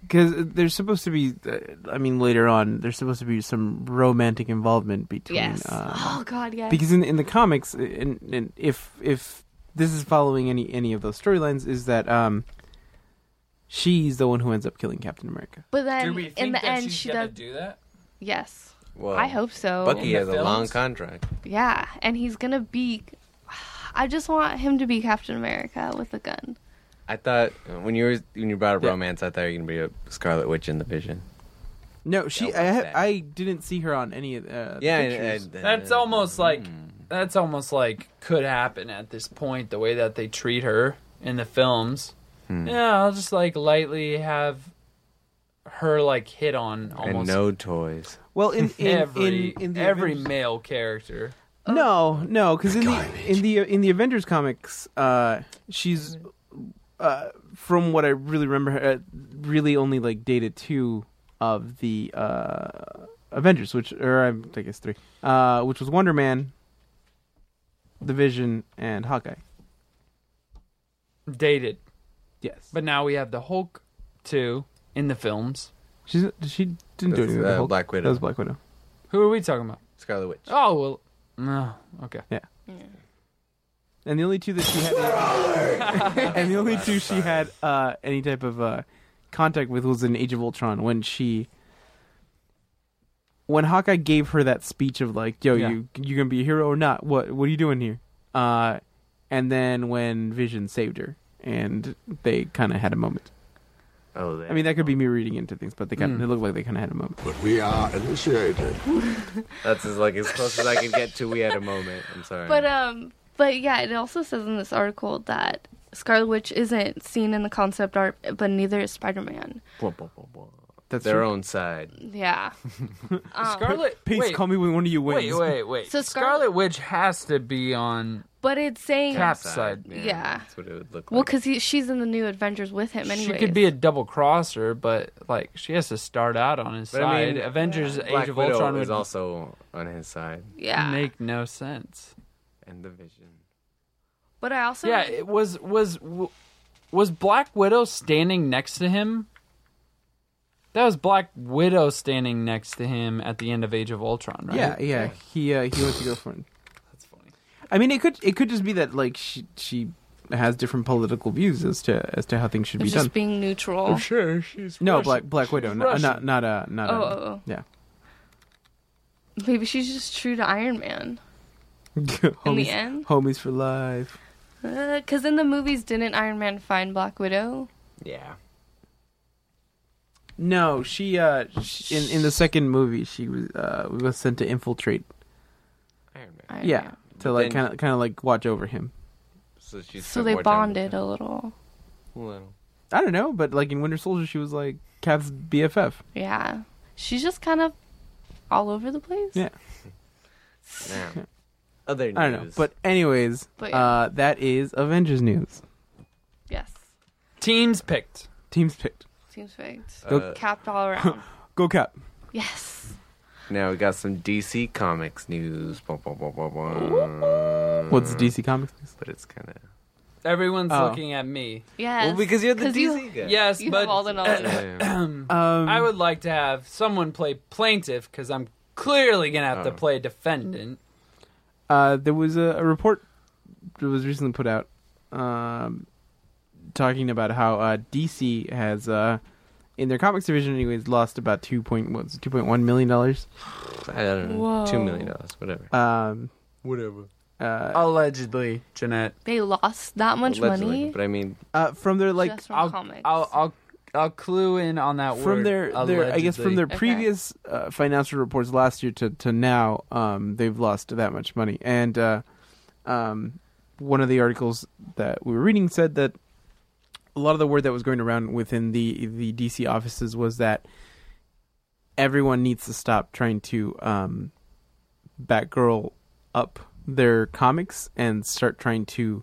[SPEAKER 4] because there's supposed to be uh, i mean later on there's supposed to be some romantic involvement between
[SPEAKER 2] Yes.
[SPEAKER 4] uh,
[SPEAKER 2] oh God, yes.
[SPEAKER 4] because in, in the comics and, and if if this is following any any of those storylines is that um she's the one who ends up killing captain america
[SPEAKER 2] but then in the end, she does.
[SPEAKER 1] do that?
[SPEAKER 2] Yes,
[SPEAKER 3] Well,
[SPEAKER 2] I hope so.
[SPEAKER 3] Oh. Bucky
[SPEAKER 1] In
[SPEAKER 3] has
[SPEAKER 1] the
[SPEAKER 3] a long
[SPEAKER 1] films?
[SPEAKER 3] contract.
[SPEAKER 2] Yeah, and he's gonna be. I just want him to be Captain America with a gun.
[SPEAKER 3] I thought uh, when you were when you brought up
[SPEAKER 4] Yeah.
[SPEAKER 3] romance, I thought you were gonna be a Scarlet Witch in the Vision.
[SPEAKER 4] No, she.
[SPEAKER 3] That was
[SPEAKER 4] I,
[SPEAKER 3] bad.
[SPEAKER 4] I didn't see her on any of uh,
[SPEAKER 3] Yeah, and-
[SPEAKER 4] pictures.
[SPEAKER 3] and- uh,
[SPEAKER 1] That's almost like that's almost like could happen at this point. The way that they treat her in the films. Yeah, I'll just like lightly have her like hit on
[SPEAKER 3] and
[SPEAKER 1] almost
[SPEAKER 3] no toys.
[SPEAKER 4] well, in in
[SPEAKER 1] every
[SPEAKER 4] in, in the
[SPEAKER 1] every
[SPEAKER 4] Avengers-
[SPEAKER 1] male character.
[SPEAKER 4] No, no, because in Oh. the in the in the Avengers comics, uh, she's uh, from what I really remember, her, uh, really only like dated two of the uh, Avengers, which or um, I guess three, uh, which was Wonder Man, the Vision, and Hawkeye.
[SPEAKER 1] Dated,
[SPEAKER 4] Yes, but
[SPEAKER 1] but now we have the Hulk too in the films.
[SPEAKER 4] she's, she didn't do
[SPEAKER 3] That's,
[SPEAKER 4] anything. with
[SPEAKER 3] uh,
[SPEAKER 4] the Hulk.
[SPEAKER 3] Black Widow.
[SPEAKER 4] That was Black Widow.
[SPEAKER 1] Who are we talking about?
[SPEAKER 3] Scarlet Witch.
[SPEAKER 1] Oh well, no, okay.
[SPEAKER 4] And the only two that she had, and the only two she had uh, any type of uh, contact with was in Age of Ultron when she, when Hawkeye gave her that speech of like, "Yo,
[SPEAKER 1] Yeah.
[SPEAKER 4] you you gonna be a hero or not? What what are you doing here?" Uh, and then when Vision saved her, and they kind of had a moment.
[SPEAKER 3] Oh,
[SPEAKER 4] I mean, that could be me reading into things, but they kind of
[SPEAKER 1] Mm.
[SPEAKER 4] it looked like they kind of had a moment.
[SPEAKER 5] But we are initiated.
[SPEAKER 3] that's as, like as close as I can get to. We had a moment. I'm sorry.
[SPEAKER 2] But um, but yeah, it also says in this article that Scarlet Witch isn't seen in the concept art, but neither is Spider Man.
[SPEAKER 3] Blah, blah, blah, blah.
[SPEAKER 4] That's
[SPEAKER 3] their
[SPEAKER 4] true.
[SPEAKER 3] own side.
[SPEAKER 2] Yeah.
[SPEAKER 1] Scarlet.
[SPEAKER 4] Peace,
[SPEAKER 1] wait,
[SPEAKER 4] call me when one of you wins.
[SPEAKER 1] wait, wait, wait.
[SPEAKER 2] So
[SPEAKER 1] So
[SPEAKER 2] Scarlet-
[SPEAKER 1] Scarlet Witch has to be on
[SPEAKER 2] But it's saying
[SPEAKER 1] Cap side.
[SPEAKER 2] Yeah.
[SPEAKER 3] That's what it would look
[SPEAKER 2] well,
[SPEAKER 3] like.
[SPEAKER 2] because she's in the new Avengers with him anyway.
[SPEAKER 1] She could be a double crosser, but like she has to start out on his
[SPEAKER 3] But I
[SPEAKER 1] side.
[SPEAKER 3] mean,
[SPEAKER 1] Avengers:
[SPEAKER 3] Black
[SPEAKER 1] Age of
[SPEAKER 3] Widow
[SPEAKER 1] Ultron
[SPEAKER 3] is
[SPEAKER 1] would
[SPEAKER 3] also on his side,
[SPEAKER 2] yeah.
[SPEAKER 1] make no sense.
[SPEAKER 3] and the Vision.
[SPEAKER 2] But I also
[SPEAKER 1] Yeah, it was was w- was Black Widow standing next to him? That was Black Widow standing next to him at the end of Age of Ultron, right?
[SPEAKER 4] Yeah, yeah. He uh, he went to go for it.
[SPEAKER 1] that's funny.
[SPEAKER 4] I mean, it could it could just be that like she she has different political views as to as to how things should be
[SPEAKER 2] was
[SPEAKER 4] done. Oh,
[SPEAKER 2] just being neutral.
[SPEAKER 1] Oh, Sure, she's
[SPEAKER 4] no, Black Black Widow, not not not uh, not.
[SPEAKER 2] Oh,
[SPEAKER 4] uh,
[SPEAKER 2] oh,
[SPEAKER 4] yeah.
[SPEAKER 2] oh. maybe she's just true to Iron Man.
[SPEAKER 4] homies,
[SPEAKER 2] end?
[SPEAKER 4] homies for life.
[SPEAKER 2] Because in the movies, didn't Iron Man find Black Widow?
[SPEAKER 3] Yeah.
[SPEAKER 4] No, she uh she, in in the second movie she was uh was sent to infiltrate.
[SPEAKER 3] Iron Man.
[SPEAKER 2] Iron
[SPEAKER 4] Yeah,
[SPEAKER 2] Man.
[SPEAKER 4] to like
[SPEAKER 3] Then-
[SPEAKER 4] kind of kind of like watch over him.
[SPEAKER 3] So she.
[SPEAKER 2] So
[SPEAKER 3] spent
[SPEAKER 2] they
[SPEAKER 3] more time with
[SPEAKER 2] bonded
[SPEAKER 3] him.
[SPEAKER 2] a little.
[SPEAKER 3] Well,
[SPEAKER 4] I don't know, but like in Winter Soldier, she was like Cap's BFF.
[SPEAKER 2] Yeah. She's just kind of all over the place.
[SPEAKER 4] Yeah.
[SPEAKER 3] now. Other news.
[SPEAKER 4] I don't know, but anyways,
[SPEAKER 2] But yeah.
[SPEAKER 4] uh, that is Avengers news.
[SPEAKER 2] Yes.
[SPEAKER 1] teams picked.
[SPEAKER 4] Teams picked.
[SPEAKER 2] Seems faked.
[SPEAKER 3] Go-
[SPEAKER 2] Capped all around.
[SPEAKER 4] Go Cap.
[SPEAKER 2] yes.
[SPEAKER 3] now we got some DC Comics news. Blah, blah, blah, blah, blah.
[SPEAKER 4] What's
[SPEAKER 3] Mm.
[SPEAKER 4] DC Comics? news?
[SPEAKER 3] But it's kind of.
[SPEAKER 1] Everyone's
[SPEAKER 4] Oh.
[SPEAKER 1] looking at me.
[SPEAKER 2] Yes.
[SPEAKER 3] Well, because you're the
[SPEAKER 2] 'Cause
[SPEAKER 3] DC
[SPEAKER 2] you-
[SPEAKER 3] guy.
[SPEAKER 1] Yes,
[SPEAKER 2] You
[SPEAKER 1] but
[SPEAKER 2] have all the knowledge.
[SPEAKER 3] Yeah.
[SPEAKER 4] Um,
[SPEAKER 1] I would like to have someone play plaintiff because I'm clearly gonna have to
[SPEAKER 3] Oh.
[SPEAKER 1] play defendant.
[SPEAKER 4] Uh, there was a, a report that was recently put out um, talking about how uh, DC has, uh, in their comics division, anyways, lost about two point what's two point one million dollars.
[SPEAKER 3] I don't know.
[SPEAKER 2] Whoa.
[SPEAKER 3] Two million dollars, whatever.
[SPEAKER 4] Um,
[SPEAKER 3] Whatever.
[SPEAKER 1] Oh,
[SPEAKER 4] uh,
[SPEAKER 1] Allegedly, Jeanette.
[SPEAKER 2] They lost that much money
[SPEAKER 3] But I mean,
[SPEAKER 4] uh, from their like
[SPEAKER 2] just from
[SPEAKER 1] I'll,
[SPEAKER 2] comics.
[SPEAKER 1] I'll I'll I'll clue in on that
[SPEAKER 4] from
[SPEAKER 1] word.
[SPEAKER 4] their, their I guess from
[SPEAKER 1] allegedly.
[SPEAKER 4] their
[SPEAKER 2] Okay.
[SPEAKER 4] previous uh, financial reports last year to to now, um, they've lost that much money. And uh, um, one of the articles that we were reading said that a lot of the word that was going around within the the DC offices was that everyone needs to stop trying to um, Batgirl up their comics and start trying to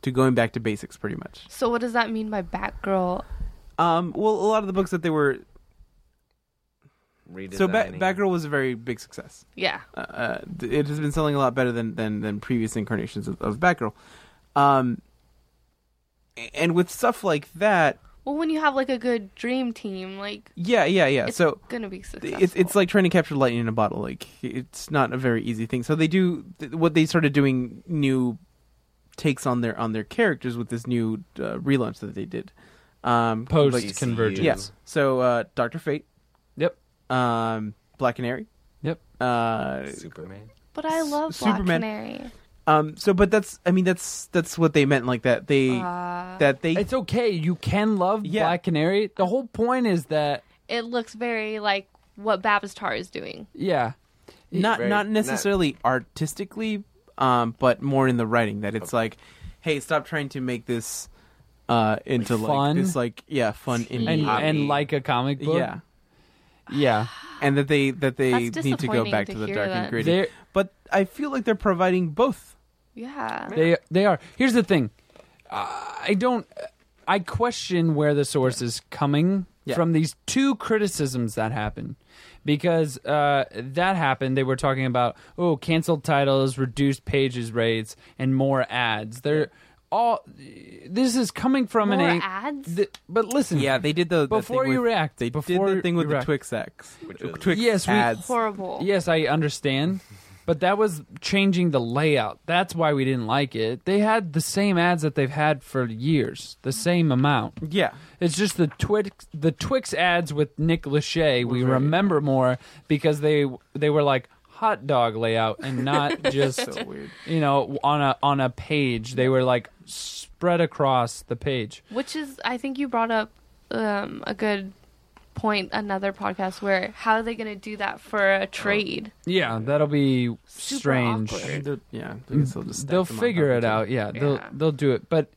[SPEAKER 4] to going back to basics, pretty much.
[SPEAKER 2] so what does that mean by Batgirl?
[SPEAKER 4] Um, well, a lot of the books that they were
[SPEAKER 3] redesigning.
[SPEAKER 4] so Bat- Batgirl was a very big success.
[SPEAKER 2] Yeah.
[SPEAKER 4] uh, it has been selling a lot better than than, than previous incarnations of, of Batgirl. Um, and with stuff like that,
[SPEAKER 2] Well, when you have like a good dream team, like
[SPEAKER 4] yeah, yeah, yeah.
[SPEAKER 2] it's
[SPEAKER 4] so
[SPEAKER 2] gonna be successful.
[SPEAKER 4] it's it's like trying to capture lightning in a bottle. Like it's not a very easy thing. So they do th- what they started doing new takes on their on their characters with this new uh, relaunch that they did. Um,
[SPEAKER 1] post
[SPEAKER 4] like,
[SPEAKER 1] convergence.
[SPEAKER 4] yeah. So uh, Doctor Fate,
[SPEAKER 1] Yep.
[SPEAKER 4] um, Black Canary,
[SPEAKER 1] Yep.
[SPEAKER 4] uh,
[SPEAKER 3] Superman.
[SPEAKER 2] but I love Black
[SPEAKER 4] Superman-
[SPEAKER 2] Canary.
[SPEAKER 4] Um, so, but that's I mean that's that's what they meant like that they
[SPEAKER 2] Uh,
[SPEAKER 4] that they
[SPEAKER 1] It's okay. You can love
[SPEAKER 4] Yeah.
[SPEAKER 1] Black Canary. The whole point is that
[SPEAKER 2] it looks very like what Babistar is doing.
[SPEAKER 1] yeah,
[SPEAKER 4] not
[SPEAKER 3] Right,
[SPEAKER 4] not
[SPEAKER 3] not-
[SPEAKER 4] necessarily artistically, um, but more in the writing that it's like, hey, stop trying to make this uh into like
[SPEAKER 1] Fun.
[SPEAKER 4] this like yeah fun indie
[SPEAKER 1] and
[SPEAKER 4] hobby.
[SPEAKER 1] and like a comic book.
[SPEAKER 4] yeah,
[SPEAKER 1] yeah.
[SPEAKER 4] and that they that they
[SPEAKER 2] That's
[SPEAKER 4] need to go
[SPEAKER 2] disappointing
[SPEAKER 4] back
[SPEAKER 2] to
[SPEAKER 4] to the
[SPEAKER 2] hear
[SPEAKER 4] dark and
[SPEAKER 2] that.
[SPEAKER 4] gritty.
[SPEAKER 1] They're-
[SPEAKER 4] but I feel like they're providing both.
[SPEAKER 2] Yeah.
[SPEAKER 1] They they are. Here's the thing. I don't. I question where the source is coming
[SPEAKER 4] Yeah.
[SPEAKER 1] from these two criticisms that happen, because uh, that happened. They were talking about oh, canceled titles, reduced pages rates, and more ads. They're all. This is coming from
[SPEAKER 2] More
[SPEAKER 1] an. ang-
[SPEAKER 2] ads?
[SPEAKER 1] Th- but listen,
[SPEAKER 4] Yeah, they did the the
[SPEAKER 1] Before
[SPEAKER 4] thing
[SPEAKER 1] you
[SPEAKER 4] with-
[SPEAKER 1] react,
[SPEAKER 4] They
[SPEAKER 1] before
[SPEAKER 4] did the thing with
[SPEAKER 1] you
[SPEAKER 4] the
[SPEAKER 1] react.
[SPEAKER 4] Twix X, uh,
[SPEAKER 3] Which is-
[SPEAKER 4] Twix
[SPEAKER 1] Yes, we-
[SPEAKER 4] ads.
[SPEAKER 2] Horrible.
[SPEAKER 1] Yes, I understand. But that was changing the layout. That's why we didn't like it. They had the same ads that they've had for years, the same amount.
[SPEAKER 4] yeah,
[SPEAKER 1] It's just the Twix the Twix ads with Nick Lachey we remember more because they they were like hot dog layout and not just
[SPEAKER 4] weird.
[SPEAKER 1] you know on a on a page. They were like spread across the page.
[SPEAKER 2] Which is, I think you brought up um, a good point. Another podcast where how are they going to do that for a trade?
[SPEAKER 1] Yeah, that'll be
[SPEAKER 2] Super
[SPEAKER 1] strange. Mm.
[SPEAKER 2] awkward.
[SPEAKER 4] They're- yeah. I guess they'll just stack
[SPEAKER 1] they'll
[SPEAKER 4] them on
[SPEAKER 1] figure
[SPEAKER 4] top
[SPEAKER 1] it
[SPEAKER 4] of each other.
[SPEAKER 1] out. Yeah, they'll
[SPEAKER 2] Yeah.
[SPEAKER 1] they'll do it. But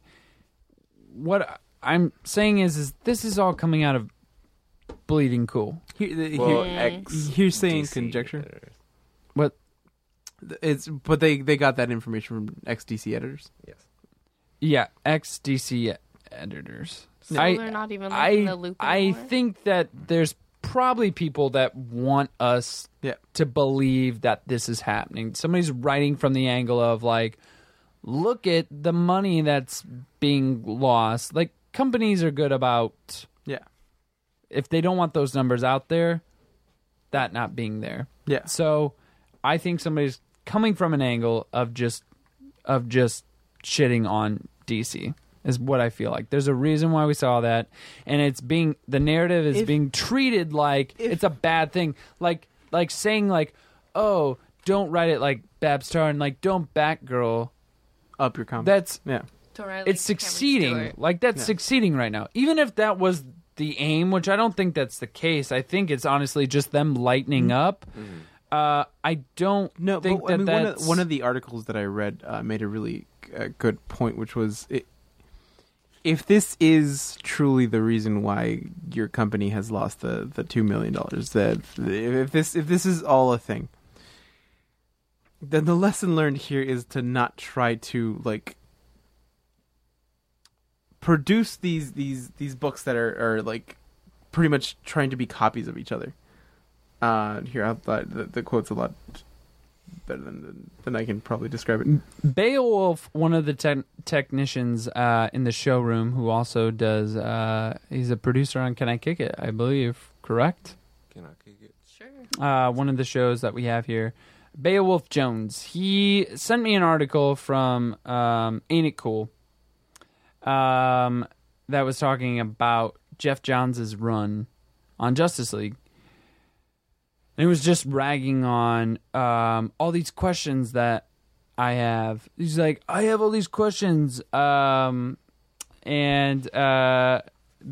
[SPEAKER 1] what I'm saying is, is this is all coming out of bleeding cool.
[SPEAKER 4] Here, the- here-
[SPEAKER 3] Well,
[SPEAKER 2] Mm.
[SPEAKER 3] X
[SPEAKER 4] Here's saying
[SPEAKER 3] DC
[SPEAKER 4] conjecture.
[SPEAKER 3] editors.
[SPEAKER 1] What?
[SPEAKER 4] It's but they they got that information from XDC editors.
[SPEAKER 3] Yes.
[SPEAKER 1] Yeah, XDC editors.
[SPEAKER 2] So
[SPEAKER 1] I-
[SPEAKER 2] they're not even like, in the
[SPEAKER 1] I
[SPEAKER 2] loop
[SPEAKER 1] I
[SPEAKER 2] anymore?
[SPEAKER 1] think that there's probably people that want us
[SPEAKER 4] Yeah.
[SPEAKER 1] to believe that this is happening. Somebody's writing from the angle of like, look at the money that's being lost. Like companies are good about
[SPEAKER 4] Yeah.
[SPEAKER 1] if they don't want those numbers out there, that not being there.
[SPEAKER 4] Yeah.
[SPEAKER 1] So I think somebody's coming from an angle of just of just shitting on DC is what I feel like. There's a reason why we saw that and it's being the narrative is
[SPEAKER 4] If-
[SPEAKER 1] being treated like
[SPEAKER 4] if-
[SPEAKER 1] it's a bad thing. Like like saying like, "Oh, don't write it like Babstar and like don't Batgirl."
[SPEAKER 4] Up your comment.
[SPEAKER 1] That's
[SPEAKER 2] Don't
[SPEAKER 4] yeah.
[SPEAKER 2] write, like, Cameron
[SPEAKER 1] it's succeeding.
[SPEAKER 2] Stewart.
[SPEAKER 1] Like that's
[SPEAKER 4] Yeah.
[SPEAKER 1] succeeding right now. Even if that was the aim, which I don't think that's the case. I think it's honestly just them lightening
[SPEAKER 4] Mm-hmm.
[SPEAKER 1] up. Uh, I don't
[SPEAKER 4] No,
[SPEAKER 1] think
[SPEAKER 4] but
[SPEAKER 1] that
[SPEAKER 4] I mean, one
[SPEAKER 1] that's
[SPEAKER 4] of, one of the articles that I read uh, made a really uh, good point, which was it, if this is truly the reason why your company has lost the, the two million dollars, that if this if this is all a thing, then the lesson learned here is to not try to like produce these these these books that are, are like pretty much trying to be copies of each other. Uh, here, I thought the, the quote's a lot better than than I can probably describe it.
[SPEAKER 1] Beowulf, one of the tech technicians uh, in the showroom, who also does, uh, he's a producer on Can I Kick It? I believe, correct?
[SPEAKER 3] Can I kick it?
[SPEAKER 2] Sure.
[SPEAKER 1] uh, one of the shows that we have here, Beowulf Jones. He sent me an article from um, Ain't It Cool um, that was talking about Jeff Johns' run on Justice League. And it was just ragging on um, all these questions that I have. He's like, I have all these questions. Um, and uh,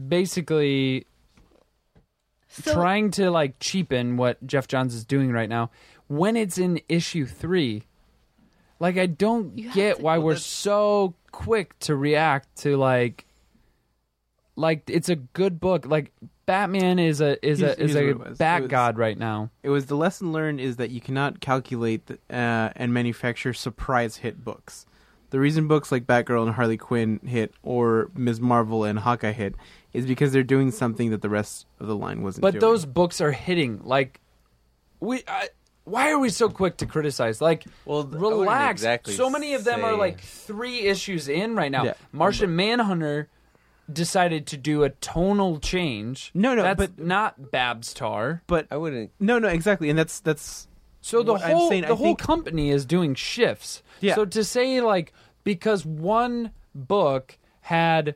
[SPEAKER 1] basically,
[SPEAKER 2] So,
[SPEAKER 1] trying to like cheapen what Jeff Johns is doing right now when it's in issue three. Like I don't
[SPEAKER 2] You have
[SPEAKER 1] get
[SPEAKER 2] to-
[SPEAKER 1] why
[SPEAKER 2] Well,
[SPEAKER 1] we're
[SPEAKER 2] that's-
[SPEAKER 1] so quick to react to like like it's a good book. Like Batman is a is
[SPEAKER 4] Here's-
[SPEAKER 1] a is
[SPEAKER 4] here's
[SPEAKER 1] a
[SPEAKER 4] what it was.
[SPEAKER 1] bat
[SPEAKER 4] It was-
[SPEAKER 1] god right now.
[SPEAKER 4] It was the lesson learned is that you cannot calculate uh, and manufacture surprise hit books. The reason books like Batgirl and Harley Quinn hit, or Ms. Marvel and Hawkeye hit, is because they're doing something that the rest of the line wasn't.
[SPEAKER 1] But
[SPEAKER 4] doing.
[SPEAKER 1] those books are hitting like we I, why are we so quick to criticize? Like
[SPEAKER 3] Well, th- I wouldn't
[SPEAKER 1] relax.
[SPEAKER 3] exactly
[SPEAKER 1] so many of them are
[SPEAKER 3] say-
[SPEAKER 1] like 3 issues in right now.
[SPEAKER 4] Yeah.
[SPEAKER 1] Martian Manhunter decided to do a tonal change.
[SPEAKER 4] No, no,
[SPEAKER 1] that's
[SPEAKER 4] but-
[SPEAKER 1] not Babstar.
[SPEAKER 4] but
[SPEAKER 3] I wouldn't.
[SPEAKER 4] no, no, exactly, and that's that's
[SPEAKER 1] So the
[SPEAKER 4] What I'm
[SPEAKER 1] whole
[SPEAKER 4] saying,
[SPEAKER 1] the
[SPEAKER 4] I
[SPEAKER 1] whole
[SPEAKER 4] think-
[SPEAKER 1] company is doing shifts.
[SPEAKER 4] Yeah.
[SPEAKER 1] So to say like because one book had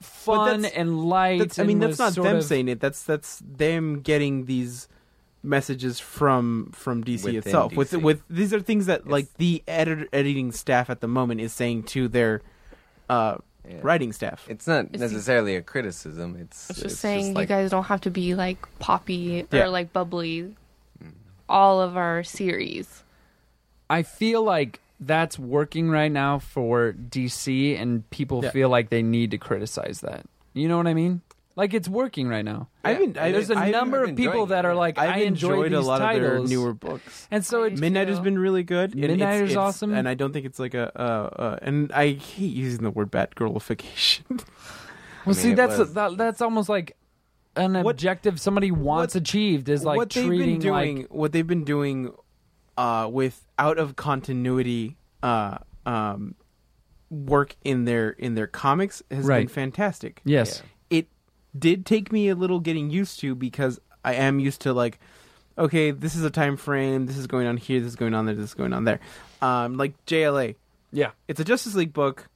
[SPEAKER 1] fun
[SPEAKER 4] that's-
[SPEAKER 1] and light
[SPEAKER 4] that's, I
[SPEAKER 1] and
[SPEAKER 4] mean,
[SPEAKER 1] was
[SPEAKER 4] that's not
[SPEAKER 1] sort
[SPEAKER 4] them
[SPEAKER 1] of-
[SPEAKER 4] saying it. That's that's them getting these messages from from DC
[SPEAKER 3] Within
[SPEAKER 4] itself. With
[SPEAKER 3] DC.
[SPEAKER 4] with these are things that like the edit- editing staff at the moment is saying to their uh,
[SPEAKER 3] Yeah.
[SPEAKER 4] writing staff.
[SPEAKER 3] It's not
[SPEAKER 2] It's-
[SPEAKER 3] necessarily a criticism. It's,
[SPEAKER 2] It's
[SPEAKER 3] it's
[SPEAKER 2] just saying
[SPEAKER 3] like,
[SPEAKER 2] you guys don't have to be like poppy
[SPEAKER 4] Yeah.
[SPEAKER 2] or like bubbly. All of our series.
[SPEAKER 1] I feel like that's working right now for DC, and people
[SPEAKER 4] Yeah.
[SPEAKER 1] feel like they need to criticize that. You know what I mean? Like it's working right now.
[SPEAKER 4] I've been I,
[SPEAKER 1] There's a
[SPEAKER 4] I've-
[SPEAKER 1] number
[SPEAKER 3] I've
[SPEAKER 1] of
[SPEAKER 3] enjoyed
[SPEAKER 1] people
[SPEAKER 3] it,
[SPEAKER 1] that are
[SPEAKER 3] yeah.
[SPEAKER 1] like,
[SPEAKER 4] I've
[SPEAKER 1] I enjoy
[SPEAKER 4] enjoyed
[SPEAKER 1] these
[SPEAKER 4] a lot
[SPEAKER 1] titles.
[SPEAKER 4] of their newer books.
[SPEAKER 1] and so it,
[SPEAKER 2] Me
[SPEAKER 4] Midnight has
[SPEAKER 2] too.
[SPEAKER 4] been really good. and it's-
[SPEAKER 1] Midnighter's
[SPEAKER 4] it's-
[SPEAKER 1] awesome.
[SPEAKER 4] and I don't think it's like a uh, uh, and I hate using the word Batgirlification.
[SPEAKER 1] well,
[SPEAKER 3] mean,
[SPEAKER 1] see,
[SPEAKER 3] it
[SPEAKER 1] that's
[SPEAKER 3] was-
[SPEAKER 1] that, that's almost like an
[SPEAKER 4] What-
[SPEAKER 1] objective somebody wants
[SPEAKER 4] what-
[SPEAKER 1] achieved is like
[SPEAKER 4] what they've
[SPEAKER 1] treating
[SPEAKER 4] been doing,
[SPEAKER 1] like
[SPEAKER 4] what they've been doing, uh, with out of continuity, uh, um, work in their in their comics has been
[SPEAKER 1] Right.
[SPEAKER 4] fantastic.
[SPEAKER 1] yes,
[SPEAKER 4] it did take me a little getting used to because I am used to like, okay, this is a time frame. This is going on here. This is going on there. This is going on there. Um, like JLA,
[SPEAKER 1] yeah,
[SPEAKER 4] it's a Justice League book.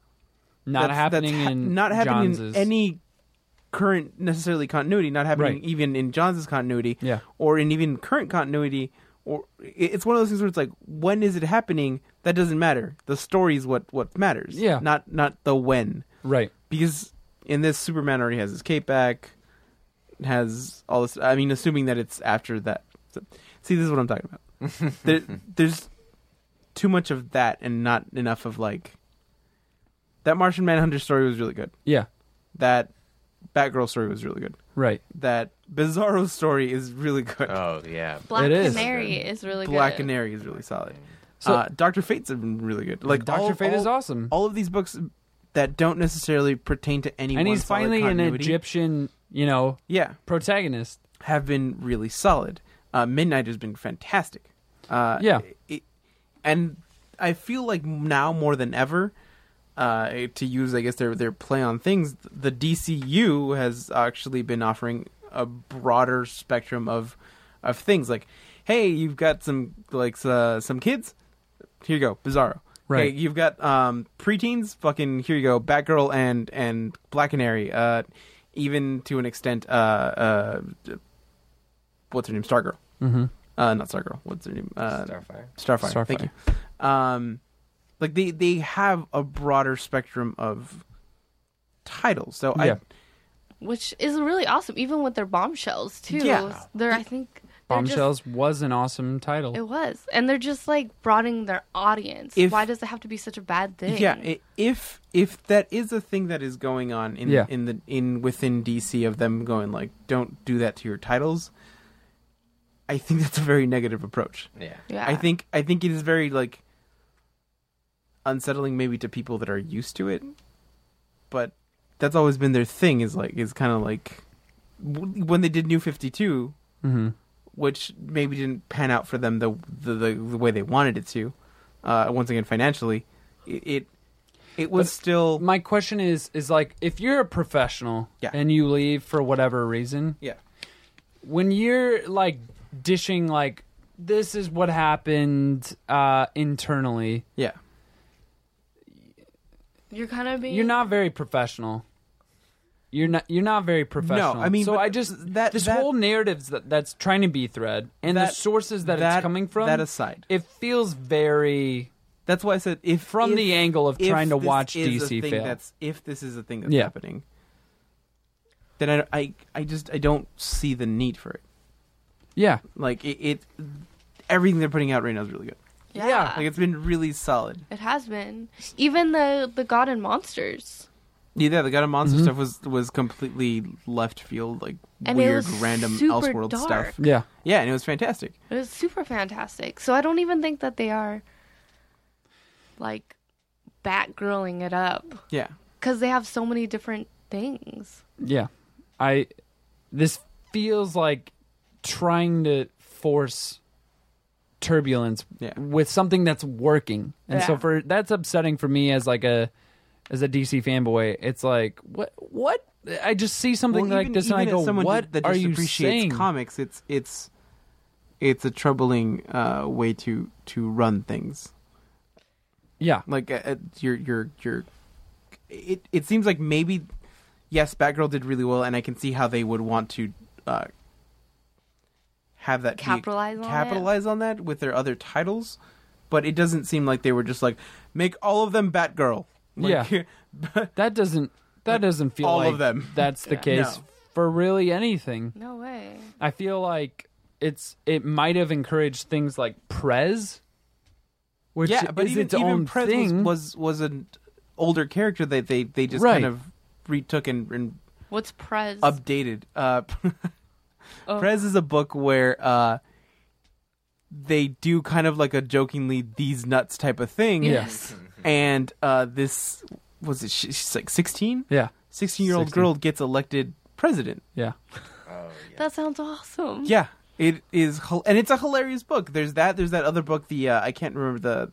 [SPEAKER 1] not
[SPEAKER 4] that's- that's
[SPEAKER 1] happening
[SPEAKER 4] ha-
[SPEAKER 1] in
[SPEAKER 4] not happening
[SPEAKER 1] Johns's.
[SPEAKER 4] in any current necessarily continuity. Not happening
[SPEAKER 1] Right.
[SPEAKER 4] even in Johns's continuity.
[SPEAKER 1] Yeah.
[SPEAKER 4] or in even current continuity. Or it- it's one of those things where it's like, when is it happening? That doesn't matter. The story's what what matters.
[SPEAKER 1] Yeah.
[SPEAKER 4] not not the when
[SPEAKER 1] right.
[SPEAKER 4] because in this Superman already has his cape back, has all this. I mean, assuming that it's after that. So- see, this is what I'm talking about. there, there's too much of that and not enough of like that Martian Manhunter story was really good.
[SPEAKER 1] Yeah,
[SPEAKER 4] That Batgirl story was really good.
[SPEAKER 1] right.
[SPEAKER 4] That Bizarro story is really good.
[SPEAKER 3] oh yeah,
[SPEAKER 2] Black
[SPEAKER 1] It is.
[SPEAKER 2] Canary is really
[SPEAKER 4] Black
[SPEAKER 2] good.
[SPEAKER 4] Canary is really solid.
[SPEAKER 1] So-
[SPEAKER 4] uh, Doctor Fate's have been really good. Like
[SPEAKER 1] Doctor
[SPEAKER 4] all-
[SPEAKER 1] Fate is
[SPEAKER 4] all-
[SPEAKER 1] awesome,
[SPEAKER 4] All of these books that don't necessarily pertain to any.
[SPEAKER 1] and
[SPEAKER 4] one
[SPEAKER 1] he's
[SPEAKER 4] solid
[SPEAKER 1] finally an
[SPEAKER 4] continuity.
[SPEAKER 1] Egyptian, you know,
[SPEAKER 4] Yeah,
[SPEAKER 1] protagonist.
[SPEAKER 4] have been really solid. Uh, Midnight has been fantastic. Uh,
[SPEAKER 1] Yeah.
[SPEAKER 4] it- and I feel like now more than ever, uh, to use I guess their their play on things, the DCU has actually been offering a broader spectrum of of things. Like, hey, you've got some like uh, some kids. Here you go, Bizarro.
[SPEAKER 1] Right.
[SPEAKER 4] Hey, you've got um, preteens. Fucking here you go, Batgirl and and Black Canary. Uh, even to an extent, uh, uh, what's her name? Stargirl.
[SPEAKER 1] Mm-hmm.
[SPEAKER 4] Uh, not Stargirl. What's her name? Uh,
[SPEAKER 3] Starfire.
[SPEAKER 4] Starfire.
[SPEAKER 1] Starfire.
[SPEAKER 4] Thank you. Um, like they they have a broader spectrum of titles. So
[SPEAKER 1] Yeah.
[SPEAKER 4] I
[SPEAKER 2] which is really awesome. Even with their bombshells too.
[SPEAKER 4] Yeah.
[SPEAKER 2] They're I think they're just-
[SPEAKER 1] Bombshells was an awesome title.
[SPEAKER 2] it was, and they're just like broadening their audience.
[SPEAKER 4] If-
[SPEAKER 2] Why does it have to be such a bad thing?
[SPEAKER 4] yeah i- if if that is a thing that is going on in
[SPEAKER 1] Yeah.
[SPEAKER 4] in the in within DC of them going like don't do that to your titles. I think that's a very negative approach.
[SPEAKER 3] Yeah,
[SPEAKER 2] yeah.
[SPEAKER 4] I think I think it is very like unsettling maybe to people that are used to it, but that's always been their thing. Is like is kind of like w- when they did New Fifty Two,
[SPEAKER 1] Mhm.
[SPEAKER 4] which maybe didn't pan out for them the the, the, the way they wanted it to. Uh, once again, financially, it it, it was
[SPEAKER 1] But-
[SPEAKER 4] still
[SPEAKER 1] My question is is like if you're a professional
[SPEAKER 4] Yeah.
[SPEAKER 1] and you leave for whatever reason,
[SPEAKER 4] yeah
[SPEAKER 1] when you're like dishing like this is what happened uh internally,
[SPEAKER 4] yeah
[SPEAKER 2] you're kind of being
[SPEAKER 1] you're not very professional. You're not you're not very professional.
[SPEAKER 4] I mean,
[SPEAKER 1] so
[SPEAKER 4] but
[SPEAKER 1] I just
[SPEAKER 4] that-
[SPEAKER 1] this
[SPEAKER 4] that-
[SPEAKER 1] whole narratives that, that's trying to be thread and the
[SPEAKER 4] That-
[SPEAKER 1] sources that,
[SPEAKER 4] that-
[SPEAKER 1] it's coming from
[SPEAKER 4] that aside.
[SPEAKER 1] it feels very
[SPEAKER 4] That's why I said if
[SPEAKER 1] From
[SPEAKER 4] if-
[SPEAKER 1] the angle of
[SPEAKER 4] if
[SPEAKER 1] trying to
[SPEAKER 4] this
[SPEAKER 1] watch
[SPEAKER 4] is a
[SPEAKER 1] DC
[SPEAKER 4] thing
[SPEAKER 1] fail.
[SPEAKER 4] That's if this is a thing that's
[SPEAKER 1] Yeah.
[SPEAKER 4] happening, then I, I I just I don't see the need for it.
[SPEAKER 1] yeah.
[SPEAKER 4] Like it, it everything they're putting out right now is really good.
[SPEAKER 2] yeah.
[SPEAKER 1] yeah,
[SPEAKER 4] Like it's been really solid.
[SPEAKER 2] it has been even the the God and monsters.
[SPEAKER 4] Yeah, the God of
[SPEAKER 1] Mm-hmm.
[SPEAKER 4] Monster stuff was was completely left field, like
[SPEAKER 2] And it
[SPEAKER 4] weird,
[SPEAKER 2] was
[SPEAKER 4] random
[SPEAKER 2] super
[SPEAKER 4] elseworld
[SPEAKER 2] dark.
[SPEAKER 4] stuff.
[SPEAKER 1] Yeah.
[SPEAKER 4] Yeah, and it was fantastic.
[SPEAKER 2] It was super fantastic. So I don't even think that they are like batgirling it up
[SPEAKER 4] Yeah,
[SPEAKER 2] because they have so many different things.
[SPEAKER 1] Yeah. I this feels like trying to force turbulence
[SPEAKER 4] Yeah.
[SPEAKER 1] with something that's working. And so
[SPEAKER 2] Yeah.
[SPEAKER 1] for that's upsetting for me as like a as a DC fanboy. It's like what what I just see something
[SPEAKER 4] Well,
[SPEAKER 1] like
[SPEAKER 4] even-
[SPEAKER 1] this and I
[SPEAKER 4] even
[SPEAKER 1] go
[SPEAKER 4] as someone
[SPEAKER 1] what
[SPEAKER 4] that
[SPEAKER 1] are
[SPEAKER 4] just
[SPEAKER 1] you
[SPEAKER 4] appreciates
[SPEAKER 1] saying?
[SPEAKER 4] comics, it's it's it's a troubling uh, way to to run things.
[SPEAKER 1] yeah.
[SPEAKER 4] like uh, uh, your your your it it seems like maybe yes batgirl did really well and i can see how they would want to uh have that be-
[SPEAKER 2] Capitalize on it.
[SPEAKER 4] capitalize on that with their other titles, but it doesn't seem like they were just like make all of them Batgirl. Like,
[SPEAKER 1] Yeah. That doesn't that doesn't feel
[SPEAKER 4] All of
[SPEAKER 1] like
[SPEAKER 4] them.
[SPEAKER 1] that's the case
[SPEAKER 4] No.
[SPEAKER 1] for really anything.
[SPEAKER 2] No way.
[SPEAKER 1] I feel like it's it might have encouraged things like Prez, which
[SPEAKER 4] yeah, but
[SPEAKER 1] is
[SPEAKER 4] even,
[SPEAKER 1] its
[SPEAKER 4] even
[SPEAKER 1] own
[SPEAKER 4] Prez was-
[SPEAKER 1] thing.
[SPEAKER 4] was was an older character that they they just
[SPEAKER 1] Right.
[SPEAKER 4] kind of retook and, and
[SPEAKER 2] What's Prez?
[SPEAKER 4] updated. Uh,
[SPEAKER 2] Oh.
[SPEAKER 4] Prez is a book where uh, they do kind of like a jokingly these nuts type of thing.
[SPEAKER 1] Yes.
[SPEAKER 4] And uh, this was it. she- She's like 16?
[SPEAKER 1] yeah,
[SPEAKER 4] 16 year old
[SPEAKER 1] 16.
[SPEAKER 4] girl gets elected president.
[SPEAKER 1] yeah,
[SPEAKER 2] That sounds awesome.
[SPEAKER 4] Yeah. It is, hil- and it's a hilarious book. There's that. There's that other book. The uh, I can't remember the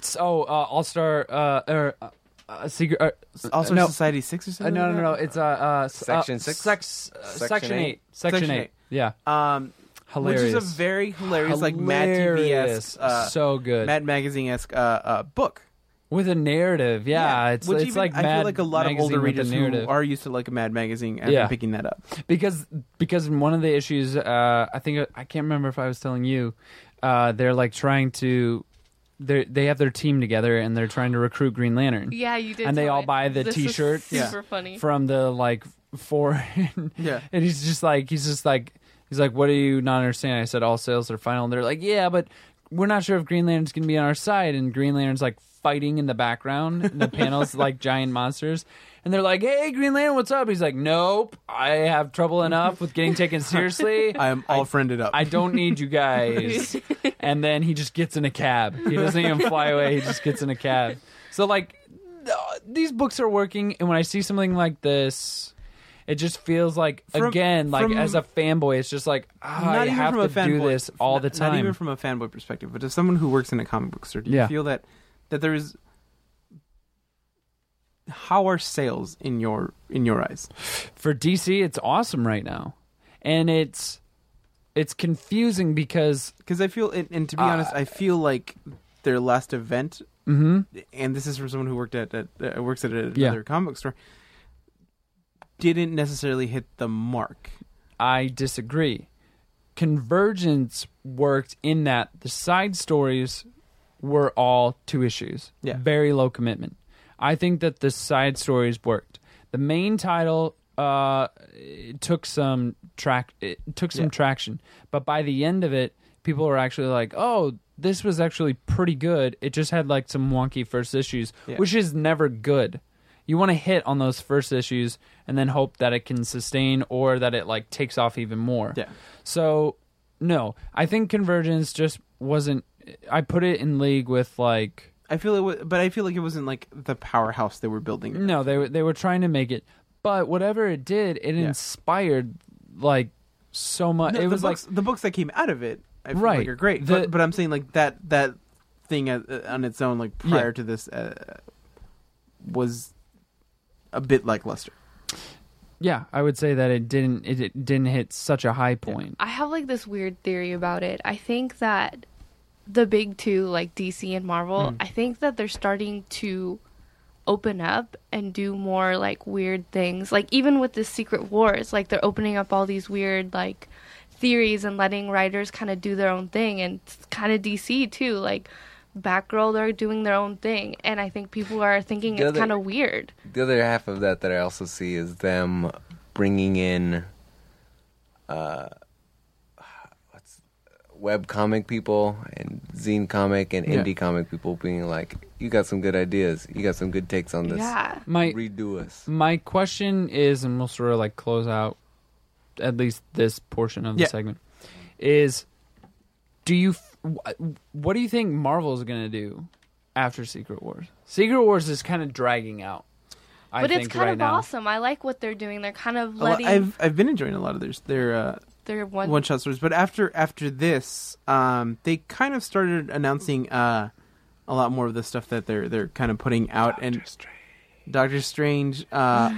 [SPEAKER 1] So uh, All Star uh, or uh, uh, secret. Uh,
[SPEAKER 4] All Star
[SPEAKER 1] no.
[SPEAKER 4] Society Six or
[SPEAKER 1] Uh,
[SPEAKER 4] something.
[SPEAKER 1] no,
[SPEAKER 4] like
[SPEAKER 1] no,
[SPEAKER 4] that?
[SPEAKER 1] no. It's uh, uh, s- uh,
[SPEAKER 3] Section six?
[SPEAKER 1] sex, uh, section,
[SPEAKER 3] Section
[SPEAKER 1] eight.
[SPEAKER 3] eight?
[SPEAKER 1] section
[SPEAKER 4] Section
[SPEAKER 1] eight.
[SPEAKER 4] eight.
[SPEAKER 1] Yeah,
[SPEAKER 4] Um,
[SPEAKER 1] hilarious.
[SPEAKER 4] Which is a very hilarious, like Mad TV
[SPEAKER 1] Hilarious.
[SPEAKER 4] esque, uh,
[SPEAKER 1] so good
[SPEAKER 4] Mad Magazine esque uh, uh, book.
[SPEAKER 1] with a narrative. Yeah, it's
[SPEAKER 4] Which
[SPEAKER 1] it's
[SPEAKER 4] even-
[SPEAKER 1] like
[SPEAKER 4] I
[SPEAKER 1] Mad
[SPEAKER 4] feel like a lot of
[SPEAKER 1] Magazine
[SPEAKER 4] older
[SPEAKER 1] with a
[SPEAKER 4] readers who
[SPEAKER 1] narrative.
[SPEAKER 4] are used to like Mad Magazine and
[SPEAKER 1] Yeah.
[SPEAKER 4] picking that up.
[SPEAKER 1] because because in one of the issues uh i think i can't remember if i was telling you uh they're like trying to they they have their team together and they're trying to recruit green lantern
[SPEAKER 2] Yeah, you did.
[SPEAKER 1] and they
[SPEAKER 2] tell
[SPEAKER 1] all
[SPEAKER 2] me.
[SPEAKER 1] buy the
[SPEAKER 2] This was
[SPEAKER 1] t-shirt
[SPEAKER 2] Super funny.
[SPEAKER 1] from the like foreign
[SPEAKER 4] Yeah.
[SPEAKER 1] and he's just like he's just like he's like what do you not understand i said all sales are final and they're like yeah but we're not sure if green lantern's gonna be on our side and green lantern's like fighting in the background and the panels like giant monsters and they're like hey green lantern what's up he's like nope i have trouble enough with getting taken seriously
[SPEAKER 4] I am all friended up.
[SPEAKER 1] I don't need you guys. and then he just gets in a cab. He doesn't even fly away. He just gets in a cab. So like th- these books are working and when I see something like this it just feels like
[SPEAKER 4] From-
[SPEAKER 1] again like
[SPEAKER 4] from-
[SPEAKER 1] as a fanboy it's just like ah, I have to do this all the
[SPEAKER 4] not- Not
[SPEAKER 1] time.
[SPEAKER 4] even from a fanboy perspective, but as someone who works in a comic book store, do you
[SPEAKER 1] Yeah.
[SPEAKER 4] feel that that there is how are sales in your in your eyes?
[SPEAKER 1] for DC it's awesome right now. And it's it's confusing because
[SPEAKER 4] Because I feel, and, and to be
[SPEAKER 1] Uh,
[SPEAKER 4] honest, I feel like their last event,
[SPEAKER 1] mhm
[SPEAKER 4] and this is from someone who worked at, at uh, works at another
[SPEAKER 1] Yeah.
[SPEAKER 4] comic book store, didn't necessarily hit the mark.
[SPEAKER 1] I disagree. Convergence worked in that the side stories were all two issues.
[SPEAKER 4] Yeah.
[SPEAKER 1] Very low commitment. I think that the side stories worked. The main title uh, it took some track it took some
[SPEAKER 4] Yeah.
[SPEAKER 1] traction, but by the end of it, people were actually like, "Oh, this was actually pretty good. It just had like some wonky first issues,
[SPEAKER 4] Yeah.
[SPEAKER 1] which is never good. You want to hit on those first issues and then hope that it can sustain or that it like takes off even more.
[SPEAKER 4] Yeah.
[SPEAKER 1] So, no, I think Convergence just wasn't. I put it in league with like
[SPEAKER 4] I feel it, was, but I feel like it wasn't like the powerhouse they were building.
[SPEAKER 1] no, they were they were trying to make it, but whatever it did, it
[SPEAKER 4] Yeah.
[SPEAKER 1] inspired like so much.
[SPEAKER 4] No,
[SPEAKER 1] it
[SPEAKER 4] the
[SPEAKER 1] was like
[SPEAKER 4] books, the books that came out of it. I feel
[SPEAKER 1] Right.
[SPEAKER 4] like are great,
[SPEAKER 1] The-
[SPEAKER 4] but, but I'm saying like that that thing uh, uh, on its own, like prior
[SPEAKER 1] Yeah.
[SPEAKER 4] to this, uh, was a bit lackluster.
[SPEAKER 1] yeah, I would say that it didn't it, it didn't hit such a high point.
[SPEAKER 2] I have like this weird theory about it. I think that the big two, like DC and Marvel,
[SPEAKER 1] Hmm.
[SPEAKER 2] I think that they're starting to open up and do more like weird things. Like even with the Secret Wars, like they're opening up all these weird like theories and letting writers kind of do their own thing and kind of DC too, like Batgirl they're doing their own thing and I think people are thinking
[SPEAKER 3] Yeah,
[SPEAKER 2] it's
[SPEAKER 3] they-
[SPEAKER 2] kind of weird.
[SPEAKER 3] The other half of that that I also see is them bringing in, uh, what's web comic people and zine comic and
[SPEAKER 4] Yeah.
[SPEAKER 3] indie comic people being like, "You got some good ideas. You got some good takes on this.
[SPEAKER 2] Yeah.
[SPEAKER 1] My
[SPEAKER 3] Redo us."
[SPEAKER 1] my question is, and we'll sort of like close out at least this portion of the
[SPEAKER 4] Yeah.
[SPEAKER 1] segment is do you f- wh- what do you think Marvel's going to do after Secret Wars? Secret Wars is kind of dragging out. I
[SPEAKER 2] But
[SPEAKER 1] think
[SPEAKER 2] it's kind
[SPEAKER 1] right
[SPEAKER 2] of
[SPEAKER 1] now.
[SPEAKER 2] awesome. I like what they're doing. They're kind of
[SPEAKER 4] A lot-
[SPEAKER 2] letting
[SPEAKER 4] I've I've been enjoying a lot of their their uh,
[SPEAKER 2] their one,
[SPEAKER 4] one shot stories, but after after this, um, they kind of started announcing uh, a lot more of the stuff that they're they're kind of putting out and Doctor Strange. Uh,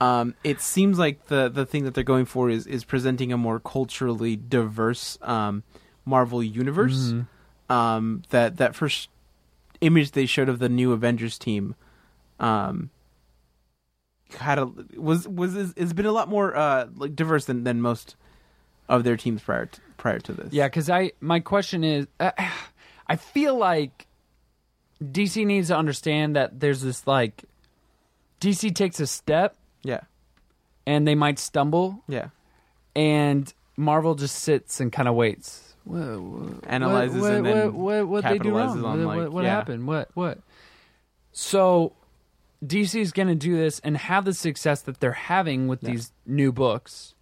[SPEAKER 4] um, it seems like the the thing that they're going for is is presenting a more culturally diverse um, Marvel universe. Um, that that first image they showed of the new Avengers team. Um, had a was was is, has been a lot more uh like diverse than than most of their teams prior to, prior to this.
[SPEAKER 1] Yeah, because I my question is, uh, I feel like DC needs to understand that there's this like DC takes a step
[SPEAKER 4] yeah,
[SPEAKER 1] and they might stumble,
[SPEAKER 4] yeah.
[SPEAKER 1] and Marvel just sits and kind of waits. Whoa, whoa,
[SPEAKER 4] Analyzes
[SPEAKER 1] what,
[SPEAKER 4] and
[SPEAKER 1] what,
[SPEAKER 4] then
[SPEAKER 1] what, what they do wrong?
[SPEAKER 4] capitalizes on,
[SPEAKER 1] what,
[SPEAKER 4] like,
[SPEAKER 1] what- what
[SPEAKER 4] yeah.
[SPEAKER 1] happened? What what? So DC is going to do this and have the success that they're having with these new books,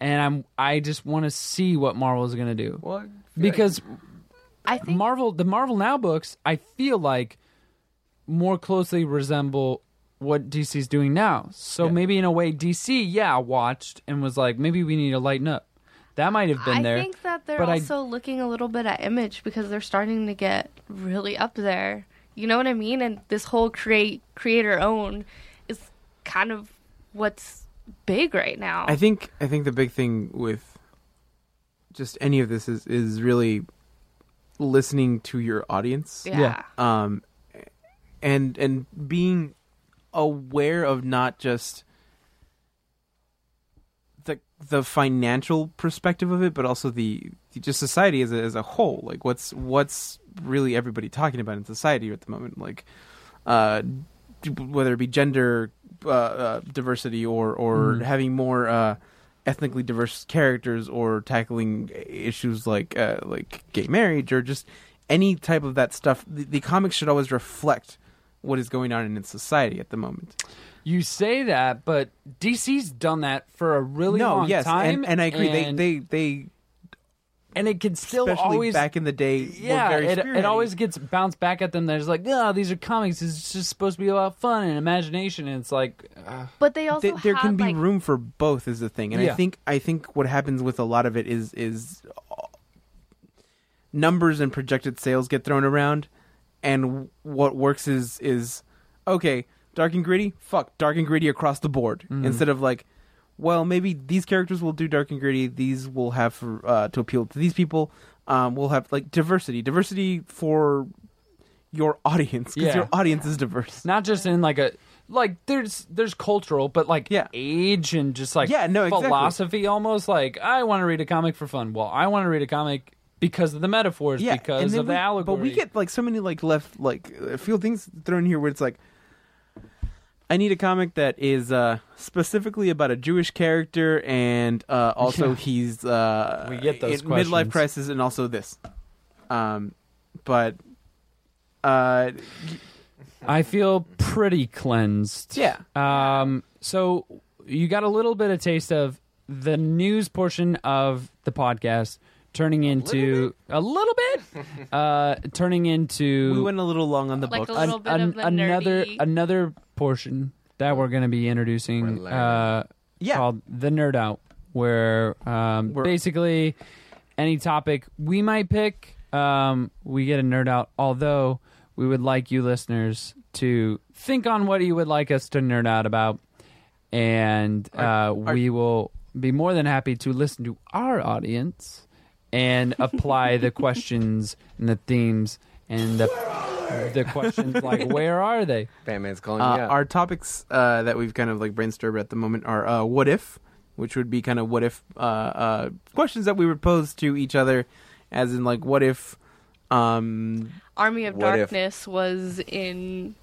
[SPEAKER 1] and I'm I just want to see what Marvel is going to do
[SPEAKER 3] Well,
[SPEAKER 1] because
[SPEAKER 2] I think
[SPEAKER 1] Marvel, the Marvel Now books, I feel like more closely resemble what DC's doing now. So maybe in a way, DC, yeah, watched and was like, maybe we need to lighten up. That might have been
[SPEAKER 2] I
[SPEAKER 1] there.
[SPEAKER 2] think that they're
[SPEAKER 1] but I-
[SPEAKER 2] also looking a little bit at image because they're starting to get really up there. You know what I mean? And this whole create creator own is kind of what's big right now.
[SPEAKER 4] I think I think the big thing with just any of this is is really listening to your audience.
[SPEAKER 2] yeah.
[SPEAKER 1] yeah.
[SPEAKER 4] um, and and being aware of not just the the financial perspective of it, but also the, the just society as a, as a whole. Like what's what's really everybody talking about in society at the moment. Like uh, d- whether it be gender uh, uh, diversity or or having more. Uh, ethnically diverse characters or tackling issues like uh, like gay marriage or just any type of that stuff the, the comics should always reflect what is going on in society at the moment
[SPEAKER 1] You say that, but DC's done that for a really
[SPEAKER 4] no
[SPEAKER 1] long
[SPEAKER 4] yes
[SPEAKER 1] time.
[SPEAKER 4] and, and i agree
[SPEAKER 1] and-
[SPEAKER 4] they they they
[SPEAKER 1] and it can still
[SPEAKER 4] especially
[SPEAKER 1] always
[SPEAKER 4] back in the day
[SPEAKER 1] yeah,
[SPEAKER 4] were very
[SPEAKER 1] it, it
[SPEAKER 4] spearheading.
[SPEAKER 1] always gets bounced back at them. There's like, oh, these are comics. It's just supposed to be about fun and imagination. And it's like, uh,
[SPEAKER 2] But they also
[SPEAKER 4] Th- there
[SPEAKER 2] had,
[SPEAKER 4] can be
[SPEAKER 2] like,
[SPEAKER 4] room for both is the thing and
[SPEAKER 1] Yeah.
[SPEAKER 4] i think i think what happens with a lot of it is is uh, numbers and projected sales get thrown around and what works is is okay dark and gritty fuck dark and gritty across the board
[SPEAKER 1] Mm-hmm.
[SPEAKER 4] instead of like well maybe these characters will do dark and gritty these will have for, uh, to appeal to these people um, we'll have like diversity diversity for your audience because
[SPEAKER 1] Yeah.
[SPEAKER 4] your audience is diverse
[SPEAKER 1] not just in like a like there's there's cultural but like
[SPEAKER 4] Yeah.
[SPEAKER 1] age and just like
[SPEAKER 4] Yeah, no, exactly.
[SPEAKER 1] philosophy almost like i want to read a comic for fun well i want to read a comic because of the metaphors
[SPEAKER 4] yeah, and
[SPEAKER 1] because
[SPEAKER 4] then
[SPEAKER 1] of the
[SPEAKER 4] we-
[SPEAKER 1] allegory
[SPEAKER 4] But we get like so many like left like a few things thrown here where it's like, I need a comic that is uh specifically about a Jewish character and uh also
[SPEAKER 1] Yeah.
[SPEAKER 4] he's uh
[SPEAKER 1] We get those
[SPEAKER 4] in midlife
[SPEAKER 1] questions.
[SPEAKER 4] crisis and also this, um, but uh
[SPEAKER 1] i feel pretty cleansed
[SPEAKER 4] yeah
[SPEAKER 1] um so you got a little bit of taste of the news portion of the podcast turning into a little bit uh turning into
[SPEAKER 4] we went a little long on the
[SPEAKER 2] Like
[SPEAKER 4] book.
[SPEAKER 2] a little bit of a
[SPEAKER 1] another
[SPEAKER 2] nerdy-
[SPEAKER 1] another portion that we're going to be introducing
[SPEAKER 3] We're
[SPEAKER 1] uh,
[SPEAKER 4] Yeah.
[SPEAKER 1] called the nerd out where um,
[SPEAKER 4] We're-
[SPEAKER 1] basically any topic we might pick um, we get a nerd out although we would like you listeners to think on what you would like us to nerd out about and uh,
[SPEAKER 4] our-
[SPEAKER 1] we will be more than happy to listen to our audience and apply the questions and the themes and the the questions like where are they
[SPEAKER 3] Batman's calling
[SPEAKER 4] Uh,
[SPEAKER 3] you out.
[SPEAKER 4] Our topics uh, that we've kind of like brainstormed at the moment are uh, what if, which would be kind of what if uh, uh, questions that we would pose to each other, as in like what if, um,
[SPEAKER 2] Army of
[SPEAKER 3] What if-
[SPEAKER 2] Darkness was in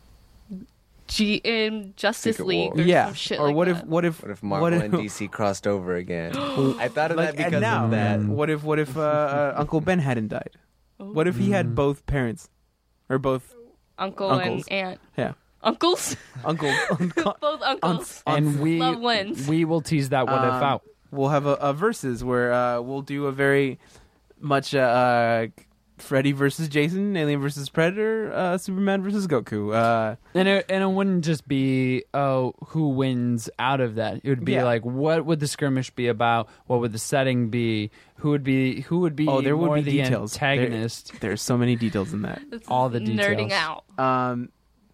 [SPEAKER 2] G in Justice
[SPEAKER 3] Secret
[SPEAKER 2] League
[SPEAKER 3] War.
[SPEAKER 2] or
[SPEAKER 4] yeah,
[SPEAKER 2] some shit
[SPEAKER 4] or
[SPEAKER 2] like
[SPEAKER 4] what
[SPEAKER 2] that.
[SPEAKER 4] if what if
[SPEAKER 3] what if Marvel and DC crossed over again? I thought of
[SPEAKER 4] like
[SPEAKER 3] that because
[SPEAKER 4] and now
[SPEAKER 3] of that.
[SPEAKER 4] what if what if uh, uh, Uncle Ben hadn't died? What if he had both parents, or both
[SPEAKER 2] Uncle
[SPEAKER 4] Uncles.
[SPEAKER 2] and aunt
[SPEAKER 4] yeah
[SPEAKER 2] uncles
[SPEAKER 4] uncle? uncle
[SPEAKER 2] both uncles
[SPEAKER 1] and we
[SPEAKER 2] Love wins.
[SPEAKER 1] we will tease that what if
[SPEAKER 4] Um,
[SPEAKER 1] out
[SPEAKER 4] we'll have a, a versus where uh, we'll do a very much uh, uh, Freddy versus Jason, Alien versus Predator, uh, Superman versus Goku. Uh,
[SPEAKER 1] and it, and it wouldn't just be oh who wins out of that it would be
[SPEAKER 4] Yeah.
[SPEAKER 1] like what would the skirmish be about what would the setting be who would be who would be
[SPEAKER 4] oh, there
[SPEAKER 1] more
[SPEAKER 4] would be
[SPEAKER 1] the
[SPEAKER 4] details. There-
[SPEAKER 1] antagonist
[SPEAKER 4] there's so many details in that.
[SPEAKER 2] This is
[SPEAKER 1] all the details.
[SPEAKER 2] nerding out
[SPEAKER 4] Um,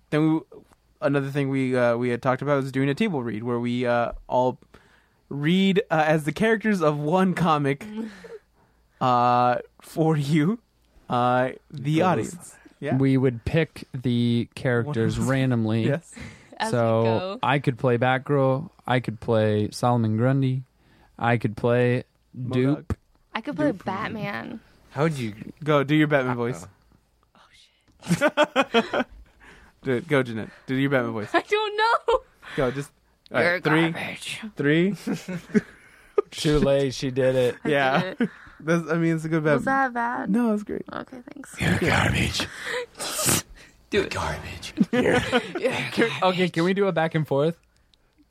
[SPEAKER 4] then we, another thing we uh, we had talked about was doing a table read where we uh, all read uh, as the characters of one comic uh, for you, uh, the
[SPEAKER 3] Goals.
[SPEAKER 4] audience. Yeah.
[SPEAKER 1] we would pick the characters randomly
[SPEAKER 4] yes.
[SPEAKER 2] as we
[SPEAKER 1] so
[SPEAKER 2] go.
[SPEAKER 1] I could play Batgirl. I could play Solomon Grundy. I could play Dupe.
[SPEAKER 2] I could play Batman.
[SPEAKER 3] How would you?
[SPEAKER 4] Go do your Batman voice.
[SPEAKER 2] Oh shit! Oh,
[SPEAKER 4] Do it. Go, Jeanette. Do your Batman voice.
[SPEAKER 2] I don't know.
[SPEAKER 4] Go. Just all right,
[SPEAKER 2] You're
[SPEAKER 4] three,
[SPEAKER 2] garbage.
[SPEAKER 4] three.
[SPEAKER 1] Too late. She did it.
[SPEAKER 2] I
[SPEAKER 4] Yeah.
[SPEAKER 2] did it.
[SPEAKER 4] That's, I mean, it's a good Batman.
[SPEAKER 2] Was that bad?
[SPEAKER 4] No, it's great.
[SPEAKER 2] Okay, thanks.
[SPEAKER 3] Garbage.
[SPEAKER 2] Do it.
[SPEAKER 3] Garbage.
[SPEAKER 1] Okay, can we do a back and forth?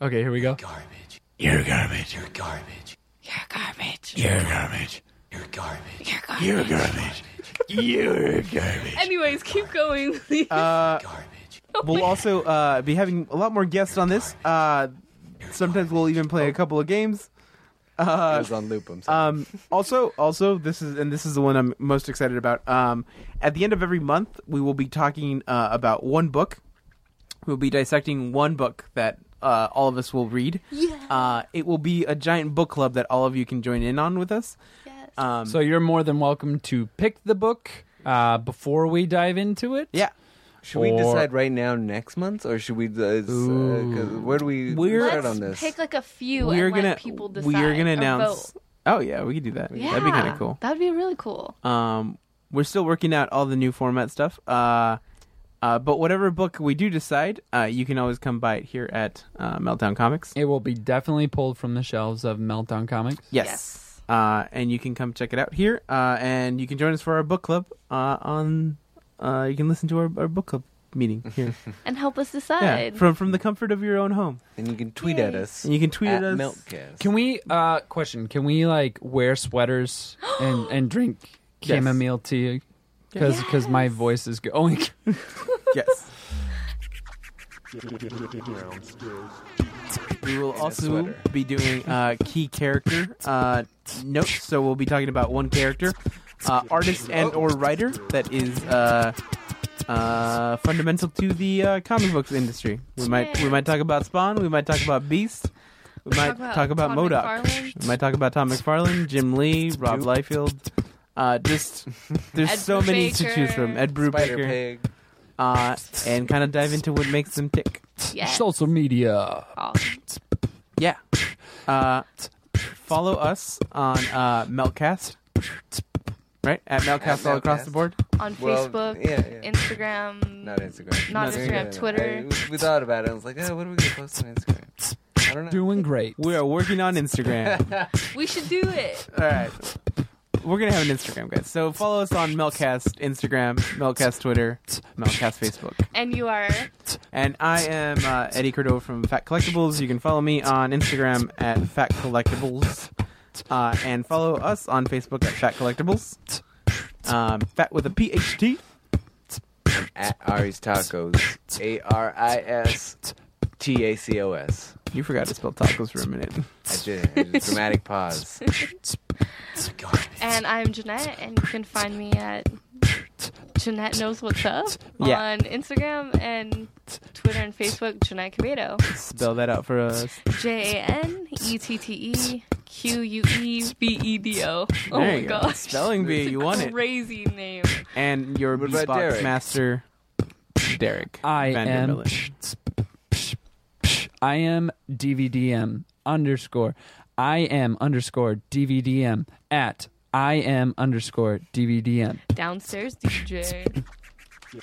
[SPEAKER 1] Okay, here we go.
[SPEAKER 3] Garbage. You're garbage. You're garbage.
[SPEAKER 2] You're garbage.
[SPEAKER 3] You're garbage. You're garbage.
[SPEAKER 2] You're garbage.
[SPEAKER 3] You're garbage. You're garbage.
[SPEAKER 2] Anyways, keep going. please.
[SPEAKER 4] Uh,
[SPEAKER 3] Garbage.
[SPEAKER 4] we'll also uh, be having a lot more guests on this. Uh, sometimes we'll even play a couple of games.
[SPEAKER 3] I was on loop. I'm sorry.
[SPEAKER 4] Um, also, also, this is and this is the one I'm most excited about. Um, at the end of every month, we will be talking uh, about one book. We'll be dissecting one book that uh, all of us will read.
[SPEAKER 2] Yeah.
[SPEAKER 4] Uh, it will be a giant book club that all of you can join in on with us.
[SPEAKER 2] yes.
[SPEAKER 4] Um,
[SPEAKER 1] So you're more than welcome to pick the book uh, before we dive into it.
[SPEAKER 4] yeah,
[SPEAKER 3] Should we
[SPEAKER 1] Or-
[SPEAKER 3] decide right now next month, or should we? Uh, s- uh, 'cause where do we
[SPEAKER 4] We're-
[SPEAKER 3] start
[SPEAKER 2] Let's
[SPEAKER 3] on this?
[SPEAKER 2] pick like a few
[SPEAKER 4] we're
[SPEAKER 2] and
[SPEAKER 4] gonna
[SPEAKER 2] let people decide.
[SPEAKER 4] we're gonna
[SPEAKER 2] or
[SPEAKER 4] announce.
[SPEAKER 2] vote.
[SPEAKER 4] Oh yeah, we could do that.
[SPEAKER 2] Yeah,
[SPEAKER 4] That'd be kind of cool.
[SPEAKER 2] That'd be really cool.
[SPEAKER 4] Um, we're still working out all the new format stuff. Uh, uh, but whatever book we do decide, uh, you can always come by it here at uh, Meltdown Comics.
[SPEAKER 1] It will be definitely pulled from the shelves of Meltdown Comics.
[SPEAKER 4] Yes.
[SPEAKER 2] Yes.
[SPEAKER 4] Uh, and you can come check it out here. Uh, and you can join us for our book club uh, on. Uh, you can listen to our, our book club meeting here.
[SPEAKER 2] And help us
[SPEAKER 4] yeah,
[SPEAKER 2] decide.
[SPEAKER 4] from from the comfort of your own home.
[SPEAKER 3] and you can tweet at us.
[SPEAKER 4] And you can tweet
[SPEAKER 3] at
[SPEAKER 4] at us.
[SPEAKER 3] Meltcast.
[SPEAKER 1] Can we uh question, can we like wear sweaters and and drink
[SPEAKER 4] Yes.
[SPEAKER 1] chamomile tea? Cuz cuz my
[SPEAKER 2] Yes.
[SPEAKER 1] voice is going
[SPEAKER 4] Yes.
[SPEAKER 6] Down skills.
[SPEAKER 4] We will also
[SPEAKER 3] sweater.
[SPEAKER 4] be doing uh, key character uh, notes. So we'll be talking about one character, uh, artist and or writer that is uh, uh, fundamental to the uh, comic books industry. We might we might talk about Spawn. We might talk about Beast. We might talk about
[SPEAKER 2] Todd
[SPEAKER 4] Modoc.
[SPEAKER 2] McFarlane.
[SPEAKER 4] We might talk about Tom McFarlane, Jim Lee, Rob
[SPEAKER 3] Nope.
[SPEAKER 4] Liefeld. Uh, just there's
[SPEAKER 2] Ed
[SPEAKER 4] so many to
[SPEAKER 2] Brubaker.
[SPEAKER 4] choose from. Ed
[SPEAKER 3] Spider
[SPEAKER 4] Brubaker,
[SPEAKER 3] Pig.
[SPEAKER 4] uh, and kind of dive into what makes them tick.
[SPEAKER 2] Yes.
[SPEAKER 1] social media.
[SPEAKER 2] Awesome.
[SPEAKER 4] Yeah. Uh, follow us on uh, Meltcast. Right? At Meltcast
[SPEAKER 3] At
[SPEAKER 4] all across
[SPEAKER 3] Meltcast.
[SPEAKER 4] the board.
[SPEAKER 2] On
[SPEAKER 3] Well,
[SPEAKER 2] Facebook,
[SPEAKER 3] yeah, yeah.
[SPEAKER 2] Instagram.
[SPEAKER 3] Not Instagram.
[SPEAKER 2] Not
[SPEAKER 4] Instagram,
[SPEAKER 2] Twitter.
[SPEAKER 3] I- we thought about it. I was like, oh, what are we gonna post on Instagram? I don't know.
[SPEAKER 1] Doing great.
[SPEAKER 4] We are working on Instagram.
[SPEAKER 2] We should do it.
[SPEAKER 4] all right. We're going to have an Instagram, guys. So follow us on Meltcast Instagram, Meltcast Twitter, Meltcast Facebook.
[SPEAKER 2] And you are
[SPEAKER 4] And I am uh, Eddie Cordova from Fat Collectibles. You can follow me on Instagram at Fat Collectibles. Uh, and follow us on Facebook at Fat Collectibles. Um, fat with a PhD.
[SPEAKER 3] At Ari's Tacos. A R I S T A C O S.
[SPEAKER 4] You forgot to spell tacos for a minute.
[SPEAKER 3] I did. I did a dramatic pause.
[SPEAKER 2] and I'm Jeanette and you can find me at Jeanette knows what's up
[SPEAKER 4] Yeah.
[SPEAKER 2] on Instagram and Twitter and Facebook Jeanette Quevedo.
[SPEAKER 4] Spell that out for us.
[SPEAKER 2] J A N E T T E Q U E B E D O. Oh
[SPEAKER 4] There
[SPEAKER 2] my
[SPEAKER 4] you go.
[SPEAKER 2] gosh.
[SPEAKER 4] Spelling bee,
[SPEAKER 2] It's a
[SPEAKER 4] you want it.
[SPEAKER 2] Crazy name.
[SPEAKER 4] And your
[SPEAKER 3] What about
[SPEAKER 4] beatbox
[SPEAKER 3] Derek?
[SPEAKER 4] master, Derek.
[SPEAKER 1] I am
[SPEAKER 4] Vandermeulen.
[SPEAKER 1] I am DVDM underscore I am underscore DVDM at I am underscore DVDM
[SPEAKER 2] Downstairs DJ.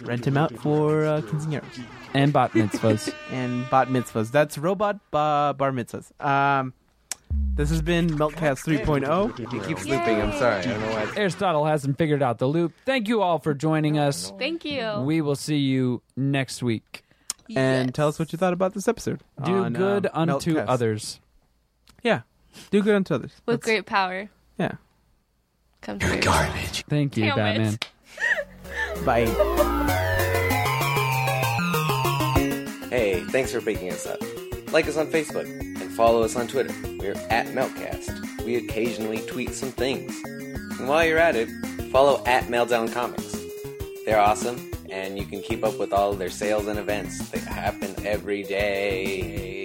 [SPEAKER 4] Rent him out for uh, quinceañeras
[SPEAKER 1] and bat mitzvahs.
[SPEAKER 4] and bat mitzvahs. That's robot ba- bar mitzvahs. Um, this has been Meltcast oh. 3.0.
[SPEAKER 3] It keeps looping. I'm sorry. I don't know why. it's-
[SPEAKER 1] Aristotle hasn't figured out the loop. Thank you all for joining us.
[SPEAKER 2] Thank you.
[SPEAKER 1] We will see you next week.
[SPEAKER 4] And
[SPEAKER 2] Yes.
[SPEAKER 4] tell us what you thought about this episode.
[SPEAKER 1] Do
[SPEAKER 4] on,
[SPEAKER 1] good
[SPEAKER 4] um,
[SPEAKER 1] unto
[SPEAKER 4] Meltcast.
[SPEAKER 1] others.
[SPEAKER 4] Yeah. Do good unto others.
[SPEAKER 2] With
[SPEAKER 4] That's-
[SPEAKER 2] great power
[SPEAKER 4] Yeah.
[SPEAKER 2] comes great.
[SPEAKER 1] Thank you,
[SPEAKER 2] Damn
[SPEAKER 1] Batman.
[SPEAKER 2] it.
[SPEAKER 4] Bye.
[SPEAKER 3] Hey, thanks for picking us up. Like us on Facebook and follow us on Twitter. We're at Meltcast. We occasionally tweet some things. And while you're at it, follow at Meltdown Comics. They're awesome, and you can keep up with all of their sales and events that happen every day.